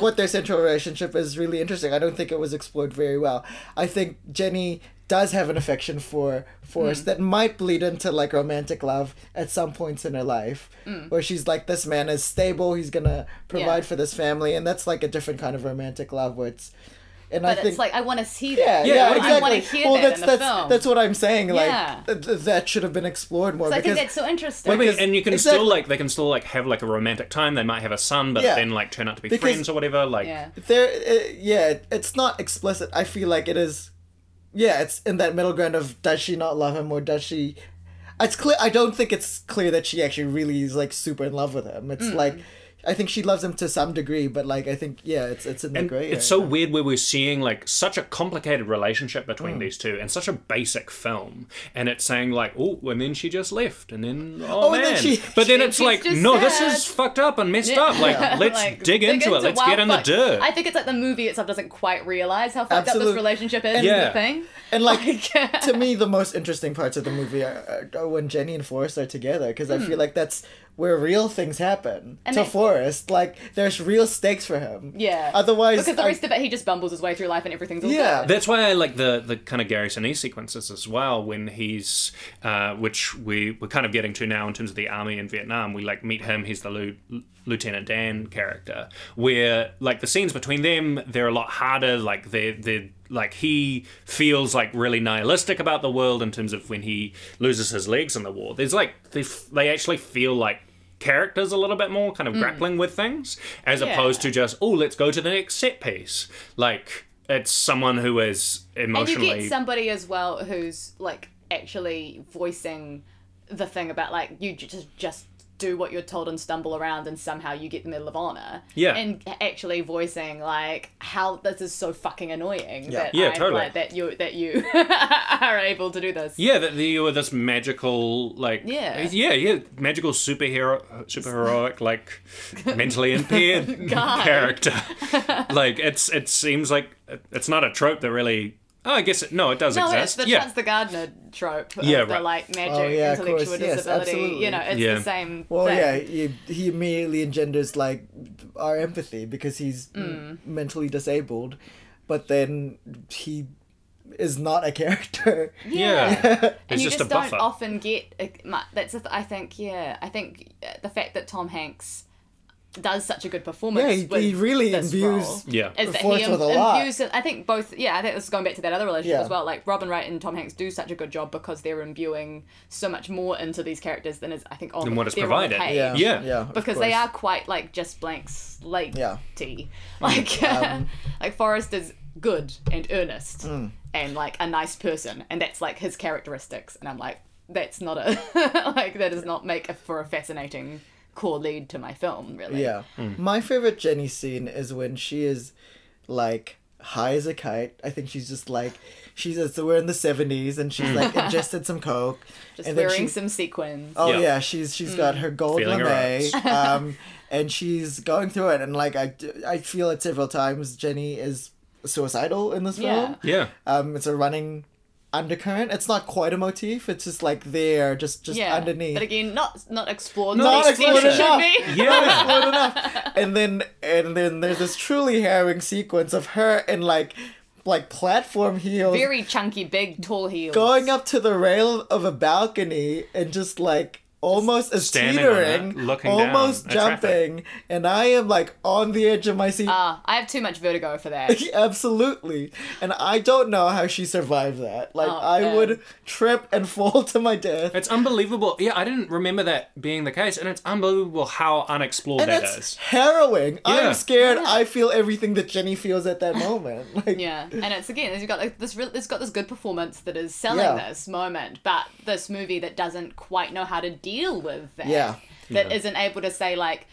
Speaker 3: what their central relationship is really interesting. I don't think it was explored very well. I think Jenny does have an affection for
Speaker 2: Hmm.
Speaker 3: Forrest that might bleed into like romantic love at some points in her life, where she's like, "This man is stable. He's gonna provide
Speaker 2: Hmm. Yeah.
Speaker 3: for this family," and that's like a different kind of romantic love where it's. And I
Speaker 2: but
Speaker 3: think,
Speaker 2: it's like I want to see
Speaker 3: yeah,
Speaker 2: that.
Speaker 3: yeah,
Speaker 1: Yeah,
Speaker 2: I
Speaker 3: exactly.
Speaker 2: want to hear
Speaker 3: well,
Speaker 2: that
Speaker 3: that's
Speaker 2: in the
Speaker 3: that's
Speaker 2: film.
Speaker 3: that's what I'm saying. Like
Speaker 2: Yeah.
Speaker 3: th- th- that should have been explored more.
Speaker 2: so I
Speaker 3: because
Speaker 2: think that's so interesting.
Speaker 1: I mean,
Speaker 3: Because-
Speaker 1: and you can
Speaker 3: exactly.
Speaker 1: still like they can still like have like a romantic time. They might have a son, but
Speaker 3: Yeah.
Speaker 1: then like turn out to be
Speaker 3: Because-
Speaker 1: friends or whatever. Like
Speaker 2: yeah.
Speaker 3: there uh, yeah it- it's not explicit i feel like it is yeah it's in that middle ground of does she not love him or does she it's clear i don't think it's clear that she actually really is like super in love with him it's
Speaker 2: Mm.
Speaker 3: like i think she loves him to some degree but like i think yeah it's it's in the
Speaker 1: And
Speaker 3: gray
Speaker 1: it's so
Speaker 3: area.
Speaker 1: weird where we're seeing like such a complicated relationship between these two and such a basic film and it's saying like oh and then she just left and then oh,
Speaker 3: Oh,
Speaker 1: man
Speaker 3: and then she-
Speaker 1: but then
Speaker 2: she-
Speaker 1: it's
Speaker 2: she's
Speaker 1: like
Speaker 2: just
Speaker 1: no this
Speaker 2: sad.
Speaker 1: is fucked up and messed up like let's
Speaker 2: Like,
Speaker 1: dig, into it let's
Speaker 2: wild
Speaker 1: get in the
Speaker 2: fuck.
Speaker 1: dirt
Speaker 2: I think it's like the movie itself doesn't quite realize how fucked up
Speaker 3: Absolute-
Speaker 2: this relationship is.
Speaker 1: Yeah.
Speaker 2: Yeah. The thing.
Speaker 3: and
Speaker 2: Oh
Speaker 3: like to me the most interesting parts of the movie are, are when jenny and forrest are together because i feel like that's where real things happen
Speaker 2: Mm. And
Speaker 3: to
Speaker 2: they-
Speaker 3: forrest like there's real stakes for him
Speaker 2: Yeah.
Speaker 3: otherwise
Speaker 2: because the
Speaker 3: I-
Speaker 2: rest of it, he just bumbles his way through life and everything's all
Speaker 3: yeah
Speaker 2: good.
Speaker 1: That's why I like the the kind of Gary Sinise sequences as well. When he's, uh, which we we're kind of getting to now in terms of the army in Vietnam. We like meet him. He's the Lu- Lieutenant Dan character. Where like the scenes between them, they're a lot harder. Like they they like he feels like really nihilistic about the world in terms of when he loses his legs in the war. There's like they f- they actually feel like characters a little bit more kind of grappling with things as opposed to just oh let's go to the next set piece like it's someone who is
Speaker 2: And you
Speaker 1: emotionally
Speaker 2: get somebody as well who's like actually voicing the thing about like you ju- just just do what you're told and stumble around and somehow you get the medal of honor.
Speaker 1: Yeah.
Speaker 2: And actually voicing like how this is so fucking annoying that
Speaker 1: Yeah,
Speaker 2: I'm,
Speaker 1: totally.
Speaker 2: like, that you that you are able to do this.
Speaker 1: yeah that you are this magical like
Speaker 2: Yeah.
Speaker 1: yeah yeah magical superhero superheroic like mentally impaired character like it's it seems like it's not a trope that really oh, I guess it, no it does
Speaker 2: No, it's
Speaker 1: exist
Speaker 2: the,
Speaker 1: yeah
Speaker 2: that's the gardener trope. of
Speaker 1: Yeah,
Speaker 2: the,
Speaker 1: right.
Speaker 2: like magic,
Speaker 3: Oh, yeah, of
Speaker 2: intellectual
Speaker 3: course. Yes,
Speaker 2: disability.
Speaker 3: absolutely.
Speaker 2: you know, it's
Speaker 1: Yeah.
Speaker 2: the same.
Speaker 3: Well,
Speaker 2: thing.
Speaker 3: yeah, he, he immediately engenders like our empathy because he's m-
Speaker 2: Mm.
Speaker 3: mentally disabled, but then he is not a character.
Speaker 1: yeah,
Speaker 2: and
Speaker 1: it's
Speaker 2: you
Speaker 1: just a
Speaker 2: just, don't
Speaker 1: buffer
Speaker 2: often get uh, mu- that's the th- I think yeah I think uh, the fact that Tom Hanks does such a good performance
Speaker 3: Yeah, he,
Speaker 2: with
Speaker 3: he really
Speaker 2: this
Speaker 3: imbues.
Speaker 2: role
Speaker 1: yeah
Speaker 2: is that
Speaker 3: Forth
Speaker 2: he im-
Speaker 3: with a lot.
Speaker 2: imbues it- I think both yeah I think this is going back to that other relationship
Speaker 3: Yeah.
Speaker 2: as well like Robin Wright and Tom Hanks do such a good job because they're imbuing so much more into these characters than is I think on
Speaker 1: Than
Speaker 2: the-
Speaker 1: what is
Speaker 2: they're on
Speaker 1: provided.
Speaker 2: the page.
Speaker 3: Yeah,
Speaker 1: Yeah.
Speaker 3: yeah, of
Speaker 2: because they
Speaker 3: course.
Speaker 2: are quite like just blank slate
Speaker 3: Yeah. Mm. Um,
Speaker 2: like like Forrest is good and earnest
Speaker 3: Mm.
Speaker 2: and like a nice person and that's like his characteristics and I'm like that's not a like that does not make a, for a fascinating core lead to my film really
Speaker 3: Yeah, my favorite Jenny scene is when she is like high as a kite. I think she's just like she's. it's- We're in the seventies, and she's like ingested some coke,
Speaker 2: just
Speaker 3: and then
Speaker 2: wearing
Speaker 3: she-
Speaker 2: some sequins
Speaker 3: Oh
Speaker 1: Yeah.
Speaker 3: yeah, she's she's
Speaker 2: Mm.
Speaker 3: got her gold
Speaker 1: Feeling her
Speaker 3: lame, um, and she's going through it, and like I, I feel it several times. Jenny is suicidal in this film.
Speaker 1: yeah
Speaker 3: Um, it's a running undercurrent. It's not quite a motif. It's just like there, just just
Speaker 2: yeah
Speaker 3: underneath.
Speaker 2: but again not not explored to
Speaker 3: Not
Speaker 2: the extent
Speaker 3: explored
Speaker 2: it should
Speaker 3: enough.
Speaker 2: be.
Speaker 1: yeah
Speaker 3: Not enough. And then and then there's this truly harrowing sequence of her in like like platform heels
Speaker 2: very chunky big tall heels
Speaker 3: going up to the rail of a balcony and just like almost is
Speaker 1: Standing on it,
Speaker 3: teetering,
Speaker 1: looking
Speaker 3: almost
Speaker 1: down at traffic.
Speaker 3: jumping, and I am like on the edge of my seat.
Speaker 2: Ah, I have too much vertigo for that
Speaker 3: Absolutely, and I don't know how she survived that. Like
Speaker 2: Oh,
Speaker 3: I
Speaker 2: man.
Speaker 3: would trip and fall to my death.
Speaker 1: It's unbelievable. Yeah, I didn't remember that being the case, and it's unbelievable how unexplored
Speaker 3: and
Speaker 1: that
Speaker 3: it's
Speaker 1: is.
Speaker 3: harrowing.
Speaker 1: Yeah.
Speaker 3: I'm scared. I feel everything that Jenny feels at that moment. Like
Speaker 2: Yeah, and it's again, you've got like, this. Real, it's got this good performance that is selling
Speaker 3: Yeah.
Speaker 2: this moment, but this movie that doesn't quite know how to deal with that.
Speaker 3: Yeah.
Speaker 2: that not able to say like,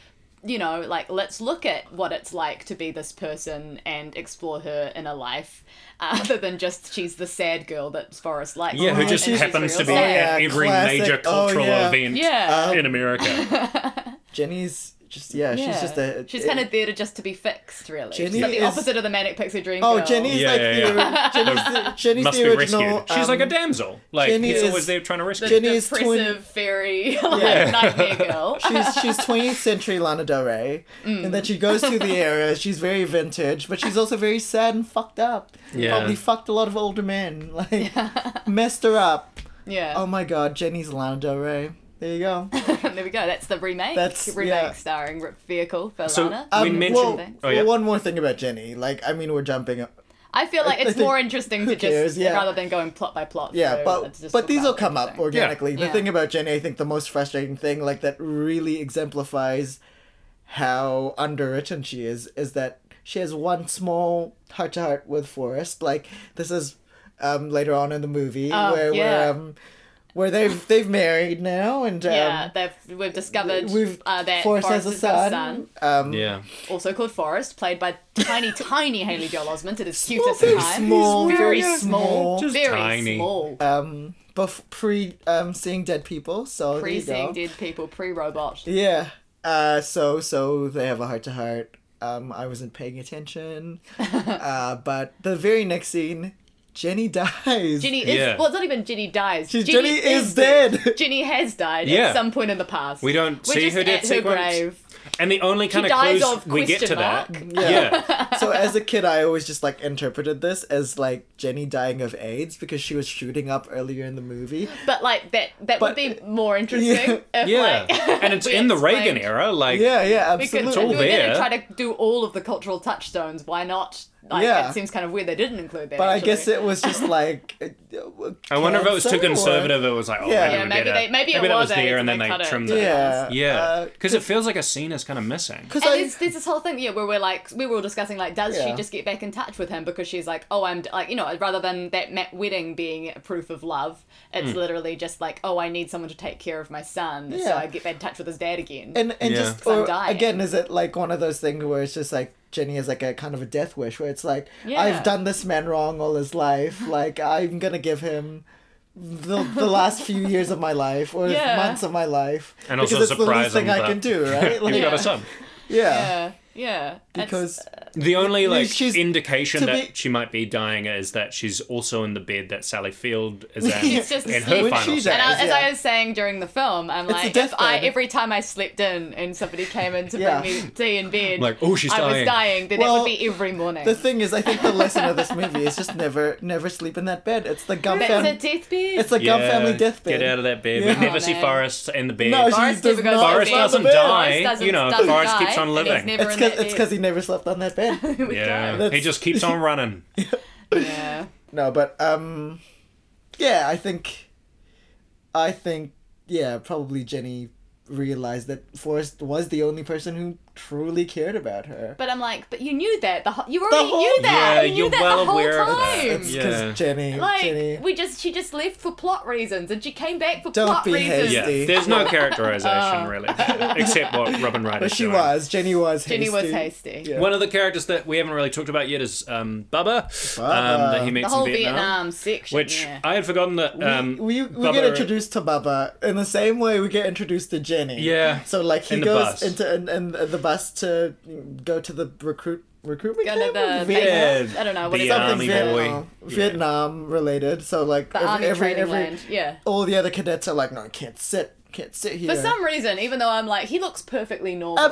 Speaker 2: you know, like let's look at what it's like to be this person and explore her inner life, uh, other than just she's the sad girl that Forrest likes.
Speaker 1: Yeah, who
Speaker 2: And
Speaker 1: just
Speaker 2: she's
Speaker 1: happens
Speaker 2: real
Speaker 1: to be
Speaker 2: sad.
Speaker 1: at
Speaker 3: Yeah,
Speaker 1: every
Speaker 3: classic.
Speaker 1: major
Speaker 3: Oh,
Speaker 1: cultural
Speaker 3: yeah.
Speaker 1: event
Speaker 2: Yeah.
Speaker 1: in America.
Speaker 3: Jenny's just yeah, she's
Speaker 2: Yeah.
Speaker 3: just a
Speaker 2: She's
Speaker 3: it-
Speaker 2: kind of there to just to be fixed, really.
Speaker 3: Jenny
Speaker 2: she's like the
Speaker 3: is-
Speaker 2: opposite of the manic pixie dream.
Speaker 3: Oh,
Speaker 2: girl.
Speaker 3: Jenny's
Speaker 1: Yeah,
Speaker 3: like
Speaker 1: yeah,
Speaker 3: the
Speaker 1: yeah.
Speaker 3: Jenny's the, Jenny's
Speaker 1: Must
Speaker 3: the
Speaker 1: be
Speaker 3: original.
Speaker 1: rescued. She's
Speaker 3: um,
Speaker 1: like a damsel. Like
Speaker 3: Jenny
Speaker 1: he's
Speaker 3: is-
Speaker 1: always there trying to rescue.
Speaker 3: Jenny is
Speaker 2: depressive
Speaker 3: twin-
Speaker 2: fairy like,
Speaker 3: Yeah.
Speaker 2: nightmare girl.
Speaker 3: She's she's 20th century Lana Del Rey, and then she goes through the era. She's very vintage, but she's also very sad and fucked up.
Speaker 1: Yeah.
Speaker 3: Probably fucked a lot of older men, like messed her up.
Speaker 2: yeah.
Speaker 3: Oh my god, Jenny's Lana Del Rey. There you go.
Speaker 2: there we go. That's the remake.
Speaker 3: That's-
Speaker 2: remake
Speaker 3: yeah.
Speaker 2: starring Rip Vehicle for
Speaker 1: So
Speaker 2: Lana.
Speaker 1: we
Speaker 3: Um,
Speaker 1: mentioned.
Speaker 3: well,
Speaker 1: oh yeah.
Speaker 3: well, one more thing about Jenny. Like, I mean, we're jumping.
Speaker 2: I feel like
Speaker 3: I
Speaker 2: it's
Speaker 3: think-
Speaker 2: more interesting to
Speaker 3: who
Speaker 2: just
Speaker 3: cares, yeah.
Speaker 2: rather than going plot by plot. through,
Speaker 3: Yeah,
Speaker 2: let's
Speaker 3: but
Speaker 2: just
Speaker 3: but
Speaker 2: talk
Speaker 3: these
Speaker 2: about
Speaker 3: will come up
Speaker 2: everything.
Speaker 3: organically. The
Speaker 2: Yeah.
Speaker 3: thing about Jenny, I think, the most frustrating thing, like that, really exemplifies how underwritten she is. Is that she has one small heart to heart with Forrest. Like this is um, later on in the movie
Speaker 2: Oh,
Speaker 3: where
Speaker 2: yeah.
Speaker 3: where, um, where they've they've married now and um,
Speaker 2: yeah, they've, we've discovered
Speaker 3: we've
Speaker 2: uh, that
Speaker 3: Forrest, has a
Speaker 2: has got
Speaker 3: son. Um,
Speaker 1: yeah.
Speaker 2: also called Forrest, played by tiny, tiny Haley Joel Osment. It is cute as
Speaker 3: very
Speaker 2: time.
Speaker 3: small,
Speaker 2: He's very,
Speaker 3: very
Speaker 2: small,
Speaker 3: small.
Speaker 1: Just
Speaker 2: very
Speaker 1: tiny.
Speaker 2: small.
Speaker 3: Um, bef- pre um, seeing dead people. So there you
Speaker 2: Pre-seeing
Speaker 3: go.
Speaker 2: dead people, pre-robot.
Speaker 3: Yeah. Uh, so so they have a heart to heart. Um, I wasn't paying attention. uh, but the very next scene, Jenny dies.
Speaker 2: Ginny is
Speaker 1: Yeah.
Speaker 2: well. It's not even Ginny dies.
Speaker 3: She's-
Speaker 2: Ginny,
Speaker 3: Ginny is dead.
Speaker 2: Ginny has died
Speaker 1: Yeah.
Speaker 2: at some point in the past.
Speaker 1: We don't
Speaker 2: We're
Speaker 1: see
Speaker 2: just
Speaker 1: her death
Speaker 2: at
Speaker 1: sequence.
Speaker 2: Her grave.
Speaker 1: And the only kind of
Speaker 2: dies
Speaker 1: clues
Speaker 2: of
Speaker 1: we get to
Speaker 2: question mark.
Speaker 1: that.
Speaker 3: Yeah.
Speaker 1: yeah.
Speaker 3: so as a kid, I always just like interpreted this as like Jenny dying of AIDS because she was shooting up earlier in the movie.
Speaker 2: But like that, that
Speaker 3: But- uh,
Speaker 2: would be more interesting. if,
Speaker 1: Yeah,
Speaker 2: like,
Speaker 1: and it's
Speaker 2: we
Speaker 1: in the Reagan
Speaker 2: explained-
Speaker 1: era. Like,
Speaker 3: Yeah, yeah,
Speaker 2: We could,
Speaker 3: absolutely.
Speaker 2: if
Speaker 1: all
Speaker 2: we were going
Speaker 1: there.
Speaker 2: to try to do all of the cultural touchstones. Why not? Like,
Speaker 3: Yeah.
Speaker 2: it seems kind of weird they didn't include that.
Speaker 3: but I
Speaker 2: actually.
Speaker 3: guess it was just like. uh,
Speaker 1: I wonder if it was too conservative. It was like, oh, maybe,
Speaker 3: Yeah. Yeah,
Speaker 1: we
Speaker 2: maybe
Speaker 1: get
Speaker 2: they-
Speaker 1: a,
Speaker 2: maybe it
Speaker 1: that
Speaker 2: was
Speaker 1: there,
Speaker 2: AIDS
Speaker 1: and then
Speaker 2: and
Speaker 1: they
Speaker 2: they cut it.
Speaker 1: trimmed it.
Speaker 3: Yeah.
Speaker 1: yeah,
Speaker 3: uh,
Speaker 1: because it feels like a scene is kind of missing.
Speaker 3: 'cause
Speaker 2: And
Speaker 3: I-
Speaker 2: there's, there's this whole thing, yeah, where we're like, we were all discussing, like, does
Speaker 3: Yeah.
Speaker 2: she just get back in touch with him because she's like, oh, I'm, d- like, you know, rather than that ma- wedding being a proof of love,
Speaker 1: Hmm.
Speaker 2: it's literally just like, oh, I need someone to take care of my son, so
Speaker 3: Yeah.
Speaker 2: I get back in touch with his dad again.
Speaker 3: And and
Speaker 1: Yeah.
Speaker 3: just
Speaker 2: 'Cause I'm
Speaker 3: or,
Speaker 2: dying.
Speaker 3: again, is it like one of those things where it's just like Jenny is like a kind of a death wish, where it's like
Speaker 2: Yeah.
Speaker 3: I've done this man wrong all his life, like I'm gonna give him the the last few years of my life or
Speaker 2: Yeah.
Speaker 3: months of my life,
Speaker 1: And also
Speaker 3: because it's the
Speaker 1: surprise
Speaker 3: least thing
Speaker 1: him
Speaker 3: I
Speaker 1: that-
Speaker 3: can do, right? Like,
Speaker 1: You've
Speaker 3: yeah.
Speaker 1: got a son.
Speaker 2: yeah, yeah. It's-
Speaker 3: because
Speaker 1: The only like
Speaker 3: she's-
Speaker 1: indication
Speaker 3: to
Speaker 1: that
Speaker 3: be-
Speaker 1: she might be dying is that she's also in the bed that Sally Field is in,
Speaker 2: She's just
Speaker 1: in
Speaker 2: asleep.
Speaker 1: her
Speaker 2: When
Speaker 1: final.
Speaker 3: she's
Speaker 1: scene.
Speaker 2: And I,
Speaker 3: Yes,
Speaker 2: as
Speaker 3: yeah.
Speaker 2: I was saying during the film, I'm
Speaker 3: a
Speaker 2: like,
Speaker 3: death
Speaker 2: if I
Speaker 3: bed.
Speaker 2: every time I slept in and somebody came in to
Speaker 3: Yeah.
Speaker 2: bring me tea in bed,
Speaker 1: Like, oh, she's
Speaker 2: I
Speaker 1: dying.
Speaker 2: was dying. Then
Speaker 3: Well,
Speaker 2: that would be every morning.
Speaker 3: the thing is, I think the lesson of this movie is just never never sleep in that bed. It's the gum
Speaker 2: That's a
Speaker 3: family.
Speaker 2: deathbed.
Speaker 3: It's the gum family deathbed.
Speaker 1: Get out of that bed.
Speaker 3: Yeah.
Speaker 1: We never
Speaker 2: Oh,
Speaker 1: see
Speaker 2: man.
Speaker 1: Forrest in the bed.
Speaker 3: No, she
Speaker 2: Forrest
Speaker 3: does
Speaker 2: never
Speaker 3: not
Speaker 2: goes
Speaker 3: sleep
Speaker 2: on
Speaker 1: Forrest
Speaker 2: the bed.
Speaker 1: doesn't
Speaker 3: Forrest
Speaker 1: die.
Speaker 2: doesn't-
Speaker 1: you know,
Speaker 2: doesn't
Speaker 1: Forrest
Speaker 2: die,
Speaker 1: keeps on
Speaker 2: and he's
Speaker 1: living.
Speaker 2: never
Speaker 3: It's
Speaker 2: in that
Speaker 3: because it's
Speaker 2: bed.
Speaker 3: because he never slept on that bed.
Speaker 1: yeah,
Speaker 3: That's-
Speaker 1: he just keeps on running.
Speaker 2: Yeah.
Speaker 3: No, but um, yeah, I think, I think, yeah, probably Jenny realized that Forrest was the only person who truly cared about her.
Speaker 2: But I'm like, but you knew that. The ho- you already
Speaker 3: whole-
Speaker 2: knew that.
Speaker 1: Yeah,
Speaker 2: you knew
Speaker 1: you're
Speaker 2: that
Speaker 1: well
Speaker 2: the whole
Speaker 1: aware of that.
Speaker 2: time.
Speaker 3: It's
Speaker 1: Yeah.
Speaker 3: because Jenny,
Speaker 2: Like
Speaker 3: Jenny.
Speaker 2: we just, she just left for plot reasons, and she came back for
Speaker 3: Don't
Speaker 2: plot
Speaker 3: be
Speaker 2: reasons.
Speaker 3: hasty.
Speaker 1: Yeah, there's no characterization
Speaker 2: Oh.
Speaker 1: really, except what Robin Wright.
Speaker 3: but
Speaker 1: is
Speaker 3: she
Speaker 1: doing.
Speaker 3: was. Jenny was. Hasty.
Speaker 2: Jenny was hasty.
Speaker 3: Yeah.
Speaker 1: One of the characters that we haven't really talked about yet is um, Bubba, Um,
Speaker 3: Bubba.
Speaker 1: that he meets
Speaker 2: The whole
Speaker 1: in
Speaker 2: Vietnam,
Speaker 1: Vietnam,
Speaker 2: section.
Speaker 1: which
Speaker 2: yeah.
Speaker 1: I had forgotten that. Um,
Speaker 3: we we
Speaker 1: Bubba-
Speaker 3: get introduced to Bubba in the same way we get introduced to Jenny.
Speaker 1: Yeah.
Speaker 3: So like he
Speaker 1: In the
Speaker 3: goes
Speaker 1: bus.
Speaker 3: into and, and the bus to go to the recruit recruitment
Speaker 2: Go to
Speaker 3: camp?
Speaker 2: the-
Speaker 3: Viet-
Speaker 1: Yeah,
Speaker 2: I don't know, what
Speaker 1: the
Speaker 2: is it?
Speaker 1: army
Speaker 2: Something
Speaker 1: boy.
Speaker 3: Vietnam, Vietnam related. So like
Speaker 2: the army training land. Yeah.
Speaker 3: all the other cadets are like, no, I can't sit, can't sit here.
Speaker 2: For some reason, even though I'm like, he looks perfectly normal.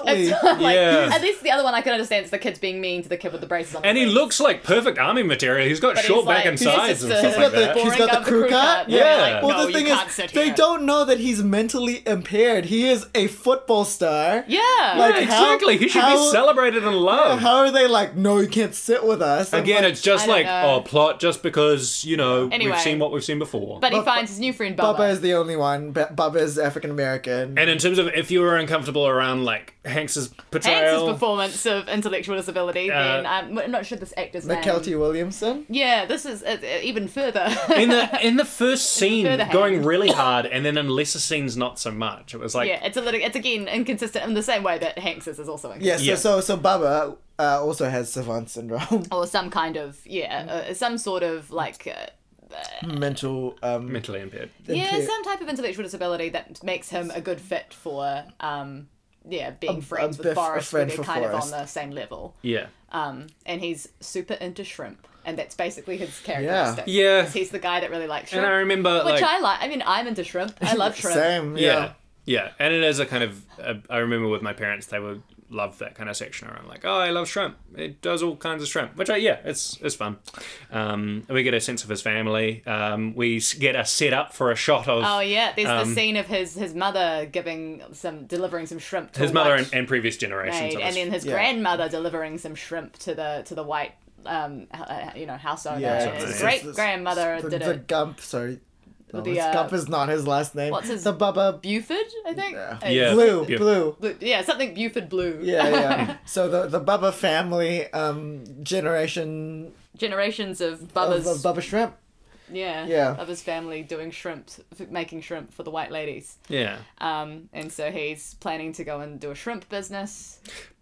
Speaker 3: Absolutely.
Speaker 2: It's like,
Speaker 1: Yeah.
Speaker 2: At least the other one I can understand is the kids being mean to the kid with the braces on.
Speaker 1: And he
Speaker 2: his face.
Speaker 1: looks like perfect army material. He's got
Speaker 2: But
Speaker 1: short
Speaker 2: he's
Speaker 1: back
Speaker 2: like-
Speaker 1: and
Speaker 2: he's just
Speaker 1: sides and
Speaker 2: a-
Speaker 1: stuff
Speaker 3: He's
Speaker 1: like
Speaker 3: got
Speaker 1: that.
Speaker 3: the, he's
Speaker 2: Boring
Speaker 3: got
Speaker 2: of
Speaker 3: the
Speaker 2: the
Speaker 3: crew
Speaker 2: crew
Speaker 3: cut.
Speaker 2: cut. Yeah,
Speaker 1: like,
Speaker 3: well,
Speaker 2: no,
Speaker 3: the
Speaker 2: you
Speaker 3: thing
Speaker 2: can't
Speaker 3: is,
Speaker 2: sit
Speaker 3: they
Speaker 2: here.
Speaker 3: don't know that he's mentally impaired. He is a football star.
Speaker 2: Yeah.
Speaker 3: Like,
Speaker 1: Yeah,
Speaker 3: how-
Speaker 1: exactly. He should
Speaker 3: how-
Speaker 1: be celebrated and loved.
Speaker 3: How are they like? No, you can't sit with us. I'm
Speaker 1: Again,
Speaker 3: like,
Speaker 1: it's just
Speaker 2: I don't
Speaker 1: like
Speaker 2: know.
Speaker 1: oh, plot just because you know
Speaker 2: Anyway.
Speaker 1: we've seen what we've seen before.
Speaker 2: But he
Speaker 3: Bubba-
Speaker 2: finds his new friend Bubba.
Speaker 3: Bubba is the only one. But Bubba, Bob is African American.
Speaker 1: And in terms of if you were uncomfortable around like Hanks's portrayal,
Speaker 2: Hanks' performance of intellectual disability,
Speaker 1: Uh,
Speaker 2: then I'm, I'm not sure this actor's name.
Speaker 3: McKelty Williamson.
Speaker 2: Yeah, this is uh, uh, even further.
Speaker 1: in the in the first scene
Speaker 2: Further hand.
Speaker 1: going really hard, and then in lesser scenes not so much. It was like
Speaker 2: yeah, it's a little, it's again inconsistent in the same way that Hanks is, is also inconsistent.
Speaker 3: Yes.
Speaker 1: Yeah.
Speaker 3: So, so so Baba uh, also has savant syndrome,
Speaker 2: Or some kind of,
Speaker 3: Mm.
Speaker 2: yeah, uh, some sort of like. Uh,
Speaker 3: mental um,
Speaker 1: mentally impaired.
Speaker 2: yeah,
Speaker 3: impair-
Speaker 2: some type of intellectual disability that makes him a good fit for, um, yeah, being friends
Speaker 3: bef-
Speaker 2: with
Speaker 3: a
Speaker 2: Forrest,
Speaker 3: friend
Speaker 2: where
Speaker 3: for
Speaker 2: they're kind
Speaker 3: Forrest.
Speaker 2: of on the same level.
Speaker 1: Yeah.
Speaker 2: Um, and he's super into shrimp, and that's basically his characteristic.
Speaker 1: Yeah.
Speaker 2: is he's the guy that really likes shrimp,
Speaker 1: And I remember
Speaker 2: which
Speaker 1: like
Speaker 2: I like. I mean, I'm into shrimp. I love shrimp.
Speaker 3: Same.
Speaker 1: yeah.
Speaker 3: Yeah.
Speaker 1: yeah. And it is a kind of uh, I remember with my parents they would love that kind of section around like, "Oh, I love shrimp. It does all kinds of shrimp." Which I yeah, it's it's fun. Um we get a sense of his family. Um we s- get a set up for a shot of
Speaker 2: Oh yeah, there's
Speaker 1: Um,
Speaker 2: the scene of his his mother giving some delivering some shrimp to
Speaker 1: his
Speaker 2: a
Speaker 1: mother
Speaker 2: white
Speaker 1: and, and previous generations
Speaker 2: maid,
Speaker 1: of
Speaker 2: and
Speaker 1: his-
Speaker 2: then his
Speaker 3: Yeah.
Speaker 2: grandmother delivering some shrimp to the to the white um h- uh, you know house owner.
Speaker 3: Yeah,
Speaker 1: it's- it's-
Speaker 2: his great grandmother
Speaker 3: The,
Speaker 2: did
Speaker 3: the
Speaker 2: it.
Speaker 3: Gump. Sorry. No,
Speaker 2: the,
Speaker 3: it's
Speaker 2: uh,
Speaker 3: Gump is not his last name.
Speaker 2: what's his-
Speaker 3: The Baba
Speaker 2: Buford, I think.
Speaker 3: Yeah.
Speaker 2: Uh,
Speaker 1: Yeah.
Speaker 3: Blue.
Speaker 1: Yeah.
Speaker 3: Blue.
Speaker 2: Blue- yeah, something Buford Blue.
Speaker 3: Yeah, yeah. so the the Bubba family um, generation
Speaker 2: Generations of
Speaker 3: of,
Speaker 2: Bubba's
Speaker 3: of Bubba Shrimp.
Speaker 2: yeah,
Speaker 3: Yeah.
Speaker 2: Bubba's family doing shrimp, f- making shrimp for the white ladies.
Speaker 1: Yeah.
Speaker 2: Um, and so he's planning to go and do a shrimp business,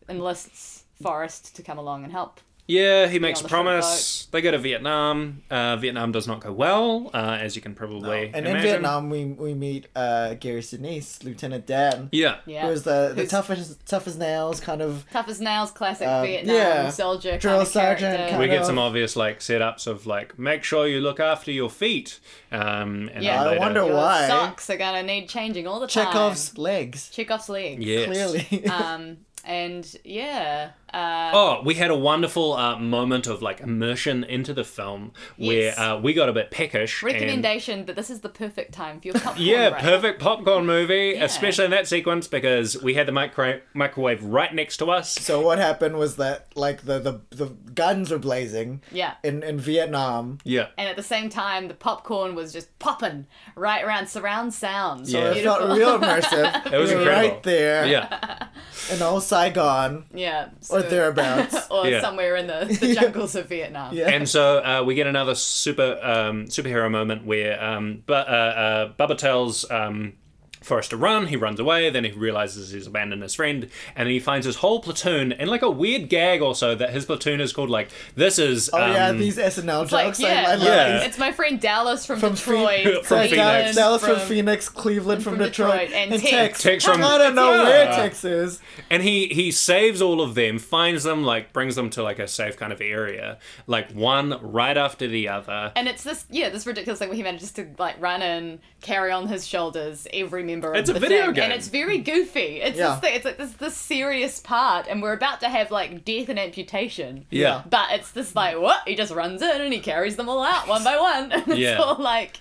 Speaker 2: enlists Forrest to come along and help.
Speaker 1: Yeah, he makes a
Speaker 2: on the front
Speaker 1: promise. They go to Vietnam. Uh, Vietnam does not go well, uh, as you can probably
Speaker 3: And in
Speaker 1: imagine.
Speaker 3: Vietnam, we we meet uh, Gary Sinise, Lieutenant Dan,
Speaker 1: Yeah.
Speaker 2: Yeah.
Speaker 3: who is the the
Speaker 2: Who's-
Speaker 3: toughest tough as nails kind of.
Speaker 2: Tough as nails, classic
Speaker 3: Um,
Speaker 2: Vietnam
Speaker 3: yeah.
Speaker 2: soldier,
Speaker 3: Drill
Speaker 2: kind of
Speaker 3: sergeant
Speaker 2: character.
Speaker 3: kind
Speaker 1: We
Speaker 3: I
Speaker 1: get
Speaker 3: know.
Speaker 1: some obvious like setups of like make sure you look after your feet. Um, and
Speaker 2: Yeah.
Speaker 1: then
Speaker 2: I
Speaker 1: later-
Speaker 3: wonder
Speaker 2: Your
Speaker 3: Why?
Speaker 2: socks are gonna need changing all the time.
Speaker 3: Chekhov's legs,
Speaker 2: Chekhov's leg.
Speaker 1: Yes.
Speaker 3: clearly.
Speaker 2: Um, and yeah, uh,
Speaker 1: Oh, we had a wonderful uh, moment of like immersion into the film
Speaker 2: Yes.
Speaker 1: where uh, we got a bit peckish. and-
Speaker 2: recommendation that this is the perfect time for your popcorn.
Speaker 1: Yeah,
Speaker 2: break.
Speaker 1: perfect popcorn movie,
Speaker 2: Yeah.
Speaker 1: especially in that sequence because we had the micro- microwave right next to us.
Speaker 3: so what happened was that like the the, the guns were blazing.
Speaker 2: Yeah.
Speaker 3: In in Vietnam.
Speaker 1: Yeah.
Speaker 2: And at the same time, the popcorn was just popping right around surround sound.
Speaker 1: Yeah.
Speaker 3: It felt
Speaker 2: Beautiful.
Speaker 3: real immersive.
Speaker 1: It was
Speaker 3: We were
Speaker 1: incredible.
Speaker 3: right there
Speaker 1: Yeah.
Speaker 3: in old Saigon
Speaker 2: Yeah. so-
Speaker 3: or thereabouts.
Speaker 2: or
Speaker 1: Yeah.
Speaker 2: somewhere in the, the jungles of Vietnam.
Speaker 3: Yeah.
Speaker 1: and so uh, we get another super um, superhero moment where um, Bu- uh, uh, Bubba tells um, Forrest to run. He runs away. Then he realizes he's abandoned his friend, and he finds his whole platoon. And like a weird gag also that his platoon is called like this is
Speaker 3: oh yeah,
Speaker 1: um,
Speaker 3: these SNL jokes.
Speaker 2: Like,
Speaker 3: I,
Speaker 2: yeah,
Speaker 3: I love
Speaker 1: Yeah.
Speaker 3: these.
Speaker 2: it's my friend Dallas from,
Speaker 3: From
Speaker 2: Detroit.
Speaker 1: Phoenix. From
Speaker 2: Cleveland
Speaker 1: Phoenix.
Speaker 3: Dallas from, Phoenix, Cleveland from,
Speaker 2: from
Speaker 3: Detroit,
Speaker 2: Detroit, and Tex.
Speaker 3: Tex.
Speaker 1: Tex from- Ah.
Speaker 3: I don't know
Speaker 1: Yeah.
Speaker 3: where Tex is.
Speaker 1: And he he saves all of them, finds them, like brings them to like a safe kind of area, like one right after the other.
Speaker 2: And it's this, yeah, this ridiculous thing where he manages to like run and carry on his shoulders every member.
Speaker 1: It's
Speaker 2: of
Speaker 1: a
Speaker 2: the
Speaker 1: video
Speaker 2: thing.
Speaker 1: game.
Speaker 2: and it's very goofy. It's
Speaker 3: Yeah.
Speaker 2: this thing. It's like this this serious part, and we're about to have like death and amputation.
Speaker 1: Yeah.
Speaker 2: But it's this like what he just runs in and he carries them all out one by one. And it's
Speaker 1: Yeah.
Speaker 2: all like,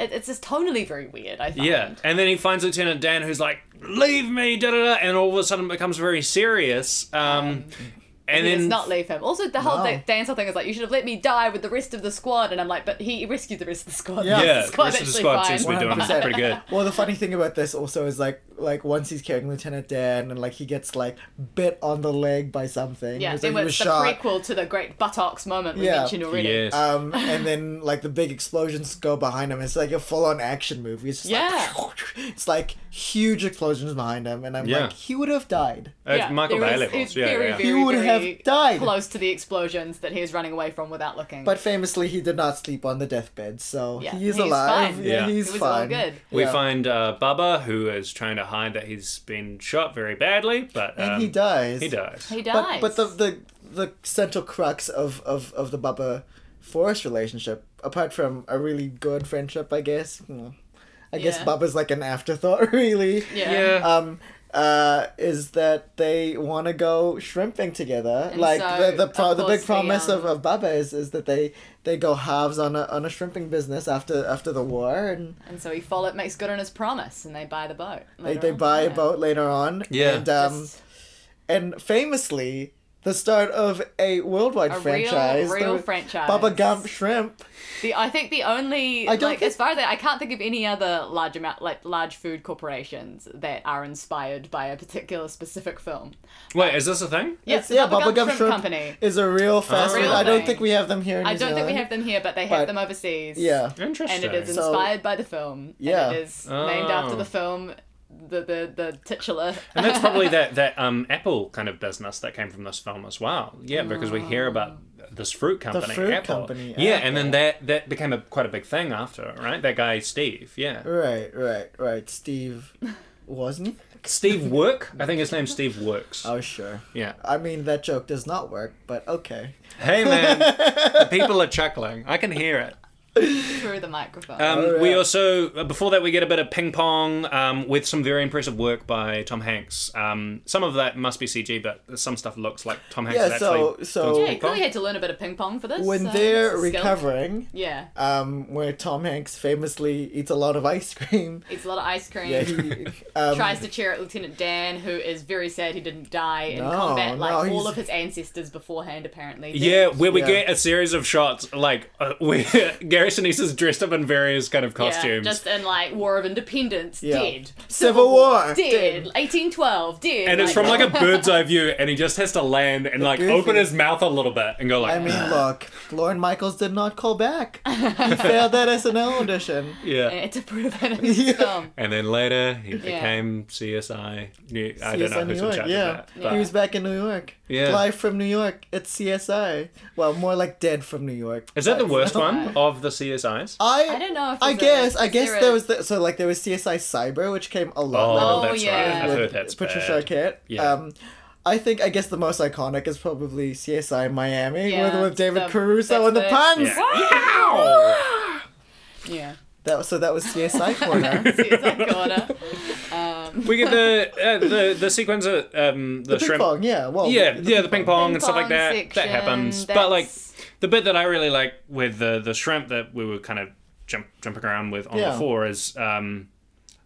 Speaker 2: it, it's just tonally very weird. I find.
Speaker 1: Yeah, and then he finds Lieutenant Dan, who's like, "Leave me!" Da da da, and all of a sudden becomes very serious. Um, and
Speaker 2: He
Speaker 1: then
Speaker 2: does not leave him. Also, the whole
Speaker 3: No.
Speaker 2: da- dancehall thing is like, you should have let me die with the rest of the squad. And I'm like, but he rescued the rest of the squad.
Speaker 3: Yeah.
Speaker 1: yeah,
Speaker 2: the
Speaker 1: the rest
Speaker 2: squad's
Speaker 1: of the
Speaker 2: actually
Speaker 1: squad
Speaker 2: fine.
Speaker 1: seems to be doing
Speaker 3: 100%.
Speaker 1: pretty good.
Speaker 3: Well, the funny thing about this also is like, like once he's carrying Lieutenant Dan, and like he gets like bit on the leg by something.
Speaker 2: Yeah,
Speaker 3: It's
Speaker 2: then
Speaker 3: like he
Speaker 2: it's
Speaker 3: was
Speaker 2: the
Speaker 3: shot.
Speaker 2: prequel to the great buttocks moment we
Speaker 3: Yeah.
Speaker 2: mentioned already.
Speaker 1: Yes.
Speaker 3: Um, and then like the big explosions go behind him. It's like a full-on action movie. It's just like, it's like huge explosions behind him, and I'm
Speaker 1: Yeah.
Speaker 3: like, he would have died.
Speaker 1: Uh, it's Michael
Speaker 2: there
Speaker 1: Bay
Speaker 2: is-
Speaker 1: levels.
Speaker 2: it's
Speaker 1: Yeah,
Speaker 2: very,
Speaker 1: yeah.
Speaker 2: very,
Speaker 3: He would have
Speaker 2: very
Speaker 3: died.
Speaker 2: Close to the explosions that he was running away from without looking.
Speaker 3: But famously, he did not sleep on the deathbed, so
Speaker 2: Yeah,
Speaker 3: he is
Speaker 2: he's
Speaker 3: alive.
Speaker 2: fine.
Speaker 1: Yeah.
Speaker 3: Yeah, he's
Speaker 2: It was all
Speaker 3: fine.
Speaker 2: good.
Speaker 1: We
Speaker 3: Yeah.
Speaker 1: find uh, Bubba, who is trying to hide that he's been shot very badly, but um,
Speaker 3: and he dies.
Speaker 1: He dies.
Speaker 2: he
Speaker 3: But,
Speaker 2: dies.
Speaker 3: but the, the the central crux of, of, of the Bubba Forrest relationship, apart from a really good friendship, I guess. hmm, I guess
Speaker 2: Yeah.
Speaker 3: Bubba's like an afterthought, really.
Speaker 2: yeah.
Speaker 1: yeah.
Speaker 3: Um, uh, is that they want to go shrimping together? like
Speaker 2: so,
Speaker 3: the the, pro-
Speaker 2: of
Speaker 3: the
Speaker 2: course,
Speaker 3: big
Speaker 2: the,
Speaker 3: promise of,
Speaker 2: um,
Speaker 3: of Bubba is, is that they they go halves on a on a shrimping business after after the war, and
Speaker 2: And so he follow makes good on his promise, and they buy the boat.
Speaker 3: they,
Speaker 2: later
Speaker 3: they
Speaker 2: on.
Speaker 3: buy a
Speaker 2: Yeah.
Speaker 3: boat later on.
Speaker 1: Yeah.
Speaker 3: and um,
Speaker 2: Just-
Speaker 3: and famously the start of a worldwide
Speaker 2: A real-
Speaker 3: franchise.
Speaker 2: real
Speaker 3: the
Speaker 2: franchise.
Speaker 3: Baba Gump Shrimp.
Speaker 2: The, I think the only
Speaker 3: I don't
Speaker 2: like
Speaker 3: think-
Speaker 2: as far as I, I can't think of any other large amount like large food corporations that are inspired by a particular specific film.
Speaker 1: Wait, is this a thing?
Speaker 2: Yes,
Speaker 3: yeah,
Speaker 2: yeah,
Speaker 3: Baba
Speaker 2: Bubblegum
Speaker 3: Gump
Speaker 2: Shrimp
Speaker 3: Shrimp
Speaker 2: Company.
Speaker 3: Is a real fast
Speaker 1: Real
Speaker 3: food. I don't
Speaker 2: thing.
Speaker 3: think we have them here in New
Speaker 2: I don't think we
Speaker 3: Zealand.
Speaker 2: have them here, but they have
Speaker 3: But-
Speaker 2: them overseas.
Speaker 3: Yeah.
Speaker 1: Interesting.
Speaker 2: and it is
Speaker 3: So-
Speaker 2: inspired by the film.
Speaker 3: Yeah.
Speaker 2: and it is named
Speaker 1: Oh.
Speaker 2: after the film. The the the titular.
Speaker 1: And that's probably that that um, Apple kind of business that came from this film as well. Yeah, because we hear about this fruit company,
Speaker 3: fruit
Speaker 1: Apple.
Speaker 3: company,
Speaker 1: yeah, and then that that became a quite a big thing after, right? That guy Steve, yeah,
Speaker 3: Right, right, right. Steve wasn't.
Speaker 1: Steve Work. I think his name's Steve Works.
Speaker 3: Oh sure.
Speaker 1: Yeah.
Speaker 3: I mean that joke does not work, but okay.
Speaker 1: Hey man, the people are chuckling. I can hear it.
Speaker 2: through the microphone.
Speaker 1: Um,
Speaker 3: Oh, yeah.
Speaker 1: We also, uh, before that, we get a bit of ping pong um, with some very impressive work by Tom Hanks. Um, some of that must be CG, but some stuff looks like Tom Hanks
Speaker 3: Yeah,
Speaker 1: is actually.
Speaker 3: so- so-
Speaker 1: doing some
Speaker 2: yeah,
Speaker 1: ping pong.
Speaker 2: you clearly had to learn a bit of ping pong for this.
Speaker 3: When
Speaker 2: so
Speaker 3: they're
Speaker 2: it's a skill.
Speaker 3: recovering,
Speaker 2: yeah,
Speaker 3: um, where Tom Hanks famously eats a lot of ice cream.
Speaker 2: eats a lot of ice cream.
Speaker 3: Yeah, he, um,
Speaker 2: tries to cheer at Lieutenant Dan, who is very sad he didn't die in
Speaker 3: No,
Speaker 2: combat like
Speaker 3: no,
Speaker 2: all
Speaker 3: he's-
Speaker 2: of his ancestors beforehand, apparently.
Speaker 1: Yeah, where we
Speaker 3: Yeah.
Speaker 1: get a series of shots like uh, where Gary Sinise is dressed up in various kind of
Speaker 2: Yeah,
Speaker 1: costumes.
Speaker 2: just in like War of Independence,
Speaker 3: Yeah.
Speaker 2: dead.
Speaker 3: Civil War,
Speaker 2: dead. 1812, dead.
Speaker 1: and it's from like a bird's eye view, and he just has to land and like
Speaker 3: goofy.
Speaker 1: open his mouth a little bit and go like,
Speaker 3: I mean, look, Lauren Michaels did not call back. He failed that SNL audition.
Speaker 2: And
Speaker 1: yeah.
Speaker 2: it's a proven in his
Speaker 3: Yeah.
Speaker 2: film.
Speaker 1: And then later he
Speaker 2: Yeah.
Speaker 1: became CSI. New- I
Speaker 3: CSI
Speaker 1: don't know
Speaker 3: New
Speaker 1: who's in
Speaker 3: York,
Speaker 1: charge
Speaker 3: yeah.
Speaker 1: of that. But
Speaker 3: He was back in New York.
Speaker 1: Yeah.
Speaker 3: Live from New York. It's CSI. Well, more like dead from New York.
Speaker 1: Is that the
Speaker 3: But-
Speaker 1: worst one of the CSIs?
Speaker 3: I,
Speaker 2: I don't know if
Speaker 3: I
Speaker 2: there's a-
Speaker 3: guess. I
Speaker 2: is
Speaker 3: guess
Speaker 2: there a-
Speaker 3: there was the, so like there was CSI Cyber, which came a lot later.
Speaker 1: Oh,
Speaker 2: Oh,
Speaker 1: that's
Speaker 2: yeah.
Speaker 1: right. I've
Speaker 3: with
Speaker 1: heard that's
Speaker 3: Patricia
Speaker 1: bad.
Speaker 3: Arquette.
Speaker 1: Yeah.
Speaker 3: Um, I think I guess the most iconic is probably CSI Miami
Speaker 2: Yeah,
Speaker 3: with, with David
Speaker 2: the-
Speaker 3: Caruso
Speaker 2: that's
Speaker 3: and the
Speaker 2: the-
Speaker 3: puns.
Speaker 1: Yeah. Oh. Ow!
Speaker 2: Yeah.
Speaker 3: That so that was CSI corner.
Speaker 2: See, it's like Gorda. Um,
Speaker 1: we get the uh, the the sequence of um, the,
Speaker 3: the ping
Speaker 1: shrimp
Speaker 3: pong, yeah. Well,
Speaker 1: yeah, yeah, the ping pong
Speaker 2: Ping
Speaker 1: and stuff like
Speaker 2: pong
Speaker 1: that. that
Speaker 2: section,
Speaker 1: happens. But like
Speaker 2: that's-
Speaker 1: the bit that I really like with the the shrimp that we were kind of jump, jumping around with on
Speaker 3: Yeah.
Speaker 1: before is um,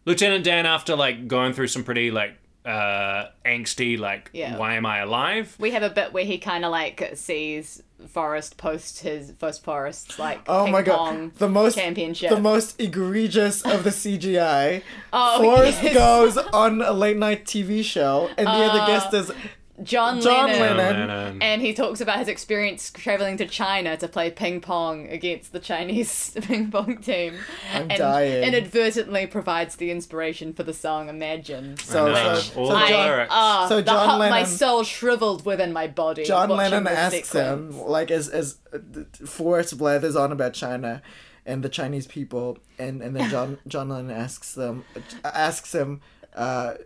Speaker 1: Lieutenant Dan after like going through some pretty like uh, angsty like
Speaker 2: Yeah.
Speaker 1: why am I alive?
Speaker 2: we have a bit where he kind of like sees Forrest post his post Forrest's like
Speaker 3: Oh
Speaker 2: ping
Speaker 3: my
Speaker 2: pong
Speaker 3: god, the most
Speaker 2: championship.
Speaker 3: the most egregious of the CGI.
Speaker 2: Oh,
Speaker 3: Forrest
Speaker 2: yes.
Speaker 3: goes on a late night TV show, and the other
Speaker 2: Uh,
Speaker 3: guest is
Speaker 2: John,
Speaker 3: John
Speaker 2: Lennon.
Speaker 3: Lennon.
Speaker 1: And, um,
Speaker 2: And he talks about his experience traveling to China to play ping pong against the Chinese ping pong team.
Speaker 3: I'm
Speaker 2: and
Speaker 3: dying.
Speaker 2: inadvertently provides the inspiration for the song Imagine.
Speaker 3: so, uh,
Speaker 1: I know,
Speaker 3: so,
Speaker 1: all
Speaker 3: so
Speaker 1: the
Speaker 3: John,
Speaker 1: lyrics.
Speaker 2: Ah,
Speaker 3: So
Speaker 2: the
Speaker 3: John
Speaker 2: heart- my
Speaker 3: Lennon-
Speaker 2: soul shriveled within my body.
Speaker 3: John
Speaker 2: watching
Speaker 3: Lennon
Speaker 2: this
Speaker 3: asks
Speaker 2: sequence.
Speaker 3: him, like, as as uh, th- Forrest blathers on about China and the Chinese people, and and then John John Lennon asks them asks him, uh,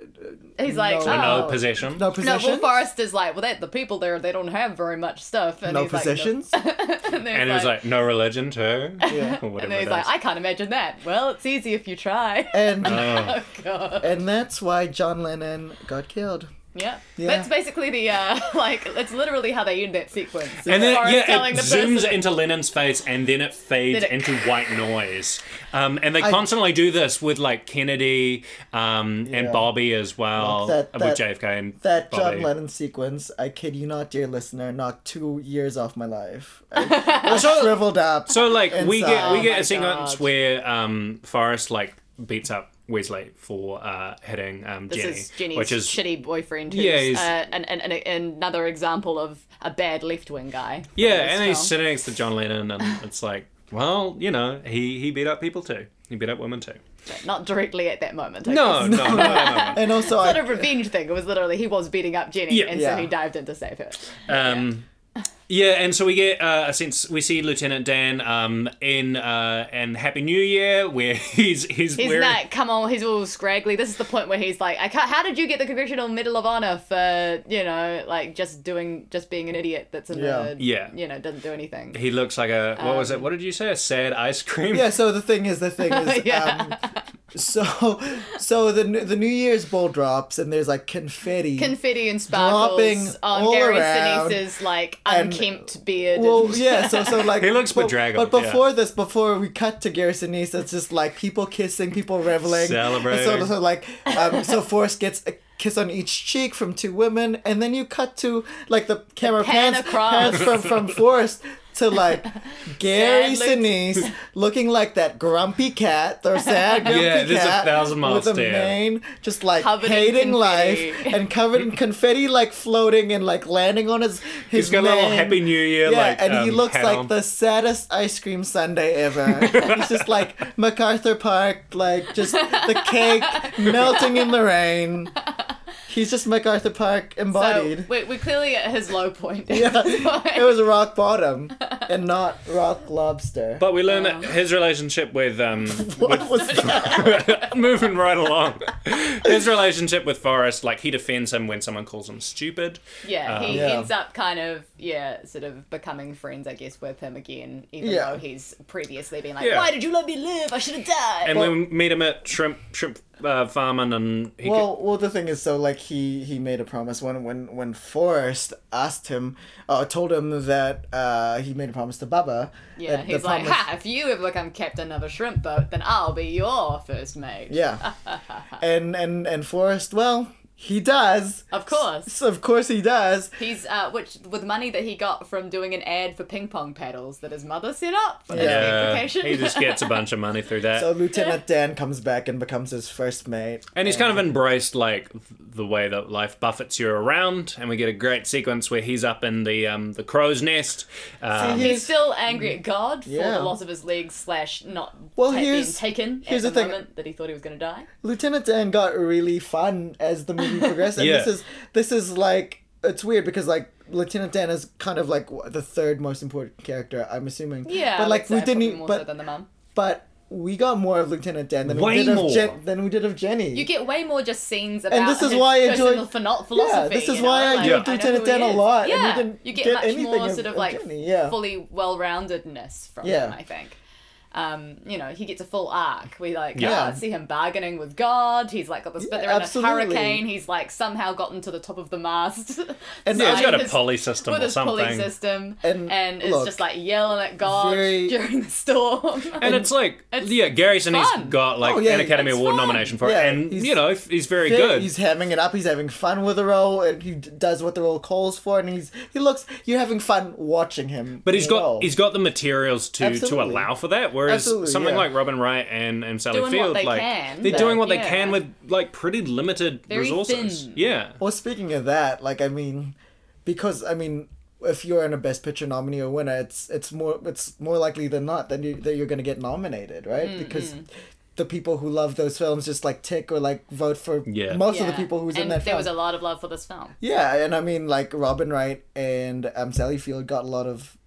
Speaker 2: He's like,
Speaker 3: No.
Speaker 2: oh.
Speaker 1: no
Speaker 3: Oh.
Speaker 1: possession.
Speaker 3: no
Speaker 2: No, well,
Speaker 3: possessions,
Speaker 2: Forrest is like, well, that the people there, they don't have very much stuff. And
Speaker 3: no
Speaker 2: he's like,
Speaker 3: possessions.
Speaker 2: and, then
Speaker 1: And he was like, no religion too.
Speaker 3: Yeah.
Speaker 1: Or whatever
Speaker 2: and then he's
Speaker 1: it
Speaker 2: like,
Speaker 1: is.
Speaker 2: I can't imagine that. Well, it's easy if you try.
Speaker 3: and
Speaker 1: Oh.
Speaker 2: oh god.
Speaker 3: and that's why John Lennon got killed.
Speaker 2: Yeah.
Speaker 3: Yeah.
Speaker 2: That's basically the uh like it's literally how they end that sequence.
Speaker 1: And then
Speaker 2: Forrest
Speaker 1: yeah,
Speaker 2: telling
Speaker 1: it
Speaker 2: the
Speaker 1: zooms
Speaker 2: person-
Speaker 1: into Lennon's face, and then it fades
Speaker 2: Then it-
Speaker 1: into white noise. Um, and they constantly do this with like Kennedy um, and
Speaker 3: Yeah.
Speaker 1: Bobby as well,
Speaker 3: Like that-
Speaker 1: with
Speaker 3: that-
Speaker 1: JFK and
Speaker 3: That
Speaker 1: Bobby.
Speaker 3: John Lennon sequence, I kid you not, dear listener, knocked two years off my life. I, I shriveled up.
Speaker 1: So like we get
Speaker 3: Inside.
Speaker 1: we
Speaker 2: Oh
Speaker 1: get
Speaker 2: my
Speaker 1: a sequence
Speaker 2: God.
Speaker 1: where um, Forrest like beats up Wesley for uh, hitting um,
Speaker 2: This
Speaker 1: Jenny,
Speaker 2: is Jenny's
Speaker 1: which is
Speaker 2: shitty boyfriend who's
Speaker 1: Yeah, he's-
Speaker 2: uh, an, an, an, another example of a bad left wing guy. from
Speaker 1: yeah,
Speaker 2: this
Speaker 1: and he's
Speaker 2: film.
Speaker 1: sitting next to John Lennon, and it's like, well, you know, he he beat up people too. He beat up women too.
Speaker 2: But not directly at that moment. I
Speaker 1: No,
Speaker 2: guess.
Speaker 1: no, no, no, no.
Speaker 3: And also,
Speaker 2: It's not
Speaker 3: I,
Speaker 2: a revenge thing. It was literally he was beating up Jenny,
Speaker 1: Yeah.
Speaker 2: and
Speaker 3: Yeah.
Speaker 2: so he dived in to save her.
Speaker 1: Um, yeah, and so we get uh, a sense we see Lieutenant Dan um, in uh, and Happy New Year where he's he's,
Speaker 2: He's
Speaker 1: wearing
Speaker 2: like, come on, he's all scraggly. This is the point where he's like, I can't, how did you get the Congressional Medal of Honor for, you know, like just doing, just being an idiot that's in
Speaker 3: Yeah.
Speaker 2: the,
Speaker 1: Yeah.
Speaker 2: you know, doesn't do anything.
Speaker 1: he looks like a what was it? What did you say? A sad ice cream.
Speaker 3: yeah. So the thing is, the thing is,
Speaker 2: Yeah.
Speaker 3: um, so so the new- the New Year's bowl drops, and there's like confetti.
Speaker 2: confetti and
Speaker 3: Dropping
Speaker 2: sparkles on
Speaker 3: all
Speaker 2: Gary
Speaker 3: around.
Speaker 2: Sinise's like
Speaker 3: And-
Speaker 2: unkempt beard.
Speaker 3: well,
Speaker 2: and-
Speaker 3: yeah. So, so like
Speaker 1: He looks
Speaker 3: but,
Speaker 1: bedraggled,
Speaker 3: But
Speaker 1: yeah.
Speaker 3: before this, before we cut to Gary Sinise, it's just like people kissing, people reveling,
Speaker 1: Celebrating.
Speaker 3: And So, so like, um, so Forrest gets kiss on each cheek from two women, and then you cut to like the camera
Speaker 2: pan
Speaker 3: pans,
Speaker 2: across.
Speaker 3: pans from from Forrest to like Gary
Speaker 2: Sad
Speaker 3: Sinise looking like that grumpy cat or sad grumpy
Speaker 1: Yeah,
Speaker 3: cat
Speaker 1: there's a thousand miles
Speaker 3: with a
Speaker 1: stare.
Speaker 3: mane, just like
Speaker 2: Covered in
Speaker 3: hating life
Speaker 2: confetti.
Speaker 3: and covered in confetti, like floating and like landing on his his
Speaker 1: He's got a little
Speaker 3: mane.
Speaker 1: Happy New Year,
Speaker 3: Yeah,
Speaker 1: like,
Speaker 3: and
Speaker 1: um,
Speaker 3: he looks
Speaker 1: hat
Speaker 3: like
Speaker 1: on.
Speaker 3: the saddest ice cream sundae ever. He's just like MacArthur Park, like just the cake melting in the rain. He's just MacArthur Park
Speaker 2: So
Speaker 3: embodied.
Speaker 2: we're, we're clearly at his low point.
Speaker 3: yeah, it was rock bottom and not rock lobster.
Speaker 1: But we learn that his relationship with um
Speaker 3: what was that?
Speaker 1: moving right along. His relationship with Forrest, like he defends him when someone calls him stupid.
Speaker 2: Yeah, he
Speaker 3: Yeah.
Speaker 2: ends up kind of yeah, sort of becoming friends, I guess, with him again, even
Speaker 3: Yeah.
Speaker 2: though he's previously been like,
Speaker 1: Yeah.
Speaker 2: "Why did you let me live? I should have died."
Speaker 1: And when we meet him at shrimp shrimp uh, farming, and he
Speaker 3: Well, well, the thing is, so like he he made a promise when when when Forrest asked him, uh, told him that uh, he made a promise to Baba.
Speaker 2: yeah,
Speaker 3: that the
Speaker 2: he's like,
Speaker 3: promise-
Speaker 2: "Ha! If you ever become captain of a shrimp boat, then I'll be your first mate."
Speaker 3: Yeah. and and and Forrest, well, he does.
Speaker 2: Of course.
Speaker 3: S- of course he does.
Speaker 2: He's uh, which with money that he got from doing an ad for ping pong paddles that his mother set up. Yeah,
Speaker 1: yeah, he just gets a bunch of money through that.
Speaker 3: So Lieutenant Dan comes back and becomes his first mate.
Speaker 1: And he's kind of embraced like th- the way that life buffets you around, and we get a great sequence where he's up in the um, the crow's nest. Um,
Speaker 3: See,
Speaker 2: He's still angry at God for
Speaker 3: Yeah.
Speaker 2: the loss of his legs slash not
Speaker 3: Well,
Speaker 2: ta-
Speaker 3: here's-
Speaker 2: being taken
Speaker 3: here's
Speaker 2: at the,
Speaker 3: the thing.
Speaker 2: moment that he thought he was going to die.
Speaker 3: Lieutenant Dan got really fun as the movie progressed. And
Speaker 1: Yeah.
Speaker 3: this is this is like it's weird because like Lieutenant Dan is kind of like w- the third most important character, I'm assuming.
Speaker 2: Yeah,
Speaker 3: but like
Speaker 2: I
Speaker 3: we
Speaker 2: would say, probably
Speaker 3: didn't.
Speaker 2: more so
Speaker 3: But
Speaker 2: than the mum.
Speaker 3: but we got more of Lieutenant Dan than
Speaker 1: Way
Speaker 3: we did
Speaker 1: more.
Speaker 3: of Jen- than we did of Jenny.
Speaker 2: You get way more just scenes about
Speaker 3: this is
Speaker 2: his
Speaker 3: why I
Speaker 2: personal
Speaker 3: enjoy-
Speaker 2: phino- philosophy.
Speaker 3: Yeah, this is
Speaker 2: you know,
Speaker 3: why I
Speaker 2: like,
Speaker 3: enjoyed
Speaker 2: know
Speaker 3: Lieutenant
Speaker 2: who
Speaker 3: Dan
Speaker 2: he
Speaker 3: a
Speaker 2: is.
Speaker 3: lot, and
Speaker 2: Yeah,
Speaker 3: we didn't
Speaker 2: you get,
Speaker 3: get
Speaker 2: much
Speaker 3: anything
Speaker 2: more
Speaker 3: of-
Speaker 2: sort of
Speaker 3: of
Speaker 2: like
Speaker 3: Jenny, yeah.
Speaker 2: fully well-roundedness from
Speaker 3: Yeah.
Speaker 2: him. I think. Um, you know, he gets a full arc. We like
Speaker 3: Yeah.
Speaker 2: uh, see him bargaining with God. He's like got this, but
Speaker 3: Yeah,
Speaker 2: they're in
Speaker 3: absolutely.
Speaker 2: a hurricane. He's like somehow gotten to the top of the mast.
Speaker 3: And
Speaker 1: yeah, he's
Speaker 2: Like
Speaker 1: got a
Speaker 2: his-
Speaker 1: pulley system
Speaker 2: with
Speaker 1: or
Speaker 2: his pulley
Speaker 1: something,
Speaker 2: system,
Speaker 3: And
Speaker 2: and, is
Speaker 3: look,
Speaker 2: just like yelling at God
Speaker 3: very-
Speaker 2: during the storm.
Speaker 1: and it's like
Speaker 2: It's
Speaker 1: yeah, Gary Sinise
Speaker 2: fun.
Speaker 1: got like
Speaker 3: Oh, yeah,
Speaker 1: an Academy
Speaker 2: it's
Speaker 1: Award
Speaker 2: fun.
Speaker 1: nomination for
Speaker 3: Yeah,
Speaker 1: it, and
Speaker 3: he's
Speaker 1: you know f- he's very
Speaker 3: fit,
Speaker 1: good.
Speaker 3: He's hamming it up. He's having fun with the role, and he d- does what the role calls for. And he's he looks. You're having fun watching him.
Speaker 1: but he's
Speaker 3: in
Speaker 1: got
Speaker 3: the role.
Speaker 1: he's got the materials to
Speaker 3: Absolutely.
Speaker 1: to allow for that. Whereas
Speaker 3: Absolutely,
Speaker 1: something
Speaker 3: yeah.
Speaker 1: like Robin Wright and, and Sally
Speaker 2: Doing what
Speaker 1: Field,
Speaker 2: they
Speaker 1: like
Speaker 2: can,
Speaker 1: they're
Speaker 2: but-
Speaker 1: doing what they
Speaker 2: yeah.
Speaker 1: can with like pretty limited
Speaker 2: Very
Speaker 1: resources.
Speaker 2: thin.
Speaker 1: Yeah,
Speaker 3: Well, speaking of that, like I mean, because I mean, if you're in a Best Picture nominee or winner, it's it's more it's more likely than not that you that you're gonna get nominated, right?
Speaker 2: Mm-hmm.
Speaker 3: Because the people who love those films just like tick or like vote for
Speaker 1: Yeah.
Speaker 3: most of
Speaker 2: Yeah.
Speaker 3: the people who's
Speaker 2: and
Speaker 3: in that
Speaker 2: there
Speaker 3: film.
Speaker 2: was a lot of love for this film.
Speaker 3: Yeah, and I mean, like Robin Wright and um, Sally Field got a lot of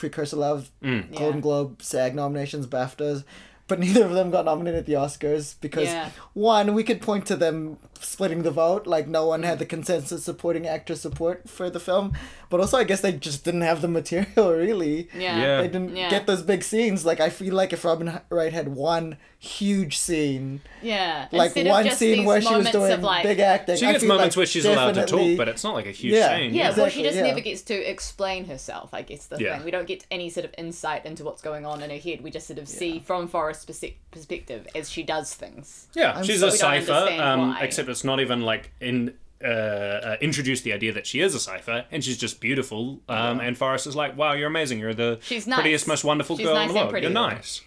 Speaker 3: precursor love,
Speaker 1: Mm.
Speaker 3: Golden
Speaker 2: Yeah.
Speaker 3: Globe, SAG nominations, BAFTAs, but neither of them got nominated at the Oscars because
Speaker 2: Yeah.
Speaker 3: one, we could point to them splitting the vote, like no one had the consensus supporting actress support for the film, but also I guess they just didn't have the material really.
Speaker 2: Yeah.
Speaker 1: Yeah.
Speaker 3: They didn't
Speaker 2: Yeah.
Speaker 3: get those big scenes. Like I feel like if Robin Wright had one huge scene,
Speaker 2: Yeah.
Speaker 3: like
Speaker 2: Instead of
Speaker 3: one
Speaker 2: just
Speaker 3: scene
Speaker 2: these
Speaker 3: where she was
Speaker 2: moments
Speaker 3: doing
Speaker 2: of, like,
Speaker 3: big acting,
Speaker 1: she
Speaker 3: I
Speaker 1: gets
Speaker 3: feel
Speaker 1: moments
Speaker 3: like
Speaker 1: where she's allowed to talk,
Speaker 3: definitely-
Speaker 1: but it's not like a huge
Speaker 3: Yeah.
Speaker 1: scene.
Speaker 2: Yeah, well, she
Speaker 3: Exactly,
Speaker 2: just
Speaker 3: yeah.
Speaker 2: never gets to explain herself. I guess the
Speaker 1: Yeah.
Speaker 2: thing we don't get any sort of insight into what's going on in her head. We just sort of see from Forrest's perse- perspective as she does things.
Speaker 1: Yeah, she's
Speaker 3: so-
Speaker 1: a
Speaker 3: We
Speaker 2: don't
Speaker 1: cipher.
Speaker 2: understand
Speaker 1: Um,
Speaker 2: why.
Speaker 1: except it's not even like in uh, uh, introduced the idea that she is a cipher, and she's just beautiful. Um, And Forrest is like, "Wow, you're amazing. You're the
Speaker 2: She's nice.
Speaker 1: prettiest, most wonderful
Speaker 2: She's
Speaker 1: girl
Speaker 2: nice
Speaker 1: in the
Speaker 2: and
Speaker 1: world.
Speaker 2: pretty.
Speaker 1: You're nice."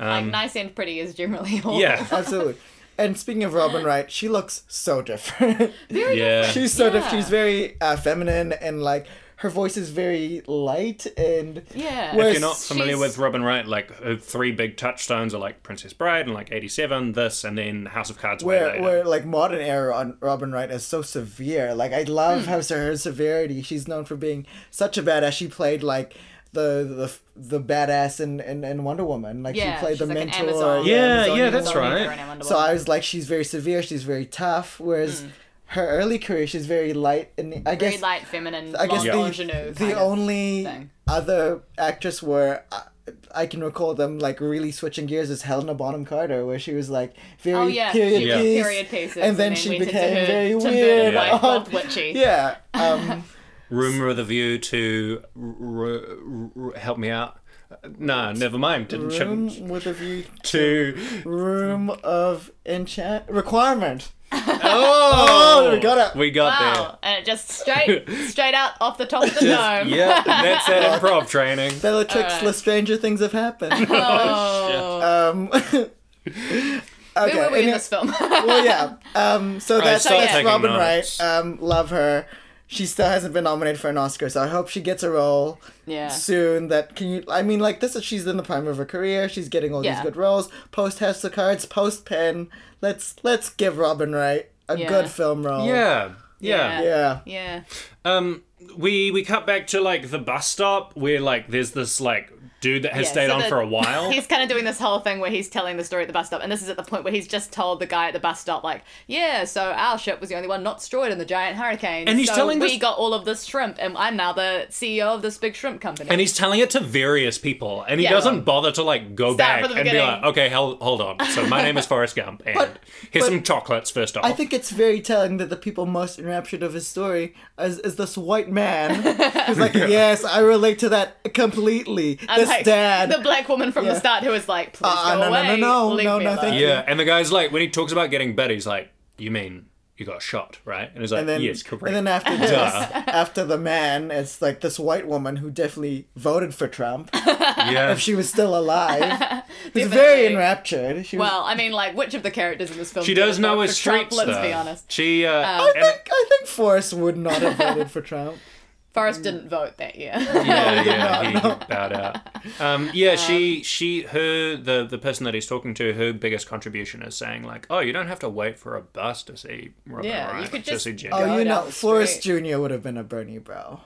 Speaker 2: like nice and pretty is generally all.
Speaker 1: Um, Yeah,
Speaker 3: Absolutely. And speaking of Robin Wright, she looks so different.
Speaker 1: yeah.
Speaker 3: she's so
Speaker 2: Yeah.
Speaker 3: different. She's very uh, feminine and like her voice is very light and
Speaker 2: Yeah.
Speaker 1: if
Speaker 3: Whereas-
Speaker 1: you're not familiar
Speaker 2: She's-
Speaker 1: with Robin Wright, like her three big touchstones are like Princess Bride and like '87, this, and then House of Cards. way
Speaker 3: where
Speaker 1: later.
Speaker 3: where like modern era on Robin Wright is so severe. Like I love
Speaker 2: Hmm.
Speaker 3: how se- her severity. She's known for being such a badass. She played like the the the badass in, in, in Wonder Woman. Like
Speaker 2: Yeah,
Speaker 3: she played the
Speaker 2: she's like an
Speaker 3: mentor.
Speaker 2: Amazon.
Speaker 1: yeah,
Speaker 3: Amazon
Speaker 1: yeah,
Speaker 3: Wonder
Speaker 1: that's
Speaker 3: Woman.
Speaker 1: right.
Speaker 3: So I was like, she's very severe. She's very tough. Whereas her early career, she's very light and I
Speaker 2: Hmm. very
Speaker 3: guess
Speaker 2: light feminine.
Speaker 3: I guess
Speaker 2: blonde
Speaker 3: the,
Speaker 2: ingenue
Speaker 3: the
Speaker 2: kind of
Speaker 3: only
Speaker 2: thing.
Speaker 3: other actress where I, I can recall them like really switching gears is Helena Bonham Carter, where she was like very
Speaker 2: Oh yeah,
Speaker 3: period,
Speaker 2: she
Speaker 1: Yeah.
Speaker 2: was
Speaker 3: piece,
Speaker 2: period pieces,
Speaker 3: and then she
Speaker 2: went into
Speaker 3: became
Speaker 2: her
Speaker 3: very
Speaker 2: Tim Burton
Speaker 3: weird.
Speaker 2: wife,
Speaker 3: Yeah.
Speaker 2: Bob Witchy.
Speaker 3: yeah, um,
Speaker 1: Rumor of the View to r- r- r- help me out. Nah, never mind. Didn't
Speaker 3: Room
Speaker 1: shouldn't
Speaker 3: with a view.
Speaker 1: to.
Speaker 3: Room of enchant requirement.
Speaker 1: Oh,
Speaker 3: Oh, we got it.
Speaker 1: We got there.
Speaker 2: Wow, Oh, and it just straight straight out off the top of the dome.
Speaker 1: Yeah, that's that improv training.
Speaker 3: Bellatrix
Speaker 2: Alright.
Speaker 3: Stranger things have happened.
Speaker 2: Uh. Oh.
Speaker 3: um, okay.
Speaker 2: Who were we in
Speaker 3: any-
Speaker 2: this film?
Speaker 3: well, yeah. Um, so that's,
Speaker 1: start
Speaker 2: taking
Speaker 3: that's Robin
Speaker 1: notes.
Speaker 3: Wright. Um, love her. She still hasn't been nominated for an Oscar, so I hope she gets a role
Speaker 2: yeah.
Speaker 3: soon. That can you? I mean, like this is she's in the prime of her career. She's getting all
Speaker 2: Yeah.
Speaker 3: these good roles. Post Hester cards, post Pen. Let's let's give Robin Wright a
Speaker 2: Yeah.
Speaker 3: good film role.
Speaker 1: Yeah. Yeah.
Speaker 3: Yeah.
Speaker 2: Yeah.
Speaker 1: Um we we cut back to like the bus stop where like there's this like dude that has
Speaker 2: Yeah,
Speaker 1: stayed
Speaker 2: so
Speaker 1: on
Speaker 2: the-
Speaker 1: for a while.
Speaker 2: He's kind of doing this whole thing where he's telling the story at the bus stop, and this is at the point where he's just told the guy at the bus stop, like, "Yeah, so our ship was the only one not destroyed in the giant hurricane,
Speaker 1: And he's
Speaker 2: so
Speaker 1: telling
Speaker 2: we
Speaker 1: this-
Speaker 2: got all of this shrimp, and I'm now the CEO of this big shrimp company."
Speaker 1: and he's telling it to various people and he
Speaker 2: Yeah.
Speaker 1: doesn't bother to like go
Speaker 2: Start
Speaker 1: back
Speaker 2: from the
Speaker 1: and be like,
Speaker 2: beginning.
Speaker 1: "Okay, hold, hold on. So my name is Forrest Gump and
Speaker 3: But-
Speaker 1: here's
Speaker 3: but-
Speaker 1: some chocolates first off."
Speaker 3: I think it's very telling that the people most enraptured of his story is, is this white man who's like, yes, I relate to that completely.
Speaker 2: And,
Speaker 3: this
Speaker 2: like,
Speaker 3: dad.
Speaker 2: the black woman from the
Speaker 3: Yeah.
Speaker 2: start, who is like, "Please
Speaker 3: Uh,
Speaker 2: go
Speaker 3: no, no, no,
Speaker 2: away,
Speaker 3: no,
Speaker 2: leave
Speaker 3: no,
Speaker 2: me
Speaker 3: no,
Speaker 2: alone."
Speaker 3: thank you.
Speaker 1: yeah, and the guy's like when he talks about getting better, he's like, "You mean you got shot, right?" And he's like,
Speaker 3: and then,
Speaker 1: "Yes, correct."
Speaker 3: and then after this,
Speaker 1: Duh.
Speaker 3: after the man, it's like this white woman who definitely voted for Trump.
Speaker 1: yeah.
Speaker 3: if she was still alive, who's very
Speaker 2: Definitely.
Speaker 3: enraptured. She was,
Speaker 2: Well, I mean, like, which of the characters in this film?
Speaker 1: she does
Speaker 2: did
Speaker 1: know
Speaker 2: vote
Speaker 1: his
Speaker 2: for Trump,
Speaker 1: streets
Speaker 2: Let's
Speaker 1: though.
Speaker 2: be honest.
Speaker 1: She uh
Speaker 3: I
Speaker 1: and-
Speaker 3: think I think Forrest would not have voted for Trump.
Speaker 2: Forrest didn't vote that year.
Speaker 1: yeah, yeah, he, he bowed out. Um, yeah, she, she, her, the the person that he's talking to, her biggest contribution is saying like, oh, you don't have to wait for a bus to see Robin
Speaker 2: Yeah,
Speaker 1: Wright,
Speaker 2: you could
Speaker 1: to
Speaker 2: just
Speaker 1: see Jane.
Speaker 3: Oh,
Speaker 2: Go
Speaker 3: you
Speaker 2: down
Speaker 3: know,
Speaker 2: the
Speaker 3: Forrest
Speaker 2: street.
Speaker 3: Jr. would have been a Bernie bro.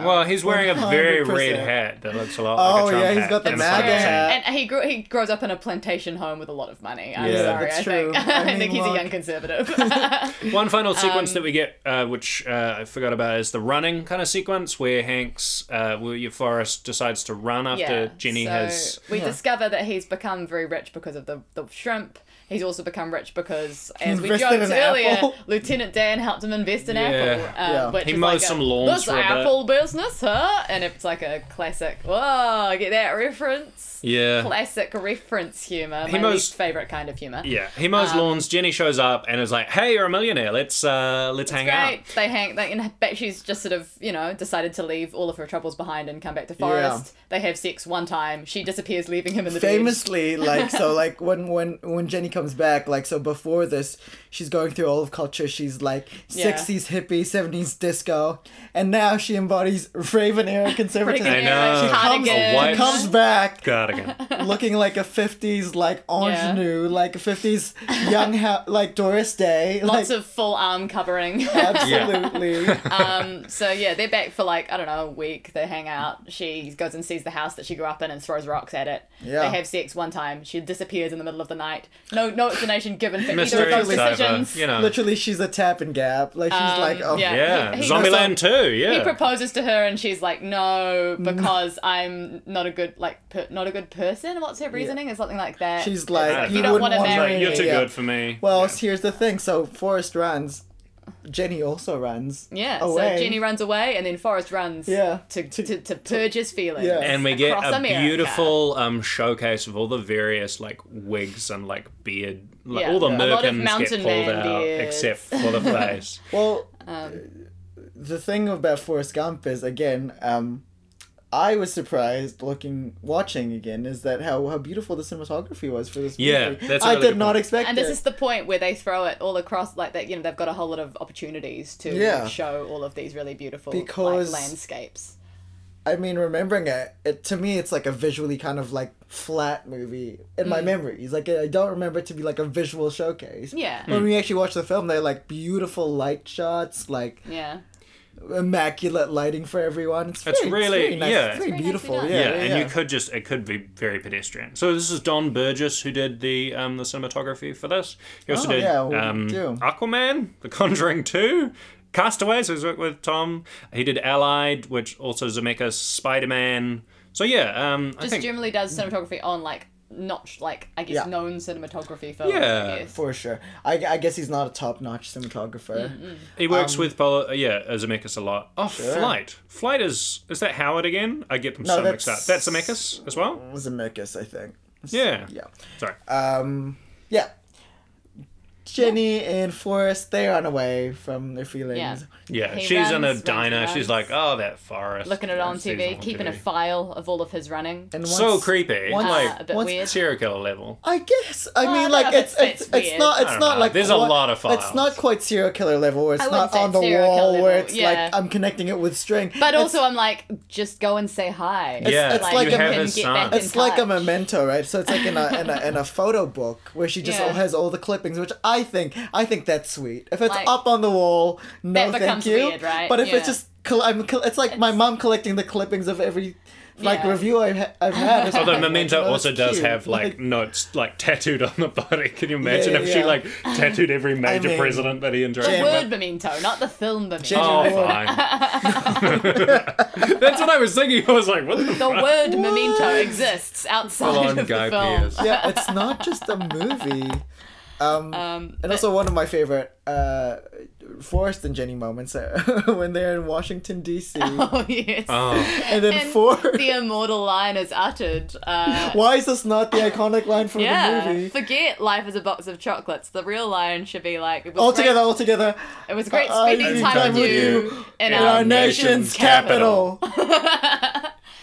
Speaker 1: well, he's wearing a very red
Speaker 3: 100%.
Speaker 1: hat that looks a lot
Speaker 3: Oh,
Speaker 1: like a Trump
Speaker 3: yeah, he's
Speaker 1: hat
Speaker 3: got the
Speaker 1: and a
Speaker 3: MAGA
Speaker 1: flash.
Speaker 3: hat.
Speaker 2: And he grew, he grows up in a plantation home with a lot of money. I'm
Speaker 1: Yeah.
Speaker 2: sorry,
Speaker 3: That's
Speaker 2: I
Speaker 3: true.
Speaker 2: think
Speaker 3: I
Speaker 2: I,
Speaker 3: mean,
Speaker 2: think he's a
Speaker 3: look-
Speaker 2: young conservative.
Speaker 1: One final sequence that we get, uh, which uh, I forgot about, is the running kind of sequence where Hanks, uh, William Forrest, decides to run after Jenny
Speaker 2: so
Speaker 1: has.
Speaker 2: We discover that he's become very rich because of the, the shrimp. He's also become rich because, as we
Speaker 3: Invested
Speaker 2: joked
Speaker 3: in
Speaker 2: earlier,
Speaker 3: Apple.
Speaker 2: Lieutenant Dan helped him invest in
Speaker 1: Yeah.
Speaker 2: Apple. Um,
Speaker 3: Yeah.
Speaker 2: Which
Speaker 1: He
Speaker 2: is
Speaker 1: mowed
Speaker 2: like a,
Speaker 1: some lawns
Speaker 2: This
Speaker 1: for a bit."
Speaker 2: Apple business, huh? And it's like a classic. Whoa, get that reference?
Speaker 1: Yeah.
Speaker 2: Classic reference humor.
Speaker 1: He
Speaker 2: my
Speaker 1: mows-
Speaker 2: least favorite kind of humor.
Speaker 1: Yeah, he mows lawns. Jenny shows up and is like, "Hey, you're a millionaire. Let's uh, let's hang out."
Speaker 2: Great. They hang. They, and but she's just sort of, you know, decided to leave all of her troubles behind and come back to Forest. They have sex one time. She disappears, leaving him in the bed.
Speaker 3: famously like so like when when when jenny comes back like so before this she's going through all of culture she's like
Speaker 2: Yeah.
Speaker 3: 60s hippie 70s disco and now she embodies raven era conservatism
Speaker 1: I know.
Speaker 2: She
Speaker 1: She
Speaker 3: comes-
Speaker 1: white-
Speaker 3: She comes back
Speaker 1: Cardigan.
Speaker 3: looking like a 50s like ingenue like a 50s young ha- like doris day
Speaker 2: Lots
Speaker 3: like,
Speaker 2: of full arm covering.
Speaker 3: absolutely
Speaker 2: um, so yeah, they're back for like I don't know a week. They hang out. She goes and sees the house that she grew up in and throws rocks at it.
Speaker 3: Yeah.
Speaker 2: They have sex one time. She disappears in the middle of the night. No, no explanation given for either
Speaker 1: Mystery
Speaker 2: of those
Speaker 1: Cyber,
Speaker 2: decisions.
Speaker 1: You know.
Speaker 3: literally she's a tap and gap like she's
Speaker 2: Um,
Speaker 3: like oh
Speaker 2: yeah.
Speaker 1: Yeah,
Speaker 2: He- he-
Speaker 1: Zombieland too.
Speaker 2: He
Speaker 1: Yeah,
Speaker 2: proposes to her and she's like, "No, because I'm not a good like per- not a good person." What's her reasoning? Or something like that.
Speaker 3: She's like,
Speaker 1: I don't
Speaker 3: you
Speaker 1: know.
Speaker 3: wouldn't
Speaker 2: You don't wanna
Speaker 3: want to
Speaker 2: marry
Speaker 3: marry
Speaker 2: me.
Speaker 1: you're too
Speaker 3: me." Yeah.
Speaker 1: good for me.
Speaker 3: Well,
Speaker 1: Yeah.
Speaker 3: here's the thing. So Forrest runs. Jenny also runs.
Speaker 2: Yeah,
Speaker 3: away.
Speaker 2: so Jenny runs away, and then Forrest runs
Speaker 3: Yeah.
Speaker 2: to,
Speaker 3: To-
Speaker 2: to, to, purge his feelings.
Speaker 3: Yeah.
Speaker 1: and we get
Speaker 2: across
Speaker 1: a
Speaker 2: America.
Speaker 1: beautiful um, showcase of all the various like wigs and like beard, like
Speaker 2: Yeah.
Speaker 1: all the
Speaker 2: Yeah. A lot of
Speaker 1: merkins get
Speaker 2: mountain
Speaker 1: pulled
Speaker 2: man
Speaker 1: out
Speaker 2: beards.
Speaker 1: except for the face.
Speaker 3: Well,
Speaker 2: Um,
Speaker 3: the thing about Forrest Gump is again, um, I was surprised looking, watching again, is that how how beautiful the cinematography was for this movie.
Speaker 1: Yeah, that's a
Speaker 3: I
Speaker 1: really
Speaker 3: did
Speaker 1: good
Speaker 3: not
Speaker 1: point.
Speaker 3: expect.
Speaker 2: And this
Speaker 3: it.
Speaker 2: is the point where they throw it all across, like that. You know, they've got a whole lot of opportunities to
Speaker 3: Yeah.
Speaker 2: show all of these really beautiful
Speaker 3: Because-
Speaker 2: like, landscapes.
Speaker 3: I mean, remembering it, it to me, it's like a visually kind of like flat movie in
Speaker 2: Mm.
Speaker 3: my memories. Like I don't remember it to be like a visual showcase.
Speaker 2: Yeah.
Speaker 3: When we actually watched the film, they're like beautiful light shots, like
Speaker 2: Yeah,
Speaker 3: immaculate lighting for everyone. It's,
Speaker 1: It's
Speaker 3: very,
Speaker 1: really-
Speaker 3: it's very nice.
Speaker 1: yeah.
Speaker 3: It's very
Speaker 2: Very
Speaker 3: beautiful.
Speaker 2: nicely
Speaker 3: yeah,
Speaker 1: yeah,
Speaker 3: yeah,
Speaker 1: and
Speaker 3: yeah.
Speaker 1: you could just it could be very pedestrian. So this is Don Burgess who did the um, the cinematography for this. He also
Speaker 3: Oh,
Speaker 1: did
Speaker 3: yeah, what did he
Speaker 1: um,
Speaker 3: do?
Speaker 1: Aquaman, The Conjuring Two. Castaways, who's worked with Tom. He did Allied, which also Zemeckis, Spider Man. So yeah, um, I
Speaker 2: just
Speaker 1: think
Speaker 2: generally does cinematography on like notch, like I guess
Speaker 3: Yeah.
Speaker 2: known cinematography films.
Speaker 1: Yeah.
Speaker 2: I guess.
Speaker 3: for sure. I, I guess he's not a top notch cinematographer.
Speaker 1: He works
Speaker 3: Um,
Speaker 1: with Paul, yeah, uh, Zemeckis a lot. Oh, Flight. Flight is is that Howard again? I get them
Speaker 3: No,
Speaker 1: so mixed up.
Speaker 3: that's-
Speaker 1: That's Zemeckis as well.
Speaker 3: Was Zemeckis, I think.
Speaker 1: Yeah.
Speaker 3: Yeah.
Speaker 1: Sorry.
Speaker 3: Um, yeah. Jenny and Forrest, they run away from their feelings.
Speaker 2: Yeah.
Speaker 1: yeah.
Speaker 2: He
Speaker 1: She's in a
Speaker 2: runs, runs,
Speaker 1: diner.
Speaker 2: runs.
Speaker 1: She's like, oh, that forest.
Speaker 2: Looking at it
Speaker 1: Yeah,
Speaker 2: on
Speaker 1: she's
Speaker 2: TV, keeping a
Speaker 1: TV.
Speaker 2: file of all of his running.
Speaker 3: And
Speaker 1: so
Speaker 3: once-
Speaker 1: creepy.
Speaker 3: once-
Speaker 2: Uh, a
Speaker 1: like
Speaker 2: bit
Speaker 3: once-
Speaker 2: weird.
Speaker 1: serial killer level.
Speaker 3: I guess. I
Speaker 2: Well, I
Speaker 3: mean,
Speaker 2: don't know
Speaker 3: like
Speaker 2: if it
Speaker 3: it's it's,
Speaker 2: fits
Speaker 3: it's,
Speaker 2: weird.
Speaker 3: not
Speaker 1: I
Speaker 3: it's
Speaker 1: don't
Speaker 3: not
Speaker 1: know.
Speaker 3: like
Speaker 1: There's a
Speaker 3: what-
Speaker 1: lot of
Speaker 3: It's
Speaker 1: files.
Speaker 3: not quite serial killer level, where it's
Speaker 2: I wouldn't
Speaker 3: not
Speaker 2: say
Speaker 3: on the
Speaker 2: serial
Speaker 3: wall,
Speaker 2: killer
Speaker 3: where
Speaker 2: level,
Speaker 3: it's
Speaker 2: yeah.
Speaker 3: like I'm connecting it with string.
Speaker 2: But
Speaker 3: It's-
Speaker 2: also, I'm like, just go and say hi.
Speaker 1: Yeah,
Speaker 3: it's like
Speaker 2: you
Speaker 3: a-
Speaker 2: can
Speaker 3: have
Speaker 1: his
Speaker 2: get
Speaker 1: son.
Speaker 2: back in
Speaker 3: it's like a
Speaker 2: touch.
Speaker 3: memento, right? So it's like in a in a, in a photo book where she just
Speaker 2: Yeah.
Speaker 3: has all the clippings, which I think I think that's sweet. If it's
Speaker 2: Like-
Speaker 3: up on the wall, no,
Speaker 2: That
Speaker 3: thank
Speaker 2: becomes
Speaker 3: you.
Speaker 2: weird, right?
Speaker 3: But if
Speaker 2: Yeah.
Speaker 3: it's just, col- I'm, col- it's like my mom collecting the clippings of every. Like
Speaker 2: Yeah.
Speaker 3: review I've, ha- I've had. It's
Speaker 1: Although
Speaker 3: like,
Speaker 1: Memento
Speaker 3: oh, that's
Speaker 1: also does
Speaker 3: cute.
Speaker 1: have like notes like tattooed on the body. Can you imagine
Speaker 3: Yeah,
Speaker 1: if she
Speaker 3: yeah.
Speaker 1: like tattooed every major
Speaker 3: mean-
Speaker 1: president that he interacted
Speaker 2: The
Speaker 1: with?
Speaker 2: word memento, not the film memento.
Speaker 3: Gen-
Speaker 1: Oh,
Speaker 3: Yeah.
Speaker 1: fine. That's what I was thinking. I was like, what the
Speaker 2: The
Speaker 1: fuck?
Speaker 2: word memento exists outside
Speaker 1: on
Speaker 2: of
Speaker 1: Guy
Speaker 2: the film.
Speaker 1: Pearce.
Speaker 3: yeah, it's not just a movie. Um,
Speaker 2: Um,
Speaker 3: and also one of my favorite uh, Forrest and Jenny moments are when they're in Washington D.C.
Speaker 2: oh yes.
Speaker 1: Oh,
Speaker 3: and then
Speaker 2: And
Speaker 3: Forrest.
Speaker 2: the immortal line is uttered. Uh,
Speaker 3: Why is this not the iconic line from the
Speaker 2: yeah,
Speaker 3: movie?
Speaker 2: forget life is a box of chocolates. The real line should be like, it was
Speaker 3: All
Speaker 2: great-
Speaker 3: together, all together.
Speaker 2: It was great
Speaker 3: Uh,
Speaker 2: spending
Speaker 1: I-
Speaker 2: time with you in our nation's
Speaker 1: capital.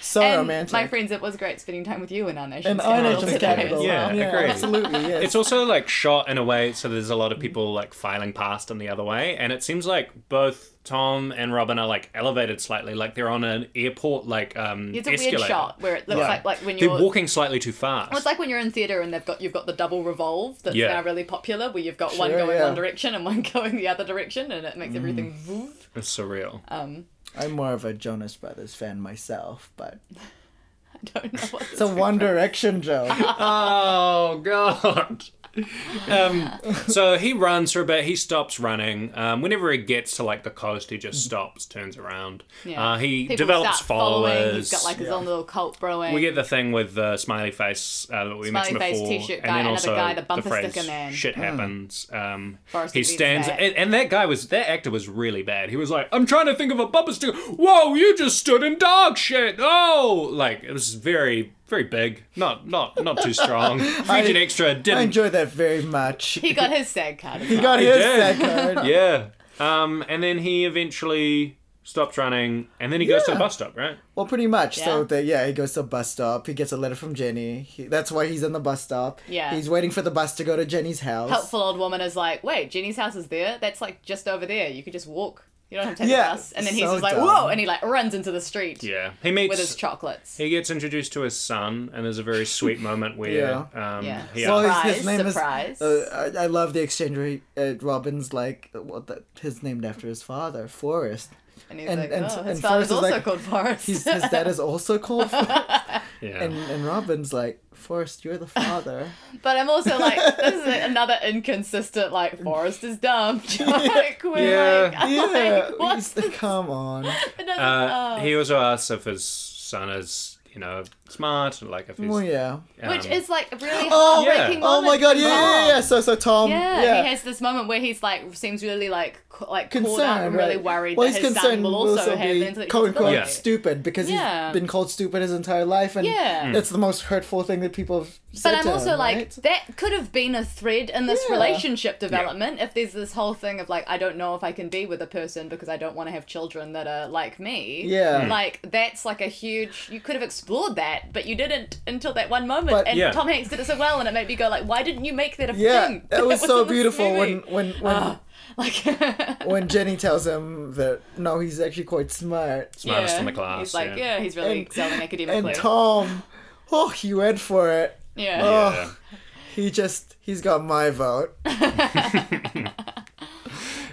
Speaker 3: so
Speaker 2: And
Speaker 3: romantic.
Speaker 2: my friends, it was great spending time with you in our nation's
Speaker 3: and our
Speaker 2: capital.
Speaker 3: nation's
Speaker 2: today as
Speaker 3: capital.
Speaker 1: Yeah,
Speaker 2: well.
Speaker 1: agreed.
Speaker 3: absolutely. Yes.
Speaker 1: it's also like shot in a way so there's a lot of people like filing past in the other way, and it seems like both Tom and Robin are like elevated slightly, like they're on an airport like um
Speaker 2: It's a
Speaker 1: escalator.
Speaker 2: weird shot where it looks
Speaker 3: Yeah.
Speaker 2: like like when
Speaker 1: They're
Speaker 2: you're
Speaker 1: walking slightly too fast.
Speaker 2: Well, it's like when you're in theatre and they've got you've got the double revolve that's
Speaker 1: Yeah.
Speaker 2: now really popular, where you've got one
Speaker 3: Sure,
Speaker 2: going
Speaker 3: yeah. Mm.
Speaker 2: one direction and one going the other direction, and it makes everything woof.
Speaker 1: It's surreal.
Speaker 2: Um,
Speaker 3: I'm more of a Jonas Brothers fan myself, but
Speaker 2: I don't know what.
Speaker 3: it's a One Direction joke.
Speaker 1: Oh god. Um, so he runs for a bit. He stops running. Um, whenever he gets to like the coast, he just stops, turns around. Uh, he
Speaker 2: People
Speaker 1: develops
Speaker 2: start following,
Speaker 1: followers.
Speaker 2: He's got like his own little cult growing.
Speaker 1: we get the thing with the smiley face uh, that we
Speaker 2: Smiley
Speaker 1: mentioned
Speaker 2: face
Speaker 1: before,
Speaker 2: t-shirt
Speaker 1: and
Speaker 2: guy,
Speaker 1: then
Speaker 2: another
Speaker 1: also
Speaker 2: guy, the bumper
Speaker 1: phrase,
Speaker 2: sticker man.
Speaker 1: Shit
Speaker 3: Hmm.
Speaker 1: happens. Um,
Speaker 2: Forrest
Speaker 1: he
Speaker 2: Whitaker's
Speaker 1: stands,
Speaker 2: back.
Speaker 1: and, and that guy was that actor was really bad. He was like, "I'm trying to think of a bumper sticker. Whoa, you just stood in dog shit. Oh, like it was very, very big. Not, not, not too strong. Fusion extra
Speaker 3: I
Speaker 1: didn't
Speaker 3: enjoy that very much.
Speaker 2: he got his SAG card. as
Speaker 3: He
Speaker 2: well.
Speaker 3: got his
Speaker 1: did.
Speaker 3: second.
Speaker 1: yeah. Um, and then he eventually stops running, and then he goes to the
Speaker 3: Yeah.
Speaker 1: bus stop, right?
Speaker 3: Well, pretty much. So
Speaker 2: Yeah.
Speaker 3: that yeah, he goes to a bus stop. He gets a letter from Jenny. He, that's why he's in the bus stop.
Speaker 2: Yeah.
Speaker 3: He's waiting for the bus to go to Jenny's house.
Speaker 2: helpful old woman is like, "Wait, Jenny's house is there. That's like just over there. You could just walk. You don't have to take
Speaker 3: Yeah,
Speaker 2: the bus." And then he's
Speaker 3: so
Speaker 2: just like,
Speaker 3: dumb.
Speaker 2: "Whoa!" and he like runs into the street
Speaker 1: Yeah. He
Speaker 2: with his
Speaker 1: meets.
Speaker 2: chocolates.
Speaker 1: He gets introduced to his son, and there's a very sweet moment where um,
Speaker 2: Yeah.
Speaker 1: he
Speaker 3: Well,
Speaker 1: asks-
Speaker 3: his, his
Speaker 2: Surprise,
Speaker 3: name
Speaker 2: surprise.
Speaker 3: is. Uh, I, I love the exchange where he, uh, Robin's like, what the, his named after his father, Forrest.
Speaker 2: And he's
Speaker 3: and-
Speaker 2: like,
Speaker 3: and-
Speaker 2: "Oh,
Speaker 3: and
Speaker 2: his father's
Speaker 3: Forrest is
Speaker 2: also
Speaker 3: like-
Speaker 2: called Forrest."
Speaker 3: He's, his dad is also called Forrest.
Speaker 1: yeah.
Speaker 3: and, and Robin's like, Forrest, you're the father.
Speaker 2: But I'm also like, this is another inconsistent, like, Forrest is dumb. Like, we're
Speaker 1: Yeah.
Speaker 2: like,
Speaker 3: yeah.
Speaker 2: like, what's
Speaker 3: he's- Come on.
Speaker 2: it doesn't-
Speaker 1: uh,
Speaker 2: oh.
Speaker 1: he also asks if his son is, you know, smart, and like if he's.
Speaker 3: Well, yeah.
Speaker 1: um,
Speaker 2: Which is like a really
Speaker 3: Oh,
Speaker 2: heartbreaking
Speaker 1: yeah.
Speaker 3: Oh
Speaker 2: moment
Speaker 3: my god,
Speaker 2: for
Speaker 3: yeah,
Speaker 2: Bob.
Speaker 3: yeah, yeah. So, so Tom.
Speaker 2: Yeah,
Speaker 3: Yeah.
Speaker 2: he has this moment where he's like seems really like ca- like caught up
Speaker 3: concerned,
Speaker 2: and
Speaker 3: right?
Speaker 2: really worried
Speaker 3: well,
Speaker 2: that
Speaker 3: he's
Speaker 2: his son
Speaker 3: concerned
Speaker 2: will also, have an
Speaker 3: be
Speaker 2: intellectual
Speaker 3: quote unquote
Speaker 1: Yeah.
Speaker 2: disability.
Speaker 3: stupid because
Speaker 2: Yeah.
Speaker 3: he's been called stupid his entire life, and
Speaker 2: Yeah. Mm.
Speaker 3: that's the most hurtful thing that people have said
Speaker 2: But I'm
Speaker 3: to
Speaker 2: also
Speaker 3: him,
Speaker 2: like,
Speaker 3: right?
Speaker 2: that could have been a thread in this
Speaker 3: Yeah.
Speaker 2: relationship development if there's this whole thing of like, I don't know if I can be with a person because I don't want to have children that are like me.
Speaker 3: Yeah.
Speaker 1: Hmm.
Speaker 3: Mm.
Speaker 2: Like, that's like a huge, you could have explored that, but you didn't until that one moment.
Speaker 3: But-
Speaker 2: and
Speaker 1: Yeah.
Speaker 2: Tom Hanks did it so well, and it made me go, like, why didn't you make that a
Speaker 3: yeah,
Speaker 2: thing?
Speaker 3: that was so
Speaker 2: in this
Speaker 3: beautiful when
Speaker 2: movie.
Speaker 3: when when,
Speaker 2: Ah. Like,
Speaker 3: when Jenny tells him that no, he's actually quite smart,
Speaker 1: Smartest in the class,
Speaker 2: He's like,
Speaker 1: yeah.
Speaker 2: yeah, he's really
Speaker 3: And-
Speaker 2: excelling academically.
Speaker 3: and Tom, oh, he went for it.
Speaker 2: yeah.
Speaker 3: Oh,
Speaker 1: Yeah.
Speaker 3: he just he's got my vote.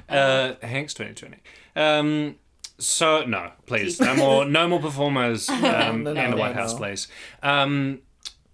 Speaker 1: Uh, Hanks 2020. Um, so no, please, no more, no more performers um,
Speaker 3: no,
Speaker 1: in the
Speaker 3: no,
Speaker 1: White
Speaker 3: no.
Speaker 1: House, please. Um,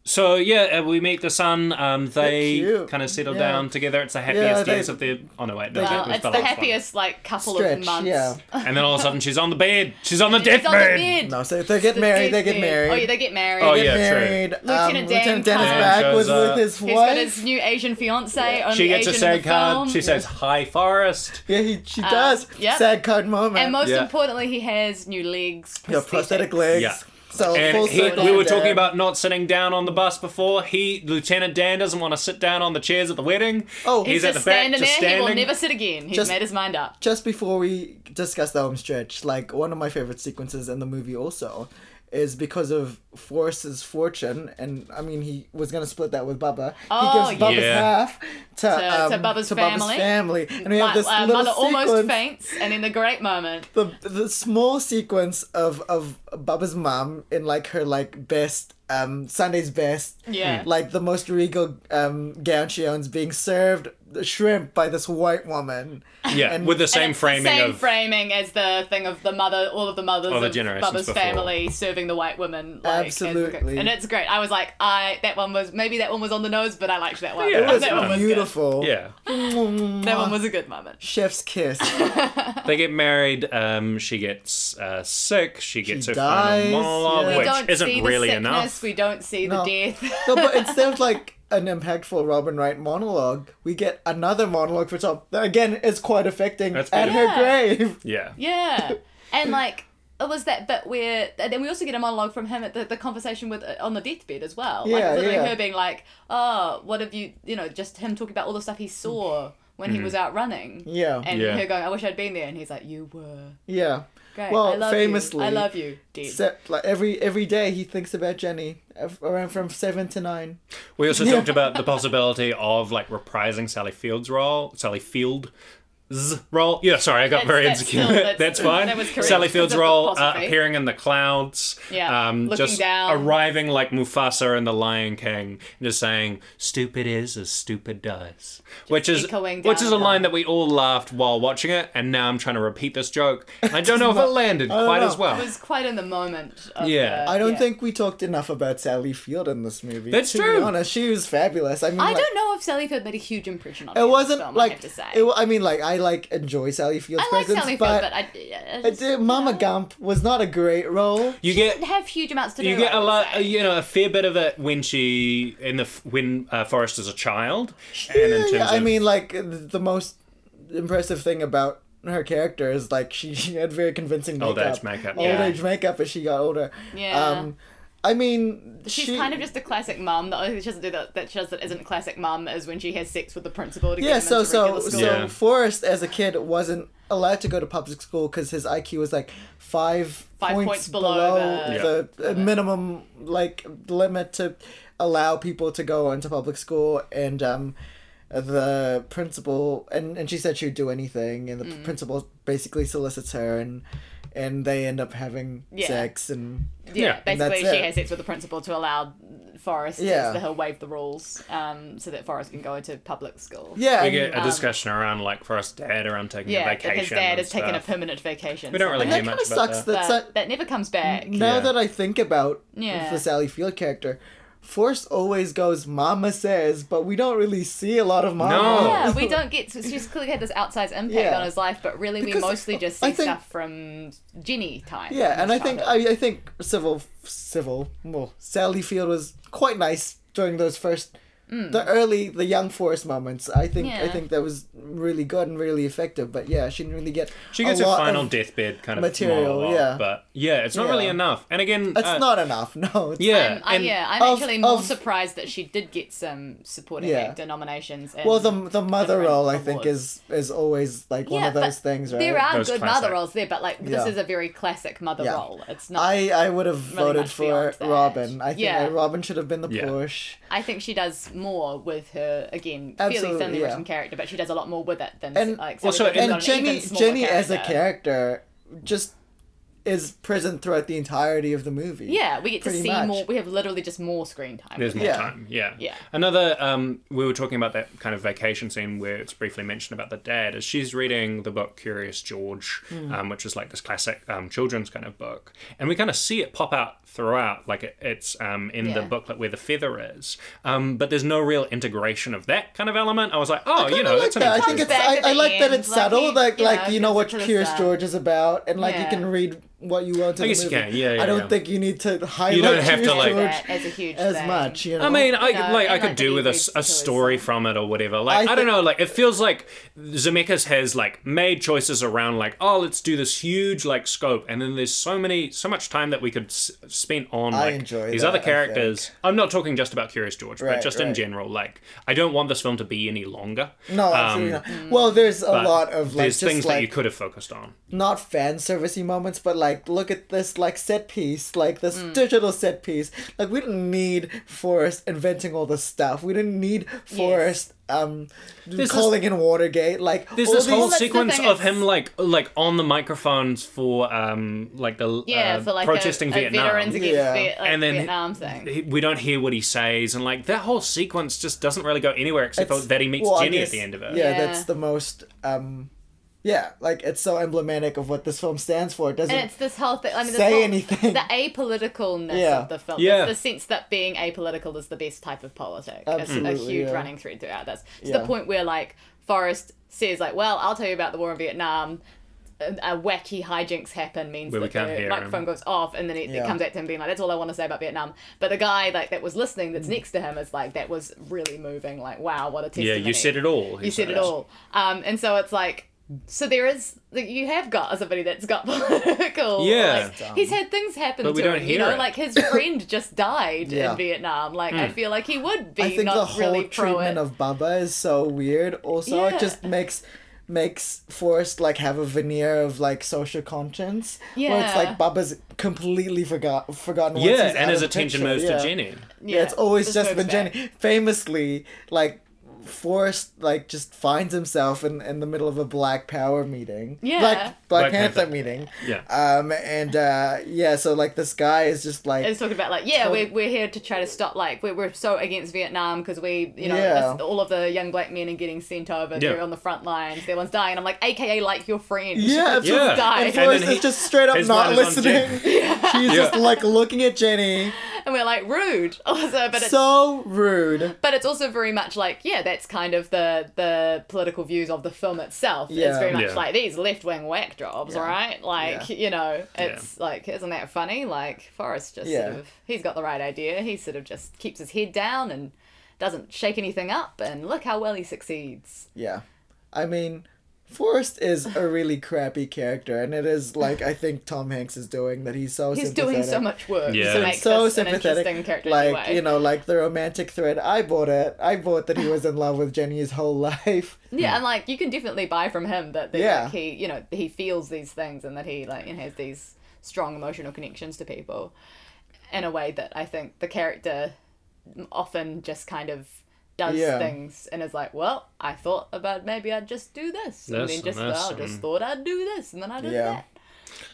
Speaker 1: So yeah, uh, we meet the son. Um, they
Speaker 3: cute.
Speaker 1: kind of settle
Speaker 3: Yeah.
Speaker 1: down together. It's the happiest
Speaker 3: they-
Speaker 1: days of their. Oh no, wait, no,
Speaker 2: Well,
Speaker 1: that was
Speaker 2: it's the
Speaker 1: last one.
Speaker 2: happiest like couple
Speaker 3: Stretch,
Speaker 2: of months.
Speaker 3: yeah.
Speaker 1: And then all of a sudden, she's on the bed. She's on the death
Speaker 2: It's on the
Speaker 1: bed.
Speaker 2: bid.
Speaker 3: No, so they get
Speaker 2: The
Speaker 3: married. They
Speaker 2: death
Speaker 3: get
Speaker 2: bid.
Speaker 3: married.
Speaker 2: Oh yeah, they get married.
Speaker 1: Oh,
Speaker 3: They
Speaker 1: yeah.
Speaker 3: get
Speaker 1: true.
Speaker 3: married. um,
Speaker 2: Lieutenant Dan
Speaker 3: Lieutenant Dan is
Speaker 2: comes.
Speaker 3: back.
Speaker 1: Dan
Speaker 3: Was
Speaker 1: shows
Speaker 3: with
Speaker 1: up.
Speaker 3: his
Speaker 2: He's
Speaker 3: wife.
Speaker 2: got his new Asian fiance. Only
Speaker 1: She gets
Speaker 2: Asian
Speaker 1: a
Speaker 2: in
Speaker 1: sad
Speaker 2: the
Speaker 1: card.
Speaker 2: film.
Speaker 1: She says, "Hi, Forest."
Speaker 3: yeah, he, she does.
Speaker 2: Uh, yep.
Speaker 3: Sad card moment.
Speaker 2: and most
Speaker 1: Yeah.
Speaker 2: importantly, he has new legs.
Speaker 3: yeah, prosthetic legs.
Speaker 1: Yeah.
Speaker 3: So full
Speaker 1: And he,
Speaker 3: circle
Speaker 1: we were
Speaker 3: Dan.
Speaker 1: talking about not sitting down on the bus before. He, Lieutenant Dan, doesn't want to sit down on the chairs at the wedding.
Speaker 3: Oh,
Speaker 1: he's,
Speaker 3: He's
Speaker 1: at
Speaker 2: just
Speaker 1: the back,
Speaker 2: standing
Speaker 1: just
Speaker 2: there.
Speaker 1: standing.
Speaker 2: He will never sit again. He's
Speaker 3: Just-
Speaker 2: made his mind up.
Speaker 3: just before we discuss the home stretch, like one of my favorite sequences in the movie also is because of Forrest's fortune, and I mean he was gonna split that with Bubba.
Speaker 2: Oh,
Speaker 3: he gives Bubba's
Speaker 1: yeah.
Speaker 3: half to
Speaker 2: To-
Speaker 3: um,
Speaker 2: to Bubba's family.
Speaker 3: family, and we
Speaker 2: My,
Speaker 3: have this
Speaker 2: uh,
Speaker 3: little
Speaker 2: mother almost
Speaker 3: sequence-
Speaker 2: faints, and then the great moment.
Speaker 3: the the small sequence of of Bubba's mom in like her like best um Sunday's best
Speaker 2: Yeah.
Speaker 1: Hmm.
Speaker 2: Mm.
Speaker 3: like the most regal um gown she owns being served shrimp by this white woman
Speaker 1: yeah,
Speaker 3: and-
Speaker 1: with the
Speaker 2: And
Speaker 1: same
Speaker 2: it's the
Speaker 1: framing
Speaker 2: same
Speaker 1: of
Speaker 2: framing as the thing of the mother, all of the mothers
Speaker 1: Of the
Speaker 2: of
Speaker 1: generations
Speaker 2: Bubba's
Speaker 1: before.
Speaker 2: family serving the white women. Like, as the cook.
Speaker 3: Absolutely.
Speaker 2: and it's great. I was like, I that one was maybe that one was on the nose, but I liked that one.
Speaker 1: Yeah, it was
Speaker 2: that one was good.
Speaker 3: beautiful
Speaker 1: yeah.
Speaker 2: That one was a good moment.
Speaker 3: chef's kiss
Speaker 1: They get married. Um, she gets uh, sick. She gets her
Speaker 3: dies,
Speaker 1: final monologue,
Speaker 3: yeah. We
Speaker 2: We
Speaker 1: which
Speaker 2: don't
Speaker 1: isn't
Speaker 2: see the
Speaker 1: really
Speaker 2: sickness,
Speaker 1: enough.
Speaker 2: We don't see
Speaker 3: No.
Speaker 2: the death.
Speaker 3: no but instead of like an impactful Robin Wright monologue we get another monologue for Tom that again is quite affecting
Speaker 1: That's
Speaker 3: at her
Speaker 2: beautiful.
Speaker 3: grave
Speaker 1: yeah.
Speaker 2: Yeah, and like it was that bit where, and then we also get a monologue from him at the, the conversation with uh, on the deathbed as well. like
Speaker 3: Yeah,
Speaker 2: literally
Speaker 3: yeah.
Speaker 2: her being like, "Oh, what have you?" You know, just him talking about all the stuff he saw when he was out running.
Speaker 3: Yeah.
Speaker 2: and
Speaker 1: Yeah.
Speaker 2: her going, "I wish I'd been there," and he's like, "You were
Speaker 3: yeah
Speaker 2: great.
Speaker 3: well
Speaker 2: I love
Speaker 3: famously
Speaker 2: you. I love you, dead."
Speaker 3: Except like every every day he thinks about Jenny ev- around from seven to nine.
Speaker 1: We also talked about the possibility of like reprising Sally Field's role, Sally Field's role. Yeah, sorry, I got
Speaker 2: That's-
Speaker 1: very
Speaker 2: that's
Speaker 1: insecure.
Speaker 2: still- that's-
Speaker 1: That's fine.
Speaker 2: that was correct.
Speaker 1: Sally Field's
Speaker 2: That's
Speaker 1: role uh,
Speaker 2: apostrophe.
Speaker 1: appearing in the clouds.
Speaker 2: Yeah,
Speaker 1: um,
Speaker 2: looking
Speaker 1: just
Speaker 2: down.
Speaker 1: arriving like Mufasa in the Lion King, and just saying "stupid is as stupid does," which is
Speaker 2: echoing
Speaker 1: which
Speaker 2: down
Speaker 1: is a
Speaker 2: the-
Speaker 1: line that we all laughed while watching it, and now I'm trying to repeat this joke. I don't know if it landed
Speaker 3: don't
Speaker 1: quite
Speaker 3: know.
Speaker 1: as well.
Speaker 2: It was quite in the moment. Of
Speaker 1: Yeah.
Speaker 2: the-
Speaker 3: I don't
Speaker 2: yeah.
Speaker 3: think we talked enough about Sally Field in this movie.
Speaker 1: That's
Speaker 3: to
Speaker 1: true.
Speaker 3: Be honest, she was fabulous. I mean,
Speaker 2: I
Speaker 3: like,
Speaker 2: don't know if Sally Field made a huge impression on me
Speaker 3: It
Speaker 2: in this
Speaker 3: wasn't
Speaker 2: film,
Speaker 3: like
Speaker 2: I have to say.
Speaker 3: It, wa- I mean, like I like enjoy Sally Field's
Speaker 2: I like
Speaker 3: presence,
Speaker 2: Sally Field,
Speaker 3: but,
Speaker 2: but I, I
Speaker 3: I
Speaker 2: just
Speaker 3: did- Mama Gump was not a great role.
Speaker 1: you get
Speaker 2: didn't have huge amounts to do.
Speaker 1: you get
Speaker 2: I
Speaker 1: a
Speaker 2: would
Speaker 1: lot, uh,
Speaker 2: say.
Speaker 1: you know, a fair bit of it when she in the f- when uh, Forrest is a child, and in terms
Speaker 3: Yeah, I
Speaker 1: of-
Speaker 3: mean, like th- the most impressive thing about her character is like she, she had very convincing makeup.
Speaker 1: Old age makeup,
Speaker 3: Old
Speaker 1: yeah.
Speaker 3: age makeup as she got older.
Speaker 2: Yeah.
Speaker 3: Um, I mean,
Speaker 2: She's
Speaker 3: she,
Speaker 2: kind of just a classic mum. The only thing she doesn't do that that she does that isn't classic mum is when she has sex with the principal to
Speaker 3: Yeah,
Speaker 2: get him
Speaker 3: so
Speaker 2: into
Speaker 3: so
Speaker 2: regular
Speaker 3: so
Speaker 2: school.
Speaker 1: Yeah.
Speaker 3: Forrest as a kid wasn't allowed to go to public school because his IQ was like five,
Speaker 2: Five
Speaker 3: points,
Speaker 2: points
Speaker 3: below,
Speaker 2: below
Speaker 1: the-
Speaker 3: the, uh, minimum like limit to allow people to go into public school and um the principal and, and she said she'd do anything and the
Speaker 2: Mm.
Speaker 3: principal basically solicits her and and they end up having
Speaker 2: Yeah.
Speaker 3: sex and
Speaker 1: Yeah,
Speaker 2: Yeah,
Speaker 3: and that's
Speaker 2: basically she
Speaker 3: it.
Speaker 2: has sex with the principal to allow Forrest
Speaker 3: Yeah.
Speaker 2: to her waive the rules um, so that Forrest can go into public school.
Speaker 3: yeah
Speaker 1: we
Speaker 3: and- um,
Speaker 1: get a discussion around like Forrest's dad around taking
Speaker 2: Yeah,
Speaker 1: a
Speaker 2: that
Speaker 1: vacation.
Speaker 2: his dad
Speaker 1: and
Speaker 2: has taken a
Speaker 1: stuff.
Speaker 2: permanent vacation.
Speaker 1: We don't
Speaker 2: so-
Speaker 1: really
Speaker 3: and
Speaker 1: hear
Speaker 3: that
Speaker 1: much
Speaker 3: kind
Speaker 1: about
Speaker 3: of sucks
Speaker 1: that.
Speaker 2: But
Speaker 3: that, that
Speaker 2: that never comes back.
Speaker 3: Now
Speaker 1: Yeah.
Speaker 3: that I think about
Speaker 2: Yeah.
Speaker 3: the Sally Field character, Forrest always goes, Mama says, but we don't really see a lot of Mama.
Speaker 1: No.
Speaker 2: Yeah, we don't get. To, she's clearly had this outsized impact
Speaker 3: Yeah.
Speaker 2: on his life, but really
Speaker 3: Because
Speaker 2: we mostly just
Speaker 3: I
Speaker 2: see
Speaker 3: think-
Speaker 2: stuff from Ginny time.
Speaker 3: Yeah, and I
Speaker 2: from
Speaker 3: think
Speaker 2: childhood.
Speaker 3: I, I think civil civil well Sally Field was quite nice during those first the early the young Forrest moments. I think I
Speaker 2: Mm. Yeah.
Speaker 3: think that was really good and really effective. But yeah, she didn't really get
Speaker 1: She gets
Speaker 3: a
Speaker 1: a
Speaker 3: lot
Speaker 1: final
Speaker 3: of,
Speaker 1: deathbed kind of
Speaker 3: material,
Speaker 1: monologue,
Speaker 3: yeah.
Speaker 1: But yeah, it's not
Speaker 3: Yeah.
Speaker 1: really enough. And again,
Speaker 3: It's
Speaker 1: uh,
Speaker 3: not enough. No, it's,
Speaker 1: Yeah,
Speaker 2: I'm, I,
Speaker 1: and
Speaker 2: yeah, I'm
Speaker 3: of-
Speaker 2: actually more
Speaker 3: of-
Speaker 2: surprised that she did get some supporting
Speaker 3: Yeah.
Speaker 2: actor nominations. And
Speaker 3: Well, the the mother
Speaker 2: different
Speaker 3: role I think
Speaker 2: awards.
Speaker 3: is is always like one
Speaker 2: Yeah,
Speaker 3: of those
Speaker 2: but
Speaker 3: things, right?
Speaker 2: There are
Speaker 1: Those
Speaker 2: good
Speaker 1: classic-
Speaker 2: mother roles there, but like
Speaker 3: Yeah.
Speaker 2: this is a very classic mother
Speaker 3: Yeah.
Speaker 2: role. It's not. I,
Speaker 3: I, I would have voted
Speaker 2: much beyond
Speaker 3: for
Speaker 2: that.
Speaker 3: Robin. I think
Speaker 2: Yeah.
Speaker 3: that Robin should have been the
Speaker 1: Yeah.
Speaker 3: push.
Speaker 2: think she does more with her again
Speaker 3: Absolutely,
Speaker 2: fairly thinly
Speaker 3: yeah.
Speaker 2: written character, but she does a lot more with it than
Speaker 3: And-
Speaker 2: like
Speaker 1: Well, so-
Speaker 2: Sally Field
Speaker 1: and
Speaker 2: got
Speaker 3: And
Speaker 2: an
Speaker 3: Jenny
Speaker 2: even smaller
Speaker 3: Jenny as a character just is present throughout the entirety of the movie.
Speaker 2: Yeah, we get to
Speaker 3: Pretty
Speaker 2: see
Speaker 3: much.
Speaker 2: more. We have literally just more screen time.
Speaker 1: There's more
Speaker 3: Yeah.
Speaker 1: time. Yeah.
Speaker 2: Yeah.
Speaker 1: Another, um, we were talking about that kind of vacation scene where it's briefly mentioned about the dad. Is she's reading the book Curious George,
Speaker 3: Mm.
Speaker 1: um, which is like this classic um, children's kind of book, and we kind of see it pop out throughout. Like it, it's um, in the
Speaker 2: Yeah.
Speaker 1: booklet where the feather is, um, but there's no real integration of that kind of element. I was like, oh, you
Speaker 3: I
Speaker 1: know,
Speaker 3: like
Speaker 1: that's an
Speaker 3: that. I think
Speaker 1: improvement.
Speaker 3: it's.
Speaker 2: Back
Speaker 3: I,
Speaker 2: at
Speaker 3: I
Speaker 2: the
Speaker 3: like that
Speaker 2: end,
Speaker 3: it's
Speaker 2: like,
Speaker 3: subtle. Like,
Speaker 2: you
Speaker 3: like
Speaker 2: know,
Speaker 3: you know what
Speaker 2: it's sort of
Speaker 3: Curious
Speaker 2: sad.
Speaker 3: George is about, and like you
Speaker 2: Yeah.
Speaker 3: can read what you want. To
Speaker 1: I guess you
Speaker 3: the movie.
Speaker 1: can, yeah, yeah,
Speaker 3: I don't
Speaker 1: yeah.
Speaker 3: think you need to highlight
Speaker 1: have to,
Speaker 3: Curious
Speaker 1: like-
Speaker 3: George
Speaker 2: that as a huge
Speaker 3: as
Speaker 2: thing.
Speaker 3: much. You know.
Speaker 1: I mean, I
Speaker 2: No,
Speaker 1: like I
Speaker 2: and,
Speaker 1: could
Speaker 2: like,
Speaker 1: do
Speaker 2: he
Speaker 1: with a, s-
Speaker 2: reads
Speaker 1: a
Speaker 2: to his
Speaker 1: story from it or whatever. Like I,
Speaker 3: I
Speaker 1: don't
Speaker 3: thi-
Speaker 1: know. Like it feels like Zemeckis has like made choices around like oh let's do this huge like scope, and then there's so many so much time that we could s- spend on
Speaker 3: I
Speaker 1: like
Speaker 3: enjoy
Speaker 1: these
Speaker 3: that,
Speaker 1: other
Speaker 3: I
Speaker 1: characters. I'm not talking just about Curious George, but
Speaker 3: Right,
Speaker 1: just in
Speaker 3: right.
Speaker 1: general. Like I don't want this film to be any longer.
Speaker 3: no, absolutely not. Well, there's a
Speaker 1: um, but
Speaker 3: lot of like
Speaker 1: there's
Speaker 3: just
Speaker 1: things
Speaker 3: like
Speaker 1: that you could have focused on.
Speaker 3: not fan servicey moments, but like look at this like set piece, like this
Speaker 2: Mm.
Speaker 3: digital set piece. Like we didn't need Forrest inventing all this stuff. We didn't need Forrest um calling in Watergate. Like
Speaker 1: There's
Speaker 3: all
Speaker 1: this
Speaker 3: these-
Speaker 1: whole
Speaker 2: that's the
Speaker 1: sequence
Speaker 2: thing,
Speaker 1: of
Speaker 2: it's-
Speaker 1: him like like on the microphones for um like the
Speaker 2: yeah,
Speaker 1: uh,
Speaker 2: for like
Speaker 1: protesting
Speaker 2: a,
Speaker 1: Vietnam
Speaker 2: a veterans against
Speaker 3: Yeah.
Speaker 2: Viet- like,
Speaker 1: And then-
Speaker 2: Vietnam thing.
Speaker 1: he- we don't hear what he says, and like that whole sequence just doesn't really go anywhere except
Speaker 3: It's-
Speaker 1: for that he meets
Speaker 3: well, I
Speaker 1: Jenny
Speaker 3: guess-
Speaker 1: at the end of it.
Speaker 3: Yeah,
Speaker 2: Yeah.
Speaker 3: that's the most um yeah, like it's so emblematic of what this film stands for. It doesn't
Speaker 2: And it's this whole thing. I mean, this
Speaker 3: say
Speaker 2: whole,
Speaker 3: anything.
Speaker 2: The apoliticalness
Speaker 3: Yeah.
Speaker 2: of the film.
Speaker 1: Yeah.
Speaker 2: It's the sense that being apolitical is the best type of politic. it's a
Speaker 3: Absolutely,
Speaker 2: huge
Speaker 3: yeah.
Speaker 2: running thread throughout this. To
Speaker 3: Yeah.
Speaker 2: the point where, like, Forrest says, like, well, I'll tell you about the war in Vietnam. A a wacky hijinks happen means
Speaker 1: Where we
Speaker 2: that
Speaker 1: can't hear
Speaker 2: the
Speaker 1: him.
Speaker 2: microphone goes off, and then it,
Speaker 3: Yeah.
Speaker 2: it comes back to him being like, "That's all I want to say about Vietnam." But the guy like that was listening,
Speaker 3: Mm.
Speaker 2: that's next to him, is like, "That was really moving. Like, wow, what a
Speaker 1: Yeah,
Speaker 2: testimony."
Speaker 1: you said it all. he
Speaker 2: You said it
Speaker 1: says.
Speaker 2: all. Um, and so it's like, so there is, like, you have got somebody that's got political.
Speaker 1: Yeah.
Speaker 2: Like, he's had things happen
Speaker 1: But
Speaker 2: to
Speaker 1: we don't
Speaker 2: him. you
Speaker 1: hear
Speaker 2: know,
Speaker 1: it. Hmm.
Speaker 2: like his friend just died
Speaker 3: Yeah.
Speaker 2: in Vietnam. Like, I feel like he would be
Speaker 3: I think
Speaker 2: not
Speaker 3: the whole
Speaker 2: really pro it.
Speaker 3: treatment of Baba is so weird. Also,
Speaker 2: Yeah.
Speaker 3: it just makes makes Forrest like have a veneer of like social conscience. Where it's
Speaker 2: Yeah.
Speaker 3: like Baba's completely forgot forgotten. once
Speaker 1: Yeah,
Speaker 3: he's out
Speaker 1: and his
Speaker 3: of the
Speaker 1: attention
Speaker 3: picture.
Speaker 1: moves
Speaker 3: Yeah.
Speaker 1: to Jenny.
Speaker 3: Yeah, it's always just
Speaker 2: goes
Speaker 3: been
Speaker 2: back.
Speaker 3: Jenny. Famously, like Forrest like just finds himself in, in the middle of a Black Power meeting.
Speaker 2: Yeah.
Speaker 3: Black Black,
Speaker 1: Black
Speaker 3: Panther,
Speaker 1: Panther.
Speaker 3: meeting.
Speaker 1: Yeah.
Speaker 3: Um and uh yeah, so like this guy is just like
Speaker 2: It's talking about like, yeah, we're, we're here to try to stop like we're, we're so against Vietnam because we, you know,
Speaker 3: Yeah.
Speaker 2: us- all of the young black men are getting sent over. They're on the front lines. They're ones dying. I'm like, AKA, like your friend.
Speaker 3: Yeah,
Speaker 2: just
Speaker 1: Yeah.
Speaker 2: die.
Speaker 3: And
Speaker 1: then
Speaker 3: Forrest
Speaker 1: he-
Speaker 3: is just straight up
Speaker 1: his
Speaker 3: not
Speaker 1: mind is on
Speaker 3: listening. She's just
Speaker 1: Yeah.
Speaker 3: like looking at Jenny.
Speaker 2: and we're like rude. Also, but it's
Speaker 3: So rude.
Speaker 2: but it's also very much like yeah that's kind of the the political views of the film itself it's
Speaker 3: Yeah.
Speaker 2: very much
Speaker 1: Yeah.
Speaker 2: like these left-wing whack jobs right like you know it's like isn't that funny like forrest just
Speaker 3: Yeah.
Speaker 2: sort of he's got the right idea he sort of just keeps his head down and doesn't shake anything up and look how well he succeeds
Speaker 3: Yeah. I mean, Forrest is a really crappy character, and it is like I think Tom Hanks is doing that he's so
Speaker 2: he's
Speaker 3: sympathetic.
Speaker 2: doing so much work
Speaker 1: Yeah.
Speaker 2: to
Speaker 1: He's
Speaker 2: make
Speaker 3: so
Speaker 2: this an interesting
Speaker 3: sympathetic,
Speaker 2: character
Speaker 3: like
Speaker 2: anyway.
Speaker 3: you know, like the romantic thread. I bought it. I bought that he was in love with Jenny his whole life.
Speaker 2: Yeah, and like you can definitely buy from him that, that
Speaker 3: Yeah.
Speaker 2: like, he, you know, he feels these things and that he like you know, has these strong emotional connections to people in a way that I think the character often just kind of does
Speaker 3: Yeah.
Speaker 2: things and is like, well, I thought about maybe I'd just do this, and
Speaker 1: This
Speaker 2: then
Speaker 1: and
Speaker 2: just
Speaker 1: this
Speaker 2: well, I
Speaker 1: and-
Speaker 2: just thought I'd do this, and then I did
Speaker 3: Yeah.
Speaker 2: that.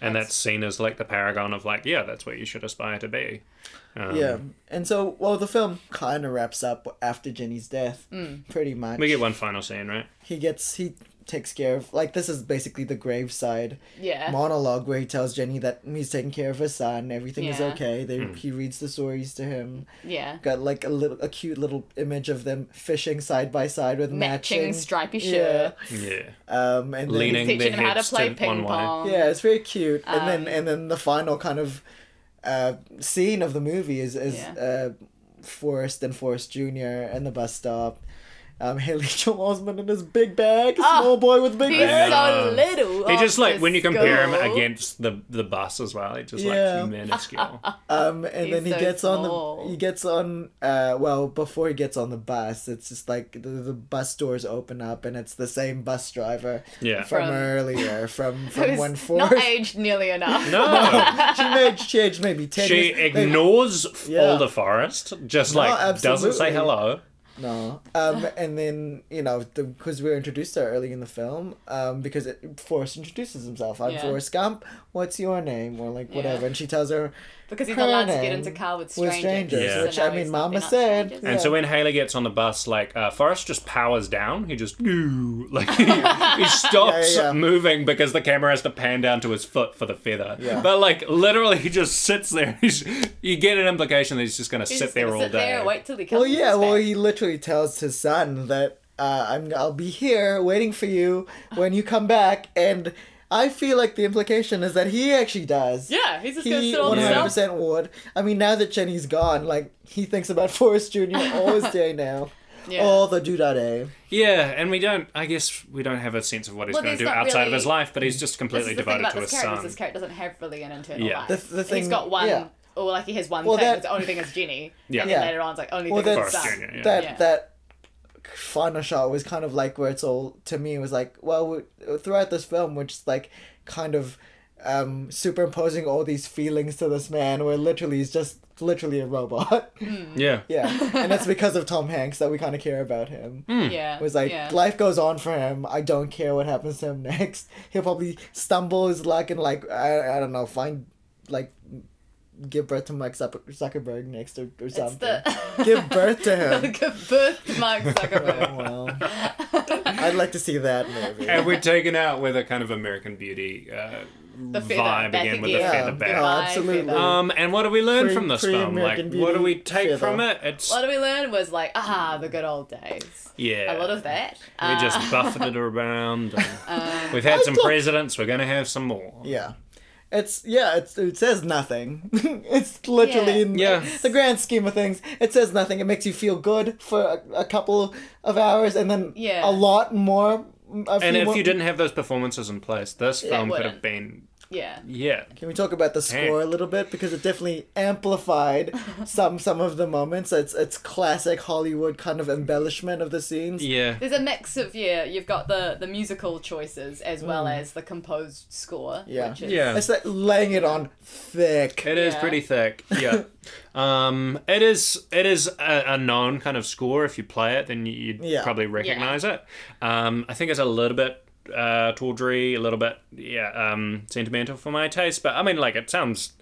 Speaker 1: And that's seen as like the paragon of like, yeah, that's what you should aspire to be. Um,
Speaker 3: Yeah, and so well, the film kind of wraps up after Jenny's death,
Speaker 2: Mm.
Speaker 3: pretty much.
Speaker 1: We get one final scene, right?
Speaker 3: he gets he takes care of like this is basically the graveside
Speaker 2: Yeah.
Speaker 3: monologue where he tells Jenny that he's taking care of his son, everything is
Speaker 2: Yeah.
Speaker 3: okay. They he reads the stories to him.
Speaker 2: Yeah.
Speaker 3: Got like a little a cute little image of them fishing side by side with matching,
Speaker 2: Matching stripy
Speaker 3: Yeah.
Speaker 2: shirt.
Speaker 1: Yeah.
Speaker 3: Um and then-
Speaker 1: Leaning their
Speaker 2: Teaching him how to
Speaker 1: heads
Speaker 2: play
Speaker 1: to one
Speaker 2: ping
Speaker 1: way.
Speaker 2: pong.
Speaker 3: Yeah, it's very cute. and
Speaker 2: Um,
Speaker 3: then and then the final kind of uh scene of the movie is is uh Forrest and Forrest Jr. and the bus stop. Um, Haley Joel Osment in his big bag, small boy with big
Speaker 2: Ah, He's
Speaker 3: bag.
Speaker 1: Yeah.
Speaker 2: so little.
Speaker 1: He just
Speaker 2: off
Speaker 1: like
Speaker 2: to
Speaker 1: when you compare him
Speaker 2: school.
Speaker 1: against the the bus as well, it's just
Speaker 3: Yeah.
Speaker 1: like minuscule.
Speaker 3: Um, and
Speaker 2: He's
Speaker 3: then he
Speaker 2: so
Speaker 3: gets on
Speaker 2: small.
Speaker 3: the he gets on uh well before he gets on the bus it's just like the, the bus doors open up and it's the same bus driver
Speaker 1: Yeah.
Speaker 3: from,
Speaker 2: From-
Speaker 3: earlier from from
Speaker 2: Who's
Speaker 3: when
Speaker 2: not
Speaker 3: Forrest
Speaker 2: aged nearly enough.
Speaker 1: No.
Speaker 3: she made she aged maybe ten
Speaker 1: She
Speaker 3: years. They-
Speaker 1: ignores
Speaker 3: Yeah.
Speaker 1: older Forrest, just like doesn't say
Speaker 3: absolutely.
Speaker 1: hello.
Speaker 3: No. Um, and then you know because we were introduced there early in the film, um, because it, Forrest introduces himself. I'm
Speaker 2: Yeah.
Speaker 3: Forrest Gump. What's your name? Or like whatever,
Speaker 2: Yeah.
Speaker 3: and she tells her
Speaker 2: Because he's
Speaker 3: her
Speaker 2: not allowed to get
Speaker 3: name
Speaker 2: into a car with
Speaker 3: we're
Speaker 2: strangers.
Speaker 3: strangers,
Speaker 1: Yeah.
Speaker 2: so
Speaker 3: which
Speaker 2: now
Speaker 3: I mean,
Speaker 2: he's not-
Speaker 3: Mama
Speaker 2: they're not
Speaker 3: said.
Speaker 2: strangers.
Speaker 1: And so when Haley gets on the bus, like uh, Forrest just powers down. He just "Ooh," like he, he stops
Speaker 3: Yeah, yeah, yeah.
Speaker 1: moving because the camera has to pan down to his foot for the feather.
Speaker 3: Yeah.
Speaker 1: But like literally, he just sits there. He's, you get an implication that he's just gonna
Speaker 2: He's
Speaker 1: sit
Speaker 2: just
Speaker 1: there
Speaker 2: gonna
Speaker 1: all
Speaker 2: sit
Speaker 1: day.
Speaker 2: There, wait till he comes.
Speaker 3: Well, Oh, yeah.
Speaker 2: back.
Speaker 3: Well, he literally tells his son that uh, I'm I'll be here waiting for you when you come back, and I feel like the implication is that he actually does.
Speaker 2: Yeah, he's just gonna
Speaker 3: He
Speaker 2: sit on
Speaker 3: one
Speaker 2: the
Speaker 3: hundred
Speaker 1: himself.
Speaker 3: percent would. I mean, now that Jenny's gone, like he thinks about Forrest Junior all his day now.
Speaker 2: Yeah.
Speaker 3: All the do da day.
Speaker 1: Yeah, and we don't. I guess we don't have a sense of what he's
Speaker 2: Well,
Speaker 1: going
Speaker 2: there's
Speaker 1: to do
Speaker 2: not
Speaker 1: outside of
Speaker 2: really-
Speaker 1: his life, but he's just
Speaker 2: This
Speaker 1: completely
Speaker 2: is the thing
Speaker 1: devoted
Speaker 2: about
Speaker 1: to
Speaker 2: this
Speaker 1: his
Speaker 2: character.
Speaker 1: son.
Speaker 2: is This character doesn't have really an internal
Speaker 1: Yeah.
Speaker 2: life.
Speaker 3: The- the
Speaker 2: he's
Speaker 3: thing-
Speaker 2: got one,
Speaker 3: yeah.
Speaker 2: or like he has one
Speaker 3: Well,
Speaker 2: thing.
Speaker 3: that-
Speaker 2: His only thing is Jenny.
Speaker 1: Yeah.
Speaker 2: And then
Speaker 3: Yeah.
Speaker 2: later on, it's like oh, only
Speaker 3: Well,
Speaker 2: thing is
Speaker 3: that's-
Speaker 2: son.
Speaker 1: Forrest Jr., yeah.
Speaker 3: That
Speaker 2: Yeah.
Speaker 3: that final shot was kind of like where it's all to me was like well we, throughout this film we're just like kind of um superimposing all these feelings to this man where literally he's just literally a robot
Speaker 1: yeah.
Speaker 3: yeah and that's because of tom hanks that we kind of care about him
Speaker 2: Yeah.
Speaker 3: Hmm. It was like
Speaker 2: Mm. yeah.
Speaker 3: life goes on for him i don't care what happens to him next he'll probably stumble his luck and like i, I don't know find like give birth to mark Zucker- zuckerberg next or, or
Speaker 2: it's
Speaker 3: something
Speaker 2: the
Speaker 3: give birth to him
Speaker 2: Give birth to Mark Zuckerberg.
Speaker 3: well, I'd like to see that movie.
Speaker 1: and we're taken out with a kind of American Beauty uh,
Speaker 2: The feather
Speaker 1: vibe
Speaker 2: back
Speaker 1: again with
Speaker 2: again.
Speaker 1: the
Speaker 3: yeah,
Speaker 1: feather back.
Speaker 2: Bye,
Speaker 3: no, Oh, absolutely.
Speaker 2: feather.
Speaker 1: Um, and what do we learn
Speaker 3: Pre-
Speaker 1: from this film? Like,
Speaker 3: pre-American
Speaker 1: what do we
Speaker 3: Beauty
Speaker 1: take
Speaker 3: feather.
Speaker 1: from it? It's
Speaker 2: What we learned was like, ah, the good old days.
Speaker 1: yeah,
Speaker 2: A lot of that.
Speaker 1: We just
Speaker 2: Uh, um,
Speaker 1: buffeted around. and we've had some presidents. We're gonna have some more.
Speaker 3: yeah, it's yeah. It's, it says nothing. it's literally
Speaker 2: Yeah.
Speaker 3: in
Speaker 1: Yeah.
Speaker 3: the grand scheme of things. It says nothing. It makes you feel good for a, a couple of hours, and then
Speaker 2: Yeah.
Speaker 3: a lot more. A
Speaker 1: And
Speaker 3: few
Speaker 1: if
Speaker 3: more-
Speaker 1: you didn't have those performances in place, this film could
Speaker 2: wouldn't.
Speaker 1: have been
Speaker 2: yeah.
Speaker 1: yeah.
Speaker 3: Can we talk about the score a little bit because it definitely amplified some some of the moments. It's it's classic Hollywood kind of embellishment of the scenes.
Speaker 1: Yeah.
Speaker 2: There's a mix of yeah, you've got the the musical choices as well as the composed score.
Speaker 3: Hmm. Yeah.
Speaker 2: Which is,
Speaker 1: Yeah.
Speaker 3: It's like laying it on thick.
Speaker 1: It is
Speaker 2: Yeah.
Speaker 1: pretty thick. Yeah. um, it is it is a, a known kind of score. If you play it, then you- you'd
Speaker 3: Yeah.
Speaker 1: probably recognize it. Um, I think it's a little bit uh, tawdry, a little bit yeah, um, sentimental for my taste. But I mean, like it sounds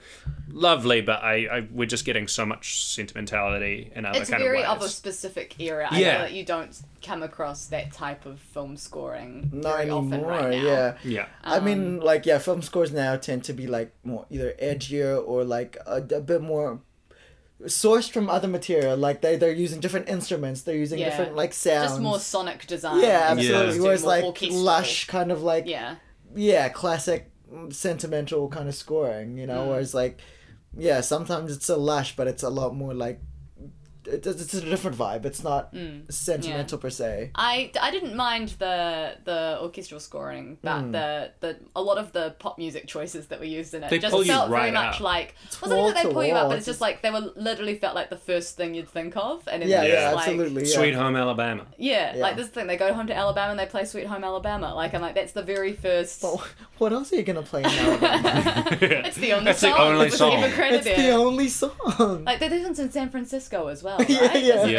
Speaker 1: lovely, but I, I we're just getting so much sentimentality in other
Speaker 2: It's
Speaker 1: kind
Speaker 2: very
Speaker 1: of
Speaker 2: of a
Speaker 1: ways.
Speaker 2: specific era. I
Speaker 1: Yeah.
Speaker 2: know that you don't come across that type of film scoring
Speaker 3: Not
Speaker 2: very
Speaker 3: anymore.
Speaker 2: often right now.
Speaker 3: Yeah.
Speaker 1: yeah.
Speaker 3: I
Speaker 2: Um,
Speaker 3: mean, like, yeah, film scores now tend to be like more either edgier or like a, a bit more sourced from other material. Like they they're using different instruments, they're using
Speaker 2: Yeah.
Speaker 3: different like sounds.
Speaker 2: Just more sonic design.
Speaker 3: yeah,
Speaker 2: as
Speaker 3: absolutely.
Speaker 2: opposed to
Speaker 3: Whereas
Speaker 2: more
Speaker 3: like
Speaker 2: orchestral.
Speaker 3: lush kind of like yeah,
Speaker 2: Yeah.
Speaker 3: classic mm, sentimental kind of scoring. You
Speaker 2: Mm.
Speaker 3: know, whereas like yeah, sometimes it's a lush, but it's a lot more like. It, it's it's a different vibe. It's not
Speaker 2: Mm.
Speaker 3: sentimental per se.
Speaker 2: I, I didn't mind the the orchestral scoring, but
Speaker 3: Hmm.
Speaker 2: the, the a lot of the pop music choices that were used in it
Speaker 1: They
Speaker 2: just
Speaker 1: pull you
Speaker 2: felt very
Speaker 1: right
Speaker 2: much
Speaker 1: up.
Speaker 2: like wasn't even that they
Speaker 3: wall to
Speaker 2: pull you up,
Speaker 3: wall,
Speaker 2: but
Speaker 3: it's
Speaker 2: it's just like they were literally felt like the first thing you'd think of, and then
Speaker 3: Yeah,
Speaker 2: they're
Speaker 3: yeah,
Speaker 2: just like,
Speaker 3: absolutely. Yeah.
Speaker 1: Sweet Home Alabama.
Speaker 2: Yeah,
Speaker 3: Yeah.
Speaker 2: like this thing, they go home to Alabama and they play Sweet Home Alabama. Like I'm like, that's the very first.
Speaker 3: But what else are you gonna play now?
Speaker 2: It's the only
Speaker 1: That's the
Speaker 2: song.
Speaker 1: only
Speaker 2: that was
Speaker 1: song.
Speaker 2: Even credited.
Speaker 3: it's the only song.
Speaker 2: like they did this in San Francisco as well, right?
Speaker 3: Yeah, yeah.
Speaker 2: Isn't it?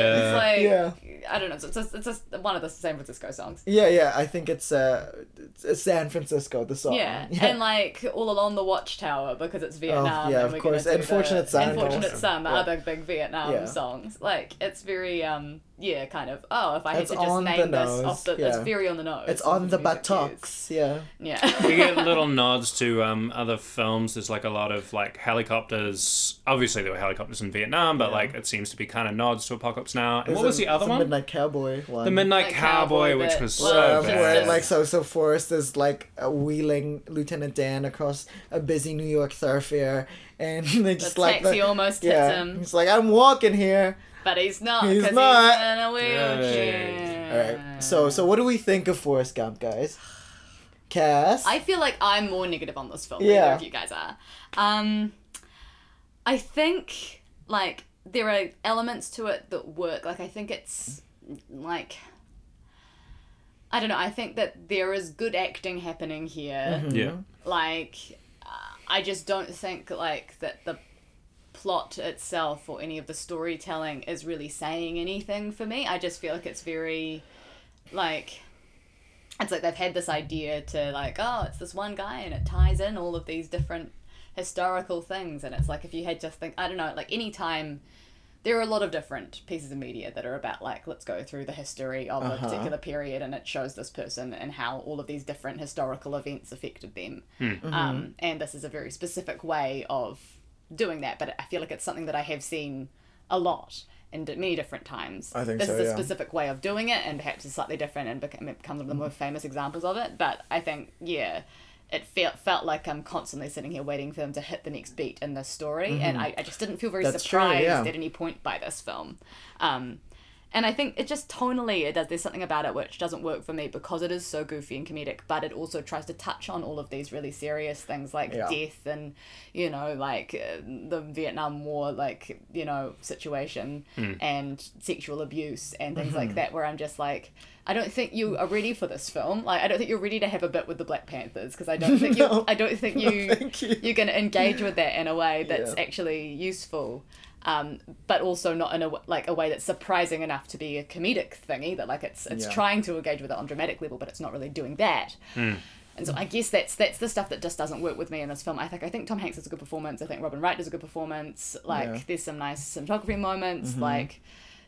Speaker 1: Yeah.
Speaker 2: It's like I don't know. It's just, it's just one of the San Francisco songs.
Speaker 3: Yeah, yeah. I think it's uh, it's- it's San Francisco. The song.
Speaker 2: Yeah. and like all along the watchtower because it's Vietnam.
Speaker 3: yeah,
Speaker 2: and
Speaker 3: of
Speaker 2: we're
Speaker 3: course.
Speaker 2: gonna do
Speaker 3: Unfortunate
Speaker 2: the,
Speaker 3: Son.
Speaker 2: Unfortunate
Speaker 3: Yeah.
Speaker 2: Son, the other big Vietnam
Speaker 3: Yeah.
Speaker 2: songs. Like it's very um yeah, kind of oh if I had
Speaker 3: It's
Speaker 2: to just
Speaker 3: on the
Speaker 2: name this
Speaker 3: nose,
Speaker 2: off the
Speaker 3: yeah.
Speaker 2: it's very on the nose.
Speaker 3: it's
Speaker 2: of
Speaker 3: on the
Speaker 2: music
Speaker 3: buttocks. Yeah.
Speaker 2: used.
Speaker 1: we
Speaker 2: Yeah.
Speaker 1: get little nods to um, other films. There's like a lot of like helicopters. Obviously, there were helicopters in Vietnam, but like it seems to be kind of nods to Apocalypse Now. And what
Speaker 3: There's
Speaker 1: was
Speaker 3: a-
Speaker 1: the other
Speaker 3: there's a
Speaker 1: one?
Speaker 3: Midnight Cowboy one.
Speaker 1: the Midnight
Speaker 2: Like
Speaker 1: Cowboy,
Speaker 2: Cowboy,
Speaker 1: which
Speaker 2: but-
Speaker 1: was
Speaker 2: Well,
Speaker 1: so
Speaker 3: Um, where
Speaker 1: bad.
Speaker 2: Yes.
Speaker 3: like so so Forrest is like uh, wheeling Lieutenant Dan across a busy New York thoroughfare, and they just
Speaker 2: the
Speaker 3: like
Speaker 2: taxi
Speaker 3: the,
Speaker 2: almost hits
Speaker 3: yeah,
Speaker 2: him,
Speaker 3: he's like I'm walking here.
Speaker 2: but he's not.
Speaker 3: He's
Speaker 2: 'cause He's
Speaker 3: not.
Speaker 2: in a wheelchair.
Speaker 3: All right. So
Speaker 2: Uh.
Speaker 3: so what do we think of Forrest Gump, guys? Cass.
Speaker 2: I feel like I'm more negative on this film than
Speaker 3: Yeah.
Speaker 2: either of you guys are. Um, I think like there are elements to it that work. Like I think it's like I don't know. I think that there is good acting happening here.
Speaker 1: yeah,
Speaker 2: Like uh, I just don't think like that the plot itself or any of the storytelling is really saying anything for me. I just feel like it's very, like, it's like they've had this idea to like, oh, it's this one guy and it ties in all of these different historical things, and it's like if you had just think, I don't know, like any time. There are a lot of different pieces of media that are about like let's go through the history of
Speaker 3: Uh-huh.
Speaker 2: a particular period and it shows this person and how all of these different historical events affected them.
Speaker 3: Mm-hmm.
Speaker 2: Um, and this is a very specific way of doing that, but I feel like it's something that I have seen a lot and at many different times.
Speaker 3: I think
Speaker 2: this
Speaker 3: so,
Speaker 2: is a
Speaker 3: yeah.
Speaker 2: specific way of doing it, and perhaps is slightly different and become, it becomes one of the more
Speaker 3: Mm-hmm.
Speaker 2: famous examples of it. But I think yeah, it felt felt like I'm constantly sitting here waiting for them to hit the next beat in this story, and I,
Speaker 3: Mm-hmm.
Speaker 2: I just didn't feel very
Speaker 3: That's true,
Speaker 2: surprised
Speaker 3: yeah.
Speaker 2: at any point by this film. Um, and I think it just tonally it does there's something about it which doesn't work for me because it is so goofy and comedic, but it also tries to touch on all of these really serious things like
Speaker 3: Yeah.
Speaker 2: death and you know like uh, the Vietnam War like you know situation
Speaker 3: Hmm.
Speaker 2: and sexual abuse and things
Speaker 3: Mm-hmm.
Speaker 2: like that where I'm just like I don't think you are ready for this film. Like I don't think you're ready to have a bit with the Black Panthers because I don't think you
Speaker 3: No.
Speaker 2: I don't think you,
Speaker 3: Thank you.
Speaker 2: you're going to engage with that in a way that's
Speaker 3: Yeah.
Speaker 2: actually useful um, but also not in a w- like a way that's surprising enough to be a comedic thing either. Like it's it's
Speaker 3: Yeah.
Speaker 2: trying to engage with it on dramatic level, but it's not really doing that.
Speaker 3: Hmm.
Speaker 2: And so I guess that's that's the stuff that just doesn't work with me in this film. I think I think Tom Hanks does a good performance. I think Robin Wright does a good performance. Like
Speaker 3: Yeah. Mm-hmm.
Speaker 2: there's some nice cinematography moments. Like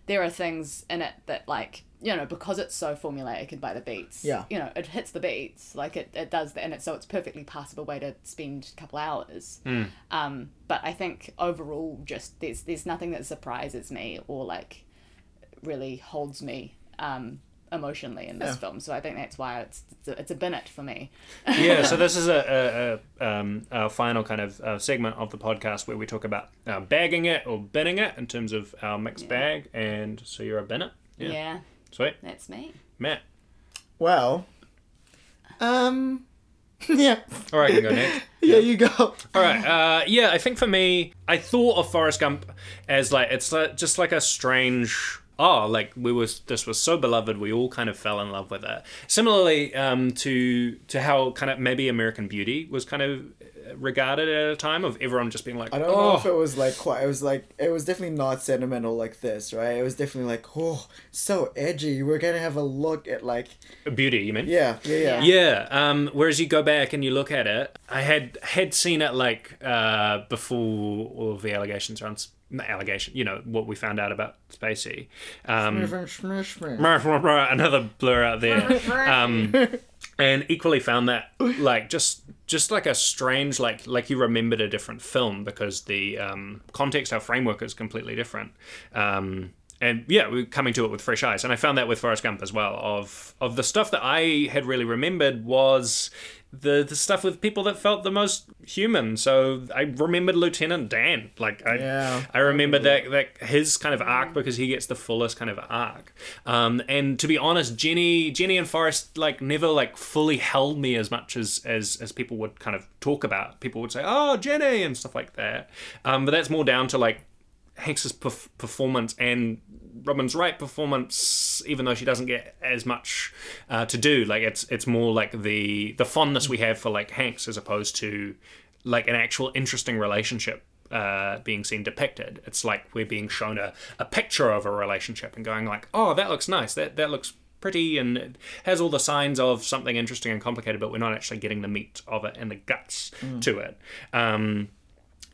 Speaker 2: there are things in it that like you know because it's so formulaic and by the beats.
Speaker 3: Yeah.
Speaker 2: You know it hits the beats like it it does that, and it's so it's perfectly passable way to spend a couple hours.
Speaker 1: Hmm.
Speaker 2: Um, but I think overall, just there's there's nothing that surprises me or like really holds me um, emotionally in this
Speaker 3: Yeah.
Speaker 2: film. So I think that's why it's it's a, it's a Bennett for me.
Speaker 1: yeah, so this is a, a, a, um, a final kind of uh, segment of the podcast where we talk about uh, bagging it or binning it in terms of our mixed bag. And so you're a binner.
Speaker 2: Yeah,
Speaker 1: Yeah. Sweet.
Speaker 2: that's me.
Speaker 1: Matt.
Speaker 3: Well, um, yeah,
Speaker 1: All right, you can go next.
Speaker 3: yeah, you go.
Speaker 1: All right. Uh, yeah, I think for me, I thought of Forrest Gump as like it's like, just like a strange. Oh, like we was this was so beloved, we all kind of fell in love with it. Similarly, um, to to how kind of maybe American Beauty was kind of uh, regarded at a time of everyone just being like,
Speaker 3: I don't
Speaker 1: oh,
Speaker 3: know if it was like quite. It was like it was definitely not sentimental like this, right? It was definitely like, oh, so edgy. We're gonna have a look at like,
Speaker 1: beauty. You mean?
Speaker 3: yeah, yeah, yeah.
Speaker 1: Yeah. Um, whereas you go back and you look at it, I had had seen it like uh, before all of the allegations around s- not allegation. You know what we found out about Spacey. Um, another blur out there um, and equally found that like just just like a strange like like you remembered a different film because the um, context our framework is completely different um, and yeah we're coming to it with fresh eyes and i found that with forrest gump as well of of the stuff that i had really remembered was the, the stuff with people that felt the most human so i remembered lieutenant dan like i
Speaker 3: Yeah.
Speaker 1: I remember that that his kind of arc because he gets the fullest kind of arc. Um, and to be honest, Jenny, Jenny and Forrest like never like fully held me as much as as as people would kind of talk about. People would say, "Oh, Jenny" and stuff like that. Um, but that's more down to like Hanks's perf- performance and Robin's right performance, even though she doesn't get as much uh, to do. Like it's it's more like the the fondness we have for like Hanks as opposed to like an actual interesting relationship uh, being seen depicted. It's like we're being shown a, a picture of a relationship and going like, oh, that looks nice. That that looks pretty and it has all the signs of something interesting and complicated, but we're not actually getting the meat of it and the guts to it. Um,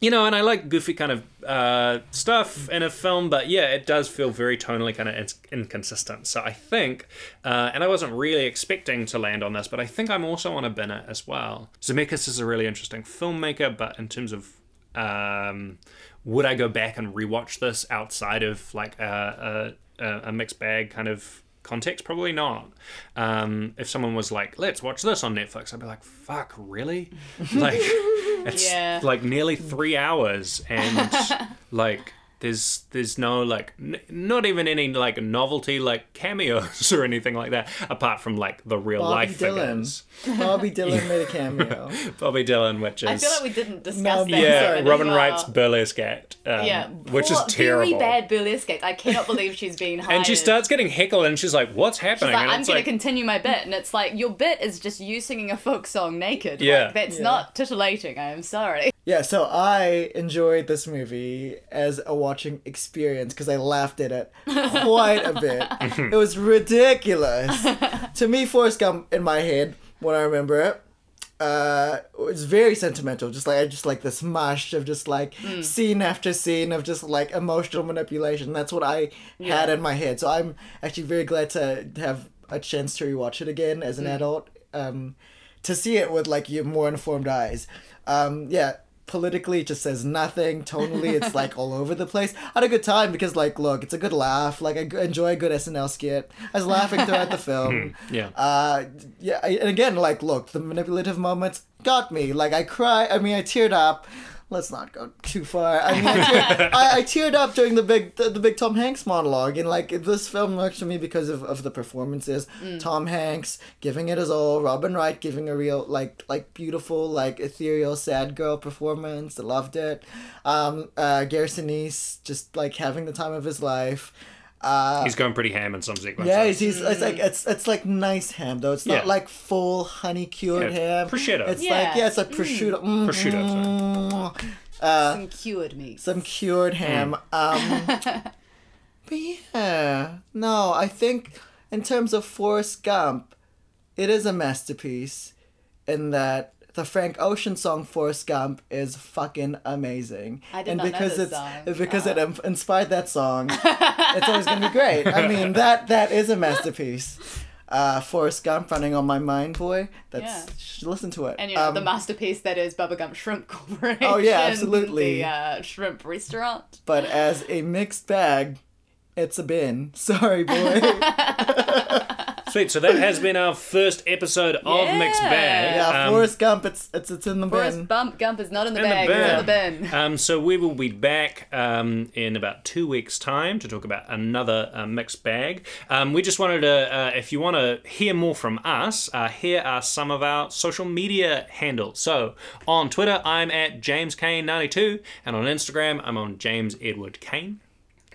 Speaker 1: you know, and I like goofy kind of uh, stuff in a film, but yeah, it does feel very tonally kind of in- inconsistent. So I think, uh, and I wasn't really expecting to land on this, but I think I'm also on a Bennett as well. Zemeckis is a really interesting filmmaker, but in terms of um, would I go back and rewatch this outside of like a, a, a a mixed bag kind of context? Probably not. Um, if someone was like, let's watch this on Netflix, I'd be like, fuck, really? like, it's
Speaker 2: Yeah.
Speaker 1: like nearly three hours and like there's there's no like n- not even any like novelty like cameos or anything like that apart from like the real
Speaker 3: Bobby
Speaker 1: life
Speaker 3: Dylan.
Speaker 1: figures
Speaker 3: Bobby Dylan made a cameo.
Speaker 1: Bobby Dylan which is
Speaker 2: I feel like we didn't discuss
Speaker 3: No,
Speaker 2: that.
Speaker 3: that
Speaker 1: yeah
Speaker 2: so much.
Speaker 1: Robin
Speaker 2: Well,
Speaker 1: Wright's burlesque act um,
Speaker 2: Yeah,
Speaker 1: which is
Speaker 2: poor-
Speaker 1: terrible
Speaker 2: Very bad burlesque. act. I cannot believe she's been hired.
Speaker 1: and she starts getting heckled and she's like what's happening
Speaker 2: She's like,
Speaker 1: and
Speaker 2: I'm
Speaker 1: it's
Speaker 2: gonna
Speaker 1: like,
Speaker 2: continue my bit, and it's like your bit is just you singing a folk song naked. Like,
Speaker 1: Yeah.
Speaker 2: that's
Speaker 3: Yeah.
Speaker 2: not titillating. I am sorry.
Speaker 3: Yeah, so I enjoyed this movie as a watching experience because I laughed at it quite a bit. it was ridiculous. to me, Forrest Gump in my head when I remember it. Uh, it's very sentimental. Just like I just like this mush of just like scene after scene of just like emotional manipulation. That's what I had in my head. So I'm actually very glad to have a chance to rewatch it again as an adult. Um, to see it with like your more informed eyes. Um, yeah, politically it just says nothing. Tonally, it's like all over the place. I had a good time because like, look, it's a good laugh. Like I g- enjoy a good SNL skit. I was laughing throughout the film.
Speaker 1: Yeah.
Speaker 3: Uh, yeah, I- and again, like, look, the manipulative moments got me. Like I cry. I mean, I teared up. Let's not go too far. I mean, I teared, I, I teared up during the big the, the big Tom Hanks monologue, and like this film works for me because of, of the performances. Tom Hanks giving it his all. Robin Wright giving a real like like beautiful like ethereal sad girl performance. I loved it. Um, uh, Garrison Sinise just like having the time of his life. Uh,
Speaker 1: He's going pretty ham in some sequences.
Speaker 3: yeah, he's, he's it's like it's it's like nice ham though. It's not
Speaker 1: Yeah.
Speaker 3: like full honey cured
Speaker 1: Yeah,
Speaker 3: ham.
Speaker 1: prosciutto.
Speaker 3: It's
Speaker 2: Yeah.
Speaker 3: like yeah, it's like prosciutto. Mm,
Speaker 1: Prosciutto,
Speaker 3: mm,
Speaker 2: Some cured meat.
Speaker 3: some cured ham. Um,
Speaker 2: Mm.
Speaker 3: but yeah, no, I think in terms of Forrest Gump, it is a masterpiece in that the Frank Ocean song Forrest Gump is fucking amazing.
Speaker 2: I did
Speaker 3: and
Speaker 2: not know
Speaker 3: because
Speaker 2: this
Speaker 3: it's
Speaker 2: song. Uh-huh.
Speaker 3: because it im- inspired that song, it's always gonna be great. I mean that that is a masterpiece. Uh, Forrest Gump running on my mind, boy. That's
Speaker 2: Yeah.
Speaker 3: sh- listen to it.
Speaker 2: And you know, the
Speaker 3: Um,
Speaker 2: masterpiece that is Bubba Gump Shrimp Corporation.
Speaker 3: Oh, yeah, absolutely.
Speaker 2: The uh, shrimp restaurant.
Speaker 3: but as a mixed bag, it's a bin. Sorry, boy. yeah,
Speaker 1: Sweet. So that has been our first episode of
Speaker 2: Yeah.
Speaker 1: Mixed Bag. Um,
Speaker 3: Forrest Gump, it's it's it's in the
Speaker 2: Forrest
Speaker 3: bin.
Speaker 2: Bump Gump is not in the
Speaker 1: in
Speaker 2: bag,
Speaker 1: the
Speaker 2: it's
Speaker 1: bin.
Speaker 2: in the bin.
Speaker 1: Um, so we will be back um, in about two weeks' time to talk about another uh, mixed bag. Um, we just wanted to, uh, if you want to hear more from us, uh, here are some of our social media handles. So on Twitter, I'm at James 92 and on Instagram, I'm on James Edward Kane.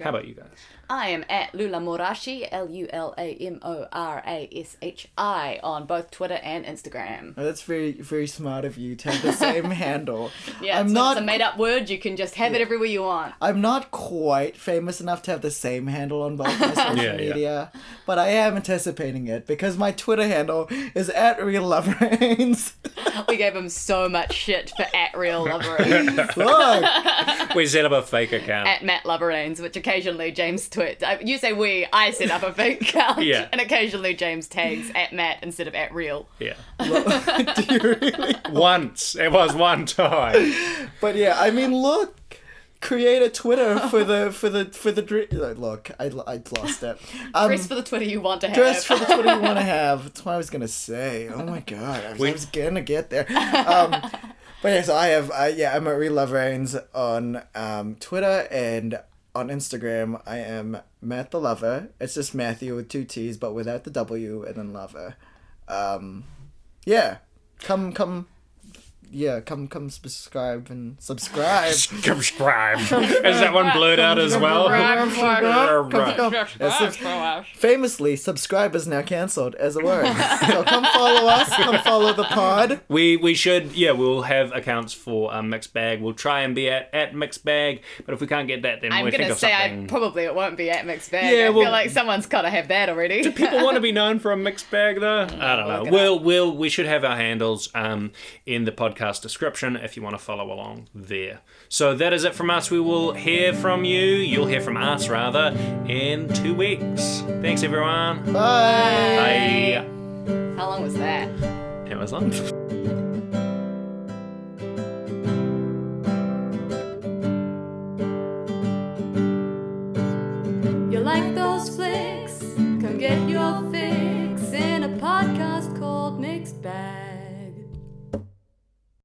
Speaker 1: How about you guys?
Speaker 2: I am at Lula Morashi, L U L A M O R A S H I, on both Twitter and Instagram.
Speaker 3: Oh, That's very very smart of you to have the same handle.
Speaker 2: Yeah,
Speaker 3: I'm
Speaker 2: it's,
Speaker 3: not.
Speaker 2: it's a made up word. You can just have it everywhere you want.
Speaker 3: I'm not quite famous enough to have the same handle on both my social
Speaker 1: Yeah, yeah.
Speaker 3: media, but I am anticipating it because my Twitter handle is at real love reigns.
Speaker 2: We gave him so much shit for at real Loverains,
Speaker 3: Look,
Speaker 1: We set up a fake account.
Speaker 2: at Matt Loverains, which occasionally James tweets. I- You say we, I set up a fake account,
Speaker 1: Yeah.
Speaker 2: and occasionally James tags at Matt instead of at real.
Speaker 1: yeah.
Speaker 3: do you really?
Speaker 1: Once. It was one time.
Speaker 3: But yeah, I mean, look, create a Twitter for the for the for the dream. Look, I, I lost it. Um,
Speaker 2: Dress for the Twitter you want to have.
Speaker 3: dress for the Twitter you want to have. That's what I was gonna say. Oh my god, I was, I was gonna get there. Um, but yeah, so I have. Uh, yeah, I'm at Real Love Reigns on um, Twitter and on Instagram. I am Matt the Lover. It's just Matthew with two T's, but without the W and then Lover. Um, yeah, come come. Yeah, come come subscribe and subscribe.
Speaker 1: Subscribe. Is that one blurred out as well?
Speaker 2: Subscribe.
Speaker 1: Right.
Speaker 3: Yeah, sub- famously, subscribe is now cancelled as a word. so come follow us. Come follow the pod.
Speaker 1: We we should yeah we'll have accounts for um, mixed bag. We'll try and be at at mixed bag, but if we can't get that, then
Speaker 2: I'm
Speaker 1: we'll think
Speaker 2: gonna
Speaker 1: of
Speaker 2: say I
Speaker 1: something.
Speaker 2: probably it won't be at mixed bag.
Speaker 1: Yeah,
Speaker 2: I
Speaker 1: well-
Speaker 2: feel like someone's gotta have that already.
Speaker 1: People want to be known for a mixed bag, though. I don't
Speaker 2: look
Speaker 1: know.
Speaker 2: it
Speaker 1: We'll, we'll, we should have our handles um, in the podcast description if you want to follow along there. So that is it from us. We will hear from you. You'll hear from us, rather, in two weeks. Thanks, everyone.
Speaker 3: Bye.
Speaker 1: Bye.
Speaker 2: How long was that?
Speaker 1: It was long.